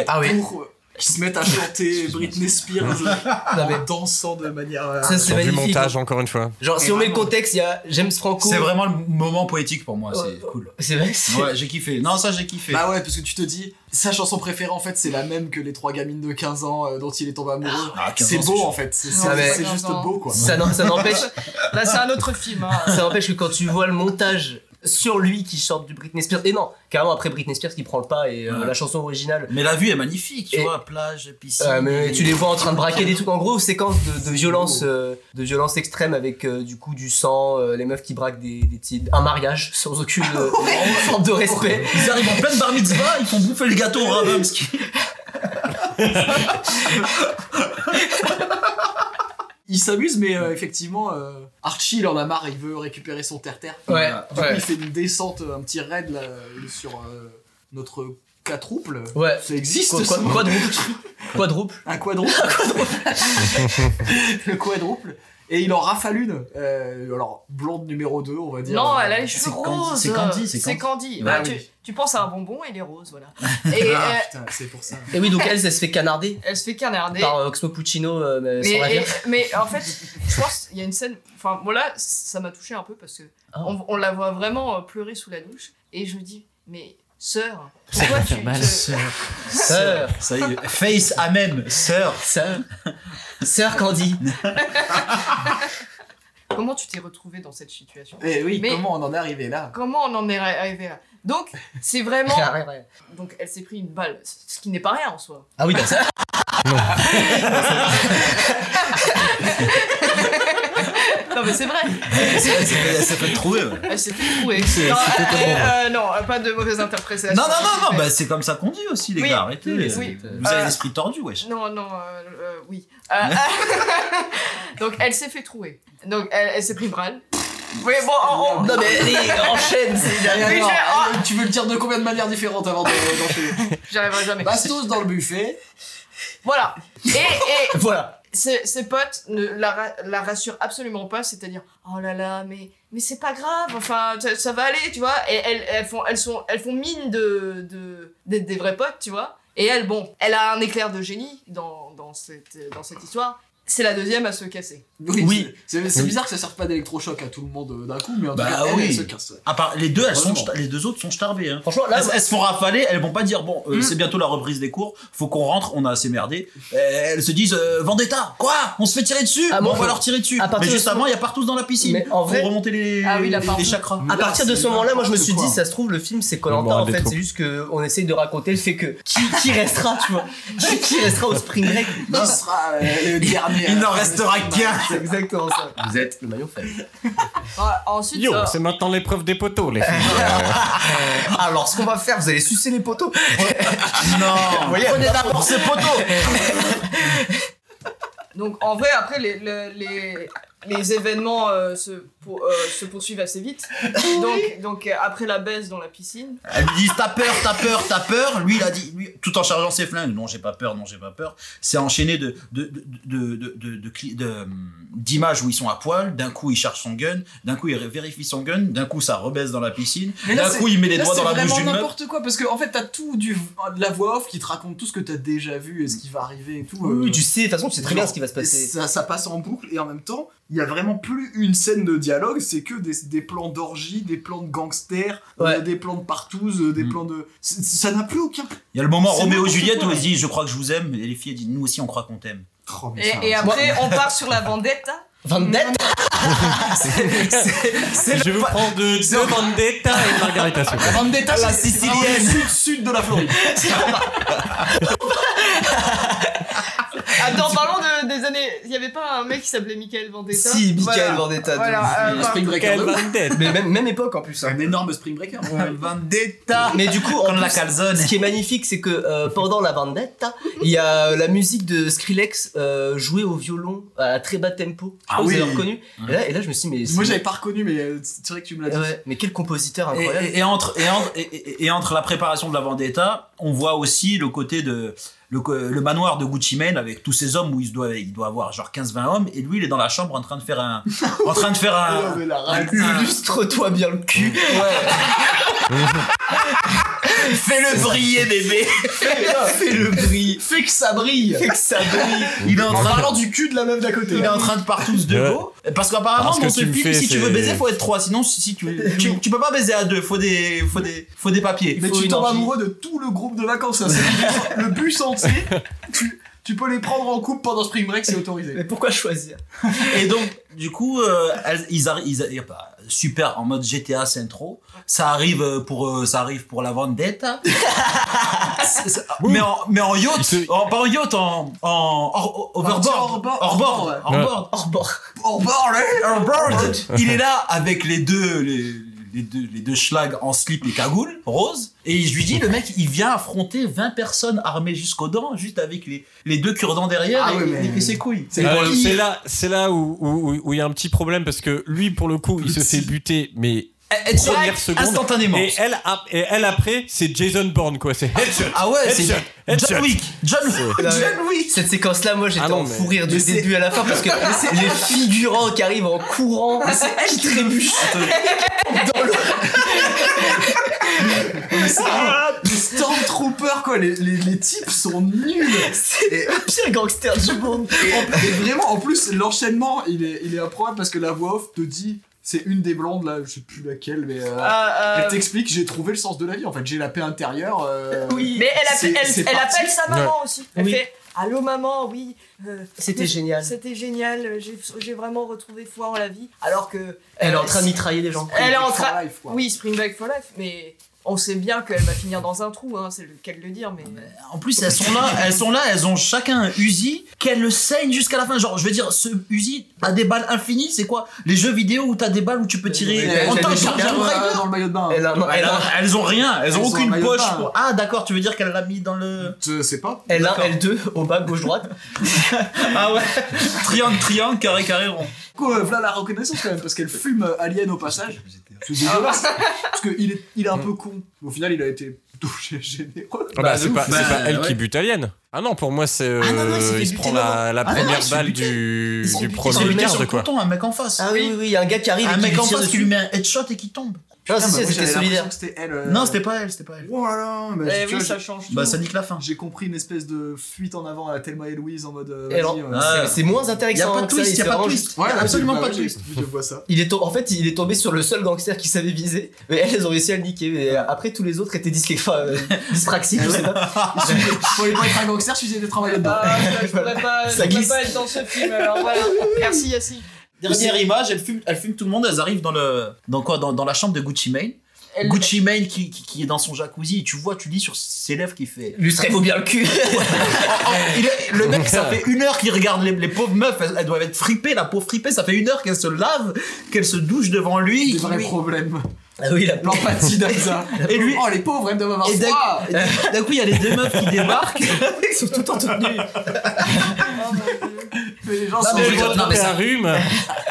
Speaker 8: Ah oui.
Speaker 11: pour euh, qu'ils se mettent à chanter Britney Spears euh,
Speaker 8: Non, mais-
Speaker 11: en dansant de manière. euh,
Speaker 8: Ça, c'est
Speaker 9: sur du
Speaker 8: magnifique.
Speaker 9: montage hein. encore une fois
Speaker 8: Genre, si on met le contexte, il y a James Franco.
Speaker 7: C'est vraiment le moment poétique pour moi,
Speaker 8: Ouais.
Speaker 7: c'est cool.
Speaker 8: C'est vrai, c'est-
Speaker 7: Ouais, j'ai kiffé. Non, ça j'ai kiffé.
Speaker 11: Bah ouais, parce que tu te dis, sa chanson préférée en fait, c'est la même que les trois gamines de 15 ans euh, dont il est tombé amoureux.
Speaker 7: Ah, 15
Speaker 11: c'est
Speaker 7: ans,
Speaker 11: beau
Speaker 7: c'est
Speaker 11: en fait, c'est
Speaker 10: Non,
Speaker 11: c'est-
Speaker 8: mais-
Speaker 11: c'est juste
Speaker 10: 15 ans.
Speaker 11: beau quoi.
Speaker 8: Ça n'en- ça n'empêche
Speaker 10: Là, c'est un autre film. hein.
Speaker 8: Ça n'empêche que quand tu vois le montage sur lui qui chante du Britney Spears, et non, carrément après Britney Spears qui prend le pas et euh,
Speaker 7: Ouais.
Speaker 8: la chanson originale.
Speaker 7: Mais la vue est magnifique, tu
Speaker 8: Et-
Speaker 7: vois, plage, piscine.
Speaker 8: Euh, mais
Speaker 7: et-
Speaker 8: tu les vois en train de braquer des trucs. En gros, séquence de, de violence,
Speaker 11: Oh.
Speaker 8: euh, de violence extrême avec euh, du coup du sang, euh, les meufs qui braquent des, des petits- un mariage sans aucune euh, forme de respect.
Speaker 7: Ils arrivent en pleine bar mitzvah, ils font bouffer le gâteau au rabbin, parce que-
Speaker 11: Il s'amuse, mais euh, effectivement, euh, Archie il en a marre, il veut récupérer son terre-terre.
Speaker 8: Ouais,
Speaker 11: Du coup,
Speaker 8: ouais,
Speaker 11: il fait une descente, un petit raid là, euh, sur euh, notre quadruple.
Speaker 8: ouais.
Speaker 11: Ça existe
Speaker 8: Quoi-
Speaker 11: ça
Speaker 8: quoi- quadruple, quadruple.
Speaker 11: Un quadruple. le quadruple. Et il en rafale une. Euh, alors, blonde numéro 2, on va dire. euh, Ah,
Speaker 10: Non, elle a les
Speaker 7: c'est
Speaker 10: cheveux
Speaker 7: Candy,
Speaker 10: roses.
Speaker 7: c'est Candy, c'est
Speaker 10: Candy.
Speaker 11: Bah
Speaker 10: Bah, tu,
Speaker 11: oui.
Speaker 10: tu penses à un bonbon et il est rose, voilà. Et euh,
Speaker 11: Ah, putain, c'est pour ça.
Speaker 8: Et oui, donc elle, elle se fait canarder
Speaker 10: elle se fait canarder.
Speaker 8: par euh, Oxmo Puccino euh, mais sans la
Speaker 10: Mais,
Speaker 8: viande.
Speaker 10: et- mais en fait, je pense qu'il y a une scène. Enfin, moi là, ça m'a touché un peu parce que
Speaker 8: Ah.
Speaker 10: on, on la voit vraiment euh, pleurer sous la douche. Et je me dis, mais sœur, pourquoi tu. te-
Speaker 8: Sœur,
Speaker 7: Ça y est, face à même, sœur.
Speaker 8: sœur, sœur Candy.
Speaker 10: Comment tu t'es retrouvée dans cette situation
Speaker 11: Eh oui,
Speaker 10: Mais-
Speaker 11: comment on en est arrivé là
Speaker 10: Comment on en est arrivé là Donc, c'est vraiment.
Speaker 8: Rien, rien.
Speaker 10: Donc, elle s'est pris une balle, ce qui n'est pas rien en soi.
Speaker 8: Ah oui, bah ça.
Speaker 10: Non, Non, mais c'est vrai.
Speaker 7: Eh, c'est vrai, c'est fait- c'est fait trouver. ouais.
Speaker 10: Ah, C'est tout trouvé.
Speaker 7: C'est-
Speaker 10: Non,
Speaker 7: c'est
Speaker 10: euh,
Speaker 7: totalement
Speaker 10: euh, non, euh, pas de mauvaise interprétation.
Speaker 7: Non, non, non, non, bah, c'est comme ça qu'on dit aussi, les
Speaker 10: Oui.
Speaker 7: gars, arrêtez.
Speaker 10: Oui.
Speaker 7: euh,
Speaker 10: Oui.
Speaker 7: Vous avez
Speaker 10: Euh,
Speaker 7: l'esprit tordu, wesh.
Speaker 10: Non, non, euh, euh, oui. Euh, donc elle s'est fait trouer. Donc elle, elle s'est pris le bral. Oui, bon, oh, on- on-
Speaker 11: Non, mais allez, enchaîne,
Speaker 10: Oui,
Speaker 11: c'est derrière.
Speaker 10: je- ah,
Speaker 11: Tu veux le dire de combien de manières différentes avant de- d'enchaîner
Speaker 10: J'arriverai jamais.
Speaker 11: Bastos dans le buffet.
Speaker 10: Voilà. Et, et
Speaker 11: Voilà.
Speaker 10: ses, ses potes ne la, ra- la rassurent absolument pas, c'est-à-dire oh là là, mais mais c'est pas grave, enfin ça, ça va aller, tu vois. Et elles, elles font elles sont elles font mine de de- d'être des vrais potes, tu vois. Et elle bon, elle a un éclair de génie dans dans cette dans cette histoire. C'est la deuxième à se casser.
Speaker 11: Oui. C'est c'est
Speaker 7: Oui.
Speaker 11: bizarre que ça serve pas d'électrochoc à tout le monde euh, d'un coup, mais en tout
Speaker 7: Bah
Speaker 11: cas, elle, elle
Speaker 7: oui.
Speaker 11: se casse. ouais.
Speaker 7: À part les deux, elles sont
Speaker 11: Vraiment.
Speaker 7: sta- les deux autres sont starbées. hein.
Speaker 8: Franchement, là, Hmm.
Speaker 7: elles, elles se font rafaler, elles vont pas dire bon, euh, c'est bientôt la reprise des cours, faut qu'on rentre, on a assez merdé. Euh, Elles se disent euh, Vendetta, quoi On se fait tirer dessus
Speaker 8: Ah,
Speaker 7: Bon,
Speaker 8: moi,
Speaker 7: On va
Speaker 8: je-
Speaker 7: leur tirer dessus.
Speaker 8: à partir
Speaker 7: Mais
Speaker 8: de
Speaker 7: juste
Speaker 8: ce-
Speaker 7: avant, il y a partout dans la piscine.
Speaker 8: Mais en vrai-
Speaker 7: Faut remonter les,
Speaker 10: Ah oui, la
Speaker 7: les
Speaker 10: partout.
Speaker 7: chakras.
Speaker 8: À partir de ce moment-là, moi je me suis
Speaker 11: n'importe
Speaker 8: dit,
Speaker 11: quoi.
Speaker 8: ça se trouve, le film c'est Colanta
Speaker 9: moral
Speaker 8: en
Speaker 9: des
Speaker 8: fait.
Speaker 9: troupes.
Speaker 8: C'est juste qu'on essaye de raconter le fait que qui, qui restera, tu vois. Qui, qui restera au Spring Break
Speaker 11: Qui sera euh, le dernier
Speaker 7: Il n'en restera qu'un.
Speaker 8: C'est exactement ça.
Speaker 13: Vous êtes
Speaker 8: Le maillot faible.
Speaker 10: Ah, ensuite,
Speaker 9: Yo,
Speaker 10: euh,
Speaker 9: c'est maintenant l'épreuve des poteaux, les filles.
Speaker 8: Alors ce qu'on va faire, vous allez sucer les poteaux. Vous
Speaker 7: Non
Speaker 8: voyez,
Speaker 7: Prenez d'abord ces poteaux
Speaker 10: Donc en vrai, après, les, le- les, les événements euh, se, pour- euh, se poursuivent assez vite. Donc, donc euh, après la baisse dans la piscine,
Speaker 7: Elles lui disent t'as peur, t'as peur, t'as peur. Lui, il a dit, lui, tout en chargeant ses flingues, non, j'ai pas peur, non, j'ai pas peur. C'est enchaîné de de de- de- de- de- de cli- de, hum, d'images où ils sont à poil. D'un coup, il charge son gun. D'un coup, il vérifie son gun. D'un coup, ça rebaisse dans la piscine.
Speaker 11: Mais là,
Speaker 7: D'un
Speaker 11: c'est-
Speaker 7: coup, il met les
Speaker 11: Là,
Speaker 7: doigts
Speaker 11: c'est
Speaker 7: dans la bouche
Speaker 11: vraiment
Speaker 7: d'une meuf.
Speaker 11: n'importe quoi parce que en fait t'as tout du de la voix off qui te raconte tout ce que t'as déjà vu et ce qui va arriver et tout.
Speaker 8: Oui,
Speaker 11: euh,
Speaker 8: oui, tu sais, de toute façon, tu sais très bien ce qui va se
Speaker 11: Et
Speaker 8: passer.
Speaker 11: Ça, ça passe en boucle et en même temps, il y a vraiment plus une scène de dialogue, c'est que des, des plans d'orgie, des plans de gangsters,
Speaker 8: Ouais. Mm.
Speaker 11: euh, des plans de partouze, euh, des plans de. c'est- Ça n'a plus aucun.
Speaker 7: Il y a le moment
Speaker 11: C'est
Speaker 7: Roméo
Speaker 11: n'importe
Speaker 7: Juliette
Speaker 11: quoi,
Speaker 7: où il
Speaker 11: ouais.
Speaker 7: dit je crois que je vous aime. Et les filles elles disent nous aussi on croit qu'on t'aime.
Speaker 11: Oh, mais
Speaker 10: et,
Speaker 11: ça-
Speaker 10: et après, on part sur la vendetta.
Speaker 8: Vendette
Speaker 9: Je vous prends de deux Vendetta et Margarita. s'il vous plaît.
Speaker 11: La vendetta,
Speaker 7: la
Speaker 11: c'est- c'est
Speaker 7: sicilienne.
Speaker 11: vraiment le sud-sud de la Floride.
Speaker 10: Attends, parlons de- des années. Il n'y avait pas un mec qui s'appelait Michael Vendetta
Speaker 8: Si,
Speaker 10: Voilà.
Speaker 8: Michael Vendetta.
Speaker 10: Voilà,
Speaker 8: donc,
Speaker 10: euh,
Speaker 8: Spring Break.
Speaker 9: Quelle Vendetta
Speaker 8: Mais même, même époque en plus. hein.
Speaker 11: Un énorme spring breaker.
Speaker 7: Vendetta.
Speaker 8: Mais du coup, en
Speaker 7: Comme la
Speaker 8: plus,
Speaker 7: calzone.
Speaker 8: Ce qui est magnifique, c'est que euh, pendant la vendetta, il y a euh, la musique de Skrillex euh, jouée au violon à très bas tempo. Je
Speaker 7: Ah
Speaker 8: crois que vous
Speaker 7: oui.
Speaker 8: avez reconnu. Et, là, et là, je me suis dit, mais. c'est-
Speaker 11: Moi, j'avais pas reconnu, mais euh, c'est vrai que tu me l'as dit.
Speaker 8: Ouais, mais quel compositeur
Speaker 7: Et,
Speaker 8: incroyable.
Speaker 7: et- et entre, et, entre, et- et- et entre la préparation de la vendetta, on voit aussi le côté de le, co- le manoir de Gucci Mane avec tous ces hommes où il se doit, il doit avoir genre 15-20 hommes et lui il est dans la chambre en train de faire un en train de faire
Speaker 11: Oh,
Speaker 7: un
Speaker 11: mais la rage.
Speaker 8: Illustre-toi bien le cul.
Speaker 7: fais-le briller bébé
Speaker 8: Fais-le briller.
Speaker 11: Fais que ça brille.
Speaker 8: Fais que ça brille.
Speaker 7: il est en
Speaker 11: En
Speaker 7: train
Speaker 11: parlant du cul de la meuf d'à côté.
Speaker 7: il est en train de partout se de
Speaker 9: Ouais.
Speaker 7: go parce qu'apparemment
Speaker 9: Parce que
Speaker 7: dans ce
Speaker 9: tu le
Speaker 7: film
Speaker 9: fais,
Speaker 7: si tu veux
Speaker 9: c'est-
Speaker 7: baiser faut être trois sinon si, si tu, tu tu peux pas baiser à deux faut des faut des faut des papiers
Speaker 11: Mais
Speaker 8: faut
Speaker 11: tu
Speaker 8: une
Speaker 11: tombes
Speaker 8: orgie.
Speaker 11: amoureux de tout le groupe de vacances. hein. C'est le bus entier. Tu, tu peux les prendre en couple pendant Spring Break, c'est autorisé.
Speaker 8: Mais pourquoi choisir
Speaker 7: Et donc, du coup, euh, elles- ils arrivent, ils arrivent- bah, super en mode GTA Centro. Ça arrive euh, pour, euh, ça arrive pour la vendetta. C'est- c'est- mais en, mais en yacht,
Speaker 9: Ils se-
Speaker 7: en, pas en yacht, en, en hors-
Speaker 11: En
Speaker 7: overboard,
Speaker 11: hors-bord,
Speaker 7: hors-board,
Speaker 11: ouais.
Speaker 7: hors-board,
Speaker 8: Hors bord.
Speaker 11: Oh, bordel
Speaker 7: hors-board. eh, Il est là avec les deux, les, les deux, les deux schlags en slip et cagoule rose. Et je lui dis, le mec, il vient affronter 20 personnes armées jusqu'aux dents, juste avec les, les deux cure-dents derrière
Speaker 11: Ah
Speaker 7: et,
Speaker 11: ouais, mais-
Speaker 7: et puis ses couilles.
Speaker 11: C'est
Speaker 8: Ah,
Speaker 9: Alors,
Speaker 11: le
Speaker 9: Euh, c'est
Speaker 11: pire.
Speaker 9: là, c'est là où où- où- où il y a un petit problème parce que lui, pour le coup, il se fait buter, mais
Speaker 7: Headshot,
Speaker 9: Première seconde.
Speaker 7: instantanément.
Speaker 9: et elle, ap- et elle après, c'est Jason Bourne quoi. C'est headshot.
Speaker 7: Ah ouais, c'est
Speaker 9: headshot. Headshot.
Speaker 7: John Wick. John
Speaker 8: John Cette séquence-là, moi j'étais
Speaker 9: Ah non,
Speaker 8: en
Speaker 9: mais-
Speaker 8: fou rire du début à la fin parce que les figurants qui arrivent en courant, qui trébuchent dans le Ah,
Speaker 11: Ah, Les Stormtroopers, quoi. Les, les, les types sont nuls. Et,
Speaker 8: pire gangster du monde.
Speaker 11: et- et vraiment, en plus, l'enchaînement, il est, il est improbable parce que la voix off te dit. C'est une des blondes, là, je sais plus laquelle, mais. euh,
Speaker 10: Euh, euh,
Speaker 11: Elle t'explique, j'ai trouvé le sens de la vie en fait, j'ai la paix intérieure. euh,
Speaker 10: mais elle, appe-
Speaker 11: c'est-
Speaker 10: elle-
Speaker 11: c'est
Speaker 10: elle
Speaker 11: parti.
Speaker 10: appelle sa maman aussi. Elle
Speaker 8: Oui.
Speaker 10: fait Allô maman, oui. euh,
Speaker 8: C'était génial.
Speaker 10: C'était génial. euh, J'ai j'ai vraiment retrouvé foi en la vie. Alors que.
Speaker 8: Elle est
Speaker 10: euh,
Speaker 8: en train de mitrailler des gens.
Speaker 10: Elle est en
Speaker 11: For
Speaker 10: train.
Speaker 11: life, quoi.
Speaker 10: Oui, Spring Break for Life, mais On sait bien qu'elle va finir dans un trou, hein, c'est le cas de le dire, mais.
Speaker 7: En plus, elles sont là, elles sont là, elles ont chacun un Uzi qu'elles le saignent jusqu'à la fin. Genre, je veux dire, ce Uzi a des balles infinies, c'est quoi Les jeux vidéo où t'as des balles où tu peux tirer
Speaker 11: mais
Speaker 7: en
Speaker 11: elle
Speaker 7: tant
Speaker 11: a
Speaker 7: que
Speaker 11: des
Speaker 7: Charger
Speaker 11: balles,
Speaker 7: Rider.
Speaker 11: euh, dans le maillot de bain.
Speaker 7: Elle a-
Speaker 11: Elle a-
Speaker 7: elle a- Elles ont rien, elles ont
Speaker 11: Elles ont un
Speaker 7: aucune
Speaker 11: maillot de
Speaker 7: poche.
Speaker 11: bain.
Speaker 7: pour- Ah, d'accord, tu veux dire qu'elle l'a mis dans le.
Speaker 11: Euh, Je sais pas.
Speaker 7: L1,
Speaker 8: L2, au bas, gauche, droite.
Speaker 7: ah ouais Triangle, triangle, carré, carré, rond.
Speaker 11: Du coup, euh, voilà la reconnaissance quand même, parce qu'elle fume euh, Alien au passage. C'est dégueulasse. parce qu'il est, il est un peu con. Mais au final, il a été plutôt généreux.
Speaker 9: Ah bah, c'est pas, c'est pas elle qui bute Alien. Ah non, pour moi, c'est. euh,
Speaker 11: non, non, il s'est fait
Speaker 9: il se
Speaker 11: buter
Speaker 9: prend la,
Speaker 11: d'abord.
Speaker 9: la
Speaker 11: Ah non,
Speaker 9: première
Speaker 7: il se fait
Speaker 9: balle
Speaker 7: buter.
Speaker 9: du, du
Speaker 7: Sur
Speaker 9: premier
Speaker 7: le mec
Speaker 9: quart
Speaker 7: sur
Speaker 9: de
Speaker 7: le
Speaker 9: quoi.
Speaker 7: canton, un mec en face.
Speaker 8: Ah oui, oui, oui, il y a un gars qui arrive et
Speaker 7: Un
Speaker 8: qui
Speaker 7: mec
Speaker 8: lui
Speaker 7: en
Speaker 8: tire
Speaker 7: face qui
Speaker 8: dessus.
Speaker 7: lui met un headshot et qui tombe.
Speaker 8: Ah,
Speaker 11: Putain,
Speaker 8: si, si,
Speaker 11: bah, moi,
Speaker 8: c'était
Speaker 11: j'avais
Speaker 8: solidaire.
Speaker 11: l'impression que c'était elle, euh,
Speaker 7: Non, c'était pas elle, c'était pas elle.
Speaker 11: Oh là là, mais
Speaker 7: Eh
Speaker 11: tu
Speaker 7: oui,
Speaker 11: vois,
Speaker 7: ça
Speaker 11: j'ai-
Speaker 7: change Bah, tout. ça nique la fin.
Speaker 11: J'ai compris une espèce de fuite en avant à la Thelma et Louise en mode. euh,
Speaker 8: Et alors, Ah.
Speaker 11: vas-y, euh,
Speaker 8: c'est- c'est moins intéressant.
Speaker 7: hein.
Speaker 8: hein,
Speaker 7: Y a pas de
Speaker 8: que ça,
Speaker 7: twist,
Speaker 8: il
Speaker 7: y a
Speaker 8: fait
Speaker 7: pas de
Speaker 8: vraiment
Speaker 7: twist.
Speaker 8: juste-
Speaker 7: Ouais, absolument pas de
Speaker 11: twist. Je vois ça.
Speaker 8: Il est tom- en fait, il est tombé sur le seul gangster qui savait viser, mais elles, elles ont réussi à le niquer. Et après, tous les autres étaient disque... enfin, euh, dyspraxiques,
Speaker 7: Ah
Speaker 8: je sais pas.
Speaker 11: Pour les pas être un gangster, je suis de travailler dedans.
Speaker 10: Ah, je pourrais pas, je
Speaker 8: Ça
Speaker 10: pourrais
Speaker 8: glisse.
Speaker 10: pas être dans ce film, alors voilà. Merci Yassi.
Speaker 7: Dernière image, elle fume, elle fume tout le monde, elles arrivent dans le dans quoi dans, dans la chambre de Gucci Mane.
Speaker 10: Elle-
Speaker 7: Gucci Mane qui, qui, qui est dans son jacuzzi et tu vois, tu lis sur ses lèvres qu'il fait.
Speaker 8: Lustrez vous bien le cul.
Speaker 7: Ah, Il est- le mec, ça fait une heure qu'il regarde les, les pauvres meufs, elles, elles doivent être fripées, la pauvre fripée, ça fait une heure qu'elle se lave, qu'elle se douche devant lui.
Speaker 11: Des
Speaker 7: qui
Speaker 11: vrais
Speaker 7: lui-
Speaker 11: problèmes.
Speaker 8: Ah oui, la
Speaker 11: L'empathie d'Alza.
Speaker 7: Et lui-
Speaker 11: Oh, les pauvres, elles doivent avoir
Speaker 7: Et d'un
Speaker 11: froid.
Speaker 7: et d'un coup, il y a les deux meufs qui débarquent.
Speaker 8: Ils sont tout en tenue.
Speaker 11: Mais les gens
Speaker 7: Non,
Speaker 11: sont
Speaker 7: mais je
Speaker 11: géniaux.
Speaker 7: vois- non, mais
Speaker 9: un
Speaker 8: hein.
Speaker 7: ça,
Speaker 9: rhume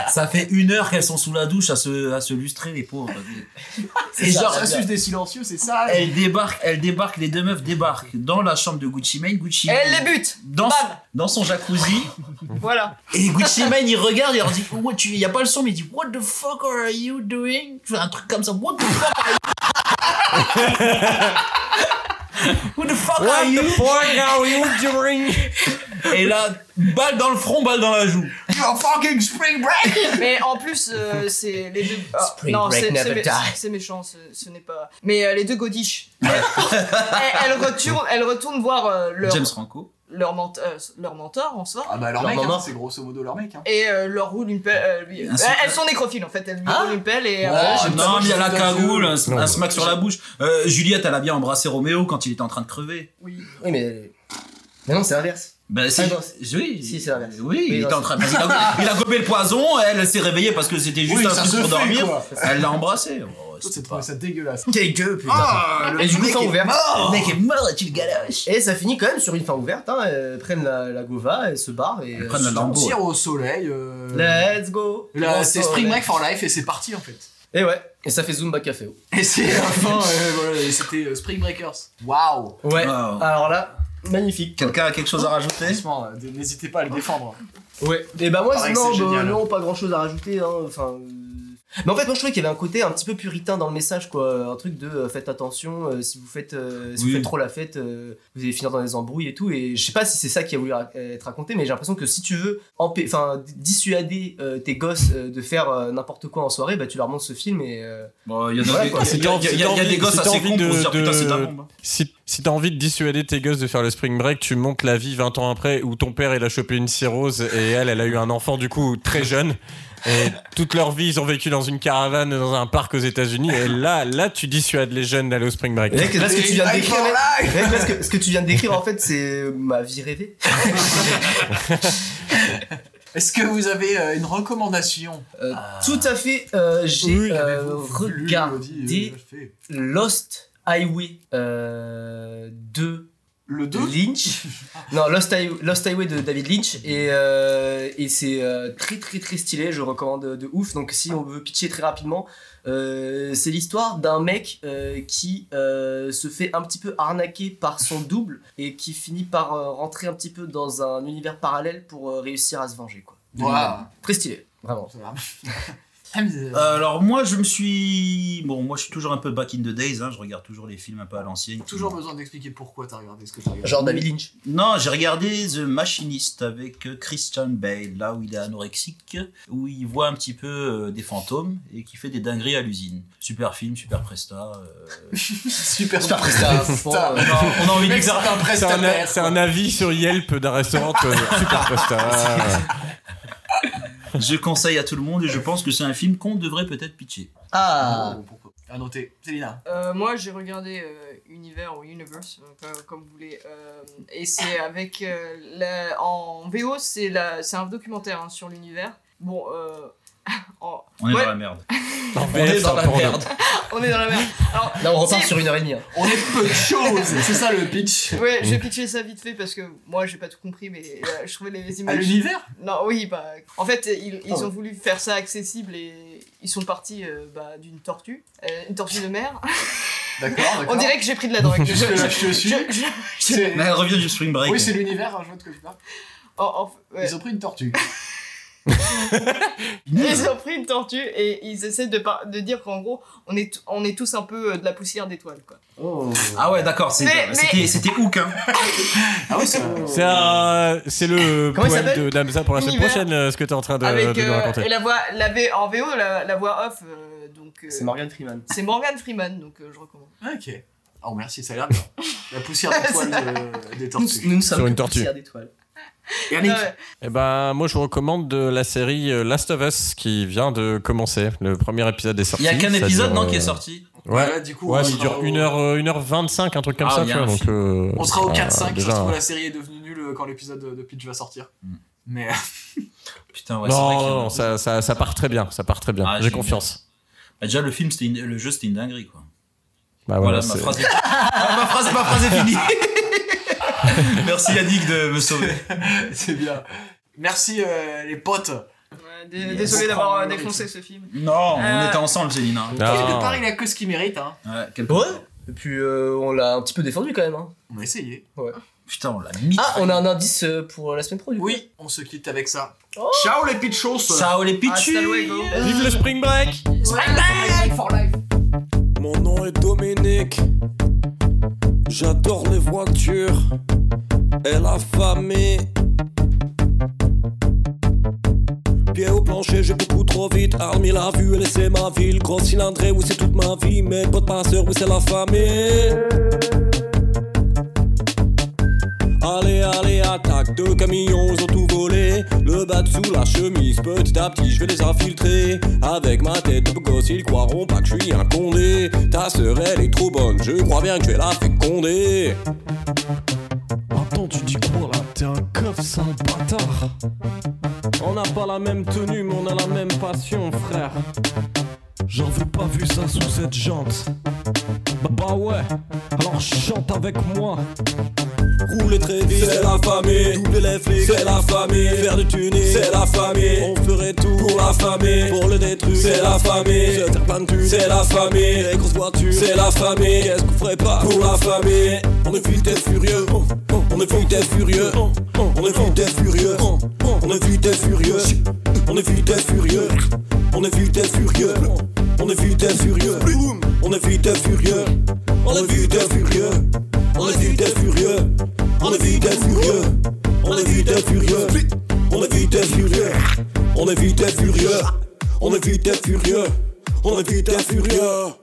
Speaker 7: ça fait une heure qu'elles sont sous la douche à se, à se lustrer, les pauvres. Et
Speaker 11: Genre,
Speaker 7: genre,
Speaker 11: ça suce des silencieux, c'est ça.
Speaker 7: elle débarque, elle débarque, les deux meufs débarquent dans la chambre de Gucci Mane. Gucci Mane.
Speaker 10: Elle les bute
Speaker 7: dans,
Speaker 10: Bam
Speaker 7: dans son jacuzzi.
Speaker 10: Voilà.
Speaker 7: Et Gucci Mane, il regarde et il leur dit What tu- Il n'y a pas le son, mais il dit What the fuck are you doing Tu vois, Un truc comme ça. What the fuck are you What the fuck are you
Speaker 9: fuck are you doing
Speaker 7: Et là, balle dans le front, balle dans la joue.
Speaker 11: You're fucking spring break.
Speaker 10: Mais en plus, euh, c'est les deux. ah,
Speaker 8: Spring
Speaker 10: non,
Speaker 8: break
Speaker 10: c'est- c'est
Speaker 8: never
Speaker 10: mé-
Speaker 8: die.
Speaker 10: c'est méchant, ce, ce n'est pas. Mais euh, les deux godiches. elles, elles retournent, elles retournent voir euh, leur,
Speaker 7: James Franco.
Speaker 10: leur, ment- euh, leur mentor en soi.
Speaker 11: Ah bah leur
Speaker 8: Leur
Speaker 11: mec,
Speaker 8: maman.
Speaker 11: hein, c'est grosso modo leur mec. Hein.
Speaker 10: Et euh, leur roule une pelle. euh, lui-
Speaker 7: Un son-
Speaker 10: euh, elles sont nécrophiles en fait, elles lui
Speaker 8: Ah.
Speaker 10: roulent une pelle et. euh,
Speaker 11: Ouais, j'aime ça,
Speaker 7: Oh, non, mais il y a la
Speaker 11: j'aime ça,
Speaker 7: cagoule, un,
Speaker 9: Non,
Speaker 7: un smack sur la bouche. Euh, Juliette, elle a bien embrassé Roméo quand il était en train de crever.
Speaker 10: oui.
Speaker 8: Oui, mais. euh, Mais non, c'est l'inverse.
Speaker 7: Ben, c'est.
Speaker 8: Ah, non,
Speaker 7: oui,
Speaker 8: si, c'est l'inverse.
Speaker 7: Oui, il
Speaker 8: Oui,
Speaker 7: était
Speaker 8: non,
Speaker 7: en train de. Il a, go- il a gobé le poison, elle, elle s'est réveillée parce que c'était juste
Speaker 11: Oui,
Speaker 7: un
Speaker 11: ça
Speaker 7: truc
Speaker 11: se
Speaker 7: pour
Speaker 11: fait,
Speaker 7: dormir.
Speaker 11: quoi.
Speaker 7: Elle l'a embrassé. Oh,
Speaker 11: Toi,
Speaker 7: c'était
Speaker 11: c'est
Speaker 7: pas- Ah,
Speaker 11: trouvé ça dégueulasse.
Speaker 8: Quelle gueule, putain.
Speaker 7: Et
Speaker 8: Et du coup, fin ouverte.
Speaker 7: Le mec est mort et tu le galoches.
Speaker 8: Et ça finit quand même sur une fin ouverte. Hein. Elles prennent la, la Gova, elles se barrent et.
Speaker 7: Elles prennent la
Speaker 8: euh,
Speaker 7: Lambo.
Speaker 11: On tire au soleil. euh,
Speaker 8: Let's go.
Speaker 11: là,
Speaker 8: Let's
Speaker 11: c'est
Speaker 8: go,
Speaker 11: spring
Speaker 8: ouais.
Speaker 11: break for life et c'est parti en fait.
Speaker 8: Et ouais. Et ça fait Zumba Café. oh.
Speaker 11: Et c'est la fin. euh, voilà, et c'était euh, Spring Breakers. Waouh.
Speaker 8: Ouais.
Speaker 7: Wow.
Speaker 8: Alors là, magnifique.
Speaker 7: Ah, Quelqu'un a quelque chose à rajouter
Speaker 11: Franchement, euh, n'hésitez pas à le défendre.
Speaker 8: Ouais. Et bah moi,
Speaker 11: Pareil,
Speaker 8: non,
Speaker 11: c'est
Speaker 8: bah,
Speaker 11: génial.
Speaker 8: non, pas grand chose à rajouter. hein. Enfin. euh, Mais en fait, moi je trouvais qu'il y avait un côté un petit peu puritain dans le message, quoi. Un truc de euh, faites attention, euh, si vous faites, euh, si
Speaker 7: Oui.
Speaker 8: vous faites trop la fête, euh, vous allez finir dans des embrouilles et tout. Et je sais pas si c'est ça qui a voulu ra- euh, être raconté, mais j'ai l'impression que si tu veux empê- enfin, dissuader euh, tes gosses euh, de faire euh, n'importe quoi en soirée, bah tu leur montres ce film et. euh,
Speaker 7: Bon, il y en a
Speaker 8: Voilà,
Speaker 7: des-
Speaker 8: quoi.
Speaker 7: il y
Speaker 9: Si t'as
Speaker 7: a- il y a- il y a- il y a des
Speaker 9: envie-
Speaker 7: gosses
Speaker 9: si t'as
Speaker 7: assez
Speaker 9: envie
Speaker 7: cons pour
Speaker 9: de-
Speaker 7: se dire putain, c'est de la
Speaker 9: de-
Speaker 7: bombe. hein.
Speaker 9: Si, si t'as envie de dissuader tes gosses de faire le spring break, tu montes la vie 20 ans après où ton père il a chopé une cirrhose et elle, elle a eu un enfant du coup très jeune. Et toute leur vie, ils ont vécu dans une caravane, dans un parc aux États-Unis. Et là, là, tu dissuades les jeunes d'aller au spring break.
Speaker 8: Mec, là, ce que tu viens de
Speaker 11: Spring break
Speaker 8: décrire,
Speaker 11: for
Speaker 8: mec,
Speaker 11: life.
Speaker 8: mec, là, ce que, ce que tu viens de décrire, en fait, c'est euh, ma vie rêvée.
Speaker 11: Est-ce que vous avez euh, une recommandation
Speaker 8: Euh, Tout à fait, euh, j'ai
Speaker 9: Oui,
Speaker 8: euh,
Speaker 11: Avez-vous voulu, Elodie,
Speaker 8: regardé
Speaker 11: euh, fait
Speaker 8: Lost Highway euh, de
Speaker 11: Le
Speaker 8: de
Speaker 11: 2
Speaker 8: Lynch. non, Lost, Highway- Lost Highway de David Lynch. Et, euh, et c'est euh, très, très, très stylé. Je recommande de, de ouf. Donc, si on veut pitcher très rapidement, euh, c'est l'histoire d'un mec euh, qui euh, se fait un petit peu arnaquer par son double et qui finit par euh, rentrer un petit peu dans un univers parallèle pour euh, réussir à se venger. Quoi.
Speaker 11: Waouh.
Speaker 8: Très stylé, vraiment.
Speaker 7: Euh, Alors moi, je me suis... Bon, moi, je suis toujours un peu back in the days. hein, Je regarde toujours les films un peu à l'ancienne.
Speaker 11: Toujours besoin d'expliquer pourquoi t'as regardé ce que t'as regardé.
Speaker 8: Genre David Lynch.
Speaker 7: Non, j'ai regardé The Machinist avec euh, Christian Bale, là où il est anorexique, où il voit un petit peu euh, des fantômes et qui fait des dingueries à l'usine. Super film, super presta. euh,
Speaker 11: Super
Speaker 8: Super
Speaker 11: Super
Speaker 8: presta.
Speaker 7: on, a, on a envie de
Speaker 11: Mec, c'est
Speaker 7: faire...
Speaker 11: un
Speaker 9: C'est un,
Speaker 11: prestataire.
Speaker 9: c'est un avis sur Yelp d'un restaurant tu vois, super posta.
Speaker 7: Je conseille à tout le monde et je pense que c'est un film qu'on devrait peut-être pitcher.
Speaker 8: Ah
Speaker 11: Oh, Pourquoi À noter. hein. Célina.
Speaker 10: Euh, moi, j'ai regardé euh, Univers ou Universe, euh, comme- comme vous voulez. euh, et c'est avec. euh, la- en VO, c'est la- c'est un documentaire hein, sur l'univers. Bon. euh, en-
Speaker 7: On est
Speaker 10: ouais,
Speaker 7: dans la merde.
Speaker 8: On est dans la merde.
Speaker 10: on est dans la merde. Alors,
Speaker 8: Là, on repart
Speaker 10: c'est-
Speaker 8: sur une heure et demie. hein.
Speaker 11: On est peu de choses. C'est ça le pitch.
Speaker 10: Ouais, je vais pitcher ça vite fait parce que moi j'ai pas tout compris, mais euh, je trouvais les images.
Speaker 11: l'univers
Speaker 10: Non, oui, bah. En fait, ils,
Speaker 11: Ah
Speaker 10: ils ont
Speaker 11: ouais.
Speaker 10: voulu faire ça accessible et ils sont partis euh, bah, d'une tortue, euh, une tortue de mer.
Speaker 11: D'accord, d'accord.
Speaker 10: On dirait que j'ai pris de la drogue.
Speaker 11: Jusque-là, je te suis. C'est-
Speaker 7: Mais elle revient du spring break.
Speaker 11: Oui, c'est l'univers, hein, je vois de quoi tu parles. Ils ont pris une tortue.
Speaker 10: Ils ont pris une tortue et ils essaient de, par- de dire qu'en gros, on est, t- on est tous un peu euh, de la poussière d'étoiles, quoi.
Speaker 7: Ah ouais, d'accord, c'est-
Speaker 10: Mais-
Speaker 7: c'était
Speaker 10: mais-
Speaker 7: c'était Hook. Hein.
Speaker 11: ah oui, c'est
Speaker 14: C'est un- c'est le
Speaker 10: Comment il
Speaker 14: poème
Speaker 10: s'appelle
Speaker 14: de d'Amza pour la semaine
Speaker 10: Univers.
Speaker 14: prochaine, euh, ce que t'es en train de,
Speaker 10: Avec,
Speaker 14: de nous
Speaker 10: euh,
Speaker 14: raconter.
Speaker 10: et la voix, la V- en VO, la, la voix off, euh, donc. euh,
Speaker 8: C'est Morgan Freeman.
Speaker 10: C'est Morgan Freeman, donc euh, je recommande.
Speaker 11: Ok. Oh merci, ça a l'air bien. La poussière d'étoile de- euh, des tortues.
Speaker 8: Nous ne sommes
Speaker 14: Sur une
Speaker 8: que
Speaker 14: tortue.
Speaker 8: poussière d'étoiles.
Speaker 11: Yannick,
Speaker 10: Euh,
Speaker 14: Eh ben, moi, je vous recommande de la série euh, Last of Us qui vient de commencer. Le premier épisode est sorti.
Speaker 7: Il y a qu'un
Speaker 14: Ça
Speaker 7: épisode
Speaker 14: dure,
Speaker 7: non qui est
Speaker 14: euh,
Speaker 7: sorti.
Speaker 14: Ouais,
Speaker 11: Là, du coup,
Speaker 14: ouais
Speaker 11: on
Speaker 14: mais il
Speaker 11: sera
Speaker 14: dure euh,
Speaker 11: au-
Speaker 14: 1h, 1h25, un truc comme
Speaker 7: Ah,
Speaker 14: ça.
Speaker 7: il y
Speaker 14: tu
Speaker 7: a
Speaker 14: vois,
Speaker 7: un
Speaker 14: donc,
Speaker 7: film.
Speaker 14: euh,
Speaker 11: on sera au
Speaker 14: euh,
Speaker 11: 4-5, ça se
Speaker 14: déjà,
Speaker 11: trouve
Speaker 14: hein. Mm.
Speaker 11: la série est devenue nulle quand l'épisode de, de Pitch va sortir. Mais
Speaker 7: Putain, ouais, c'est vrai
Speaker 14: non,
Speaker 7: qu'il y a-
Speaker 14: non, ça, ça, ça part très bien. Ça part très bien.
Speaker 7: Ah,
Speaker 14: J'ai
Speaker 7: génial.
Speaker 14: confiance.
Speaker 7: Bah, déjà, le film, c'était une- le jeu, c'était une dinguerie, quoi.
Speaker 14: Bah,
Speaker 7: Voilà,
Speaker 14: voilà,
Speaker 7: ma,
Speaker 14: c'est-
Speaker 7: phrase est... Ah, ma, phrase, ma phrase est finie. Merci Yannick de me sauver.
Speaker 11: euh, c'est bien. Merci euh, les potes.
Speaker 10: Ouais, dé- Désolé d'avoir euh, défoncé ce film.
Speaker 7: Non,
Speaker 10: Euh,
Speaker 7: on était ensemble, hein. Célina.
Speaker 14: Ah.
Speaker 11: Et de part, il a que ce qu'il mérite. Hein.
Speaker 7: Ouais, quel
Speaker 8: Ouais. Et puis, euh, on l'a un petit peu défendu quand même. hein.
Speaker 11: On a essayé.
Speaker 7: Putain, on l'a mis.
Speaker 8: Ah, on a un indice euh, pour la semaine pro, du coup.
Speaker 11: Oui, on se quitte avec ça. Ciao les pitchos
Speaker 7: Ciao les pitchus.
Speaker 10: Hasta luego.
Speaker 14: Vive le Spring Break!
Speaker 9: Mon nom est Dominique. J'adore les voitures et la famille. Pied au plancher, j'ai beaucoup trop vite. Armi la vue, elle c'est ma ville. Gros cylindré, oui, c'est toute ma vie. Mes potes passeurs, oui, c'est la famille. Allez, allez, attaque, deux camions, ils ont tout volé. Le bas sous la chemise, petit à petit, je vais les infiltrer. Avec ma tête de gosse, ils croiront pas que je suis un condé. Ta sœur, elle est trop bonne, je crois bien que tu es la fécondée. Attends, tu dis quoi là T'es un coffre, c'est un bâtard. On n'a pas la même tenue, mais on a la même passion, frère. J'en veux pas vu ça sous cette jante. Bah, bah ouais, alors chante avec moi. Rouler très vite, c'est la famille. Doubler les flics, c'est la famille. Faire du tunis, c'est la famille. On ferait tout pour la famille. Pour le détruire, c'est la famille. Se faire plein de thunes, c'est la famille. Les grosses voitures, c'est la famille. Qu'est-ce qu'on ferait pas pour la famille On évite d'être furieux. Oh, oh, On évite d'être furieux. Oh, oh, On évite d'être furieux. Oh, oh, On évite d'être furieux. On évite d'être furieux. On évite d'être furieux. On évite d'être furieux. On évite d'être furieux. On évite d'être furieux. On évite d'être furieux, on évite d'être furieux, on évite d'être furieux, on évite d'être furieux, on évite d'être furieux, on évite d'être furieux, on évite d'être furieux.